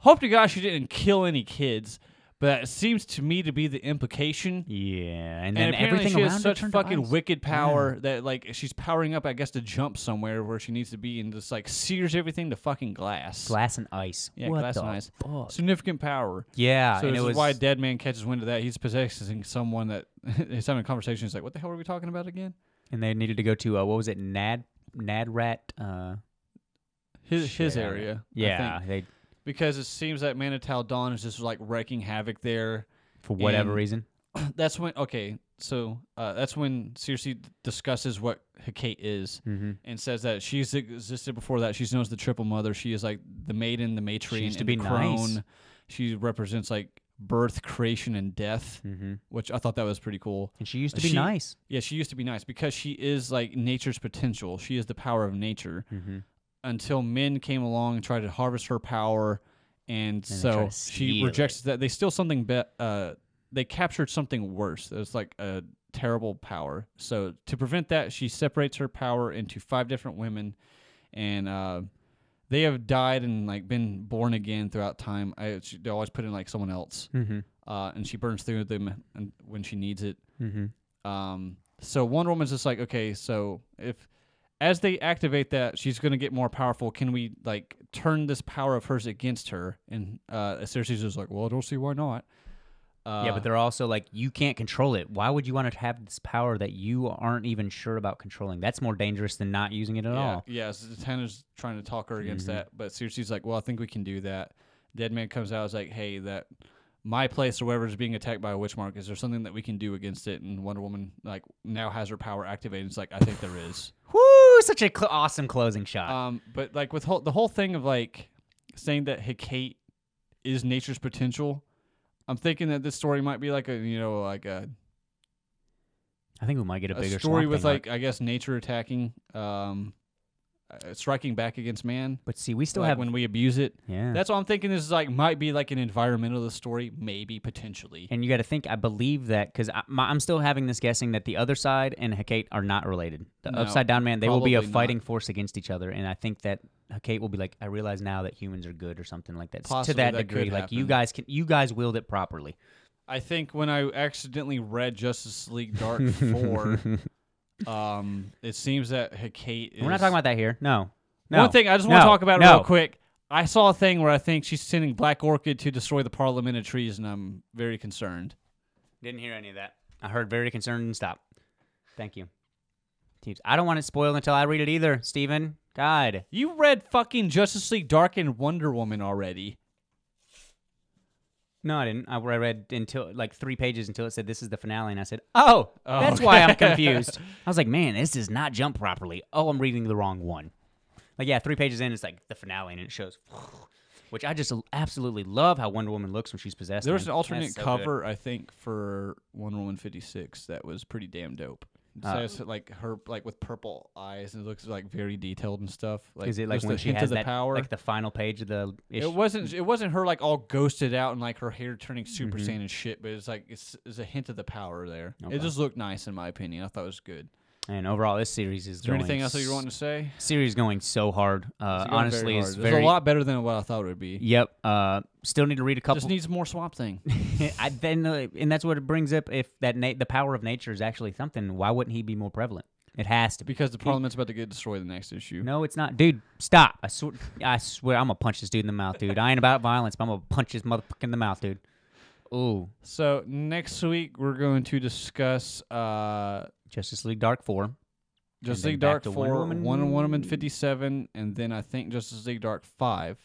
[SPEAKER 2] Hope to God she didn't kill any kids, but it seems to me to be the implication.
[SPEAKER 1] Yeah, and then
[SPEAKER 2] And, apparently,
[SPEAKER 1] everything
[SPEAKER 2] she
[SPEAKER 1] around
[SPEAKER 2] has
[SPEAKER 1] her
[SPEAKER 2] such
[SPEAKER 1] turned to
[SPEAKER 2] fucking
[SPEAKER 1] ice.
[SPEAKER 2] wicked power that like she's powering up, I guess, to jump somewhere where she needs to be and just like sears everything to fucking glass.
[SPEAKER 1] glass and ice.
[SPEAKER 2] Yeah,
[SPEAKER 1] what
[SPEAKER 2] glass
[SPEAKER 1] the
[SPEAKER 2] and ice.
[SPEAKER 1] fuck?
[SPEAKER 2] Significant power.
[SPEAKER 1] Yeah,
[SPEAKER 2] So
[SPEAKER 1] Uh, and
[SPEAKER 2] this
[SPEAKER 1] it
[SPEAKER 2] is
[SPEAKER 1] was
[SPEAKER 2] why Dead Man catches wind of that. He's possessing someone that he's having a conversation. He's like, "What the hell are we talking about again?"
[SPEAKER 1] and they needed to go to uh, what was it? Nad Nadrat. Uh,
[SPEAKER 2] His his
[SPEAKER 1] shit.
[SPEAKER 2] area, I
[SPEAKER 1] Yeah,
[SPEAKER 2] think.
[SPEAKER 1] they
[SPEAKER 2] because it seems that Manital Dawn is just like wreaking havoc there.
[SPEAKER 1] for whatever
[SPEAKER 2] And-
[SPEAKER 1] reason.
[SPEAKER 2] that's when okay, so uh, that's when Circe d- discusses what Hecate is and says that she's existed before that. She's known as the Triple Mother. She is like the maiden, the matron,
[SPEAKER 1] used to
[SPEAKER 2] and
[SPEAKER 1] be
[SPEAKER 2] the crone.
[SPEAKER 1] nice.
[SPEAKER 2] She represents like birth, creation, and death, which I thought that was pretty cool.
[SPEAKER 1] And she used to be
[SPEAKER 2] She-
[SPEAKER 1] nice.
[SPEAKER 2] Yeah, she used to be nice because she is like nature's potential. She is the power of nature. Until men came along and tried to harvest her power, and,
[SPEAKER 1] tried
[SPEAKER 2] so
[SPEAKER 1] to
[SPEAKER 2] she
[SPEAKER 1] steal
[SPEAKER 2] rejects that. They steal something. Be- uh, they captured something worse. It's like a terrible power. So to prevent that, she separates her power into five different women, and uh, they have died and like been born again throughout time. I, she, they always put in like someone else,
[SPEAKER 1] Mm-hmm.
[SPEAKER 2] uh, and she burns through them and when she needs it.
[SPEAKER 1] Mm-hmm.
[SPEAKER 2] Um, so Wonder Woman's just like, okay, so if as they activate that, she's gonna get more powerful. Can we like turn this power of hers against her? And uh, Cersei's just like, well, I don't see why not. Uh,
[SPEAKER 1] yeah, but they're also like, you can't control it. Why would you want to have this power that you aren't even sure about controlling? That's more dangerous than not using it at
[SPEAKER 2] yeah,
[SPEAKER 1] all. Mm-hmm.
[SPEAKER 2] yeah. So the Tanner's trying to talk her against that, but Cersei's like, well, I think we can do that. Dead Man comes out, is like, hey, that my place or wherever is being attacked by a witch mark. Is there something that we can do against it? And Wonder Woman like now has her power activated. It's like, I think there is.
[SPEAKER 1] Woo! Such an cl- awesome closing shot.
[SPEAKER 2] Um, but like with whole, the whole thing of like saying that Hecate is nature's potential, I'm thinking that this story might be like a you know like a,
[SPEAKER 1] I think we might get a,
[SPEAKER 2] a
[SPEAKER 1] bigger
[SPEAKER 2] story
[SPEAKER 1] Swamp
[SPEAKER 2] with
[SPEAKER 1] Thing arc.
[SPEAKER 2] like I guess nature attacking, um, uh, striking back against man.
[SPEAKER 1] But see, we still
[SPEAKER 2] like
[SPEAKER 1] have.
[SPEAKER 2] when we abuse it.
[SPEAKER 1] yeah.
[SPEAKER 2] That's what I'm thinking. This is like might be like an environmentalist story, maybe potentially.
[SPEAKER 1] and you got to think, I believe that because I'm still having this guessing that the other side and Hecate are not related. The
[SPEAKER 2] No,
[SPEAKER 1] upside down man, they will be a
[SPEAKER 2] probably not.
[SPEAKER 1] fighting force against each other. And I think that Hecate will be like, I realize now that humans are good or something like that. S-
[SPEAKER 2] Possibly
[SPEAKER 1] to that,
[SPEAKER 2] that
[SPEAKER 1] degree,
[SPEAKER 2] could
[SPEAKER 1] like you
[SPEAKER 2] happen.
[SPEAKER 1] guys can, you guys willed it properly.
[SPEAKER 2] I think when I accidentally read Justice League Dark Four, um, it seems that Hecate. Is,
[SPEAKER 1] We're not talking about that here. No. No.
[SPEAKER 2] One thing I just want to
[SPEAKER 1] No.
[SPEAKER 2] talk about
[SPEAKER 1] No.
[SPEAKER 2] real quick. I saw a thing where I think she's sending Black Orchid to destroy the Parliament of Trees, and I'm very concerned.
[SPEAKER 1] Didn't hear any of that. I heard very concerned and stop. Thank you. Teams. I don't want it spoiled until I read it either, Steven. God.
[SPEAKER 2] You read fucking Justice League Dark and Wonder Woman already.
[SPEAKER 1] No, I didn't. I I read until like three pages until it said this is the finale, and I said, "Oh, that's why I'm confused." I was like, "Man, this does not jump properly." Oh, I'm reading the wrong one. Like, yeah, three pages in, it's like the finale, and it shows, which I just absolutely love how Wonder Woman looks when she's possessed.
[SPEAKER 2] There was an
[SPEAKER 1] man.
[SPEAKER 2] alternate
[SPEAKER 1] That's so good.
[SPEAKER 2] cover, I think, for Wonder Woman 56 that was pretty damn dope. It
[SPEAKER 1] Uh,
[SPEAKER 2] says like her like with purple eyes and it looks like very detailed and stuff. Like,
[SPEAKER 1] Is it like
[SPEAKER 2] just
[SPEAKER 1] when
[SPEAKER 2] the
[SPEAKER 1] she
[SPEAKER 2] hint of
[SPEAKER 1] has
[SPEAKER 2] the
[SPEAKER 1] that
[SPEAKER 2] power?
[SPEAKER 1] like the final page of the issue?
[SPEAKER 2] It wasn't. It wasn't her like all ghosted out and like her hair turning super
[SPEAKER 1] Mm-hmm.
[SPEAKER 2] saiyan and shit. But it's like it's, it's a hint of the power there. It just looked nice in my opinion. I thought it was good.
[SPEAKER 1] And overall, this series is,
[SPEAKER 2] Is there
[SPEAKER 1] going
[SPEAKER 2] anything else that you're
[SPEAKER 1] s-
[SPEAKER 2] wanting to say?
[SPEAKER 1] Series going so hard. Uh,
[SPEAKER 2] It's going very
[SPEAKER 1] honestly,
[SPEAKER 2] hard.
[SPEAKER 1] is
[SPEAKER 2] It's
[SPEAKER 1] very
[SPEAKER 2] a lot better than what I thought it would be.
[SPEAKER 1] Yep. Uh, still need to read a couple.
[SPEAKER 2] Just needs more Swamp Thing.
[SPEAKER 1] I, then, uh, and that's what it brings up. If that na- the power of nature is actually something, why wouldn't he be more prevalent? It has to be.
[SPEAKER 2] Because the Parliament's about to get destroyed the next issue.
[SPEAKER 1] No, it's not, dude. Stop! I swear, I swear, I'm gonna punch this dude in the mouth, dude. I ain't about violence, but I'm gonna punch this motherfucker in the mouth, dude. Ooh,
[SPEAKER 2] So next week we're going to discuss uh,
[SPEAKER 1] Justice League Dark Four.
[SPEAKER 2] Justice
[SPEAKER 1] then
[SPEAKER 2] League
[SPEAKER 1] back
[SPEAKER 2] Dark
[SPEAKER 1] to
[SPEAKER 2] 4,
[SPEAKER 1] Wonder
[SPEAKER 2] Wonder
[SPEAKER 1] Woman.
[SPEAKER 2] Woman. 57, and then I think Justice League Dark 5.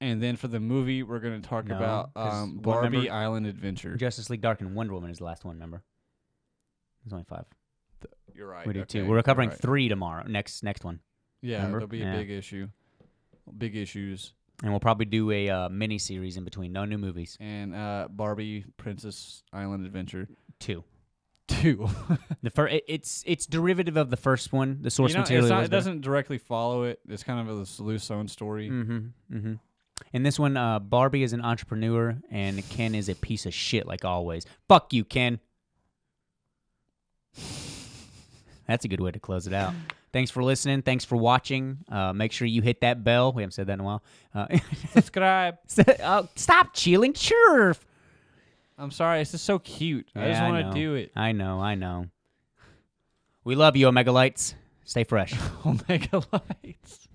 [SPEAKER 2] And then for the movie, we're going to talk
[SPEAKER 1] No,
[SPEAKER 2] about
[SPEAKER 1] 'cause
[SPEAKER 2] um,
[SPEAKER 1] what- remember-
[SPEAKER 2] Barbie Island Adventure.
[SPEAKER 1] Justice League Dark and Wonder Woman is the last one. Remember, there's only five.
[SPEAKER 2] You're right.
[SPEAKER 1] We do
[SPEAKER 2] okay,
[SPEAKER 1] two. We're covering
[SPEAKER 2] you're right.
[SPEAKER 1] three tomorrow. Next next one,
[SPEAKER 2] Yeah,
[SPEAKER 1] remember?
[SPEAKER 2] there'll be a
[SPEAKER 1] Yeah.
[SPEAKER 2] big issue. Big issues.
[SPEAKER 1] and we'll probably do a uh, mini series in between. No new movies.
[SPEAKER 2] And uh, Barbie Princess Island Adventure
[SPEAKER 1] Two.
[SPEAKER 2] 2.
[SPEAKER 1] The fir- it, it's it's derivative of the first one. The source
[SPEAKER 2] you know, it's
[SPEAKER 1] material
[SPEAKER 2] not-
[SPEAKER 1] was
[SPEAKER 2] it doesn't directly follow it. It's kind of a loose own story.
[SPEAKER 1] Mm-hmm. Mm-hmm. And this one, uh, Barbie is an entrepreneur, and Ken is a piece of shit, like always. Fuck you, Ken. That's a good way to close it out. Thanks for listening. Thanks for watching. Uh, make sure you hit that bell. We haven't said that in a while. Uh,
[SPEAKER 2] Subscribe.
[SPEAKER 1] so- oh, stop chilling, chirp.
[SPEAKER 2] I'm sorry. It's just so cute. I just
[SPEAKER 1] Yeah, I
[SPEAKER 2] want
[SPEAKER 1] know.
[SPEAKER 2] to do it.
[SPEAKER 1] I know. I know. We love you, Omega Lights. Stay fresh.
[SPEAKER 2] Omega Lights.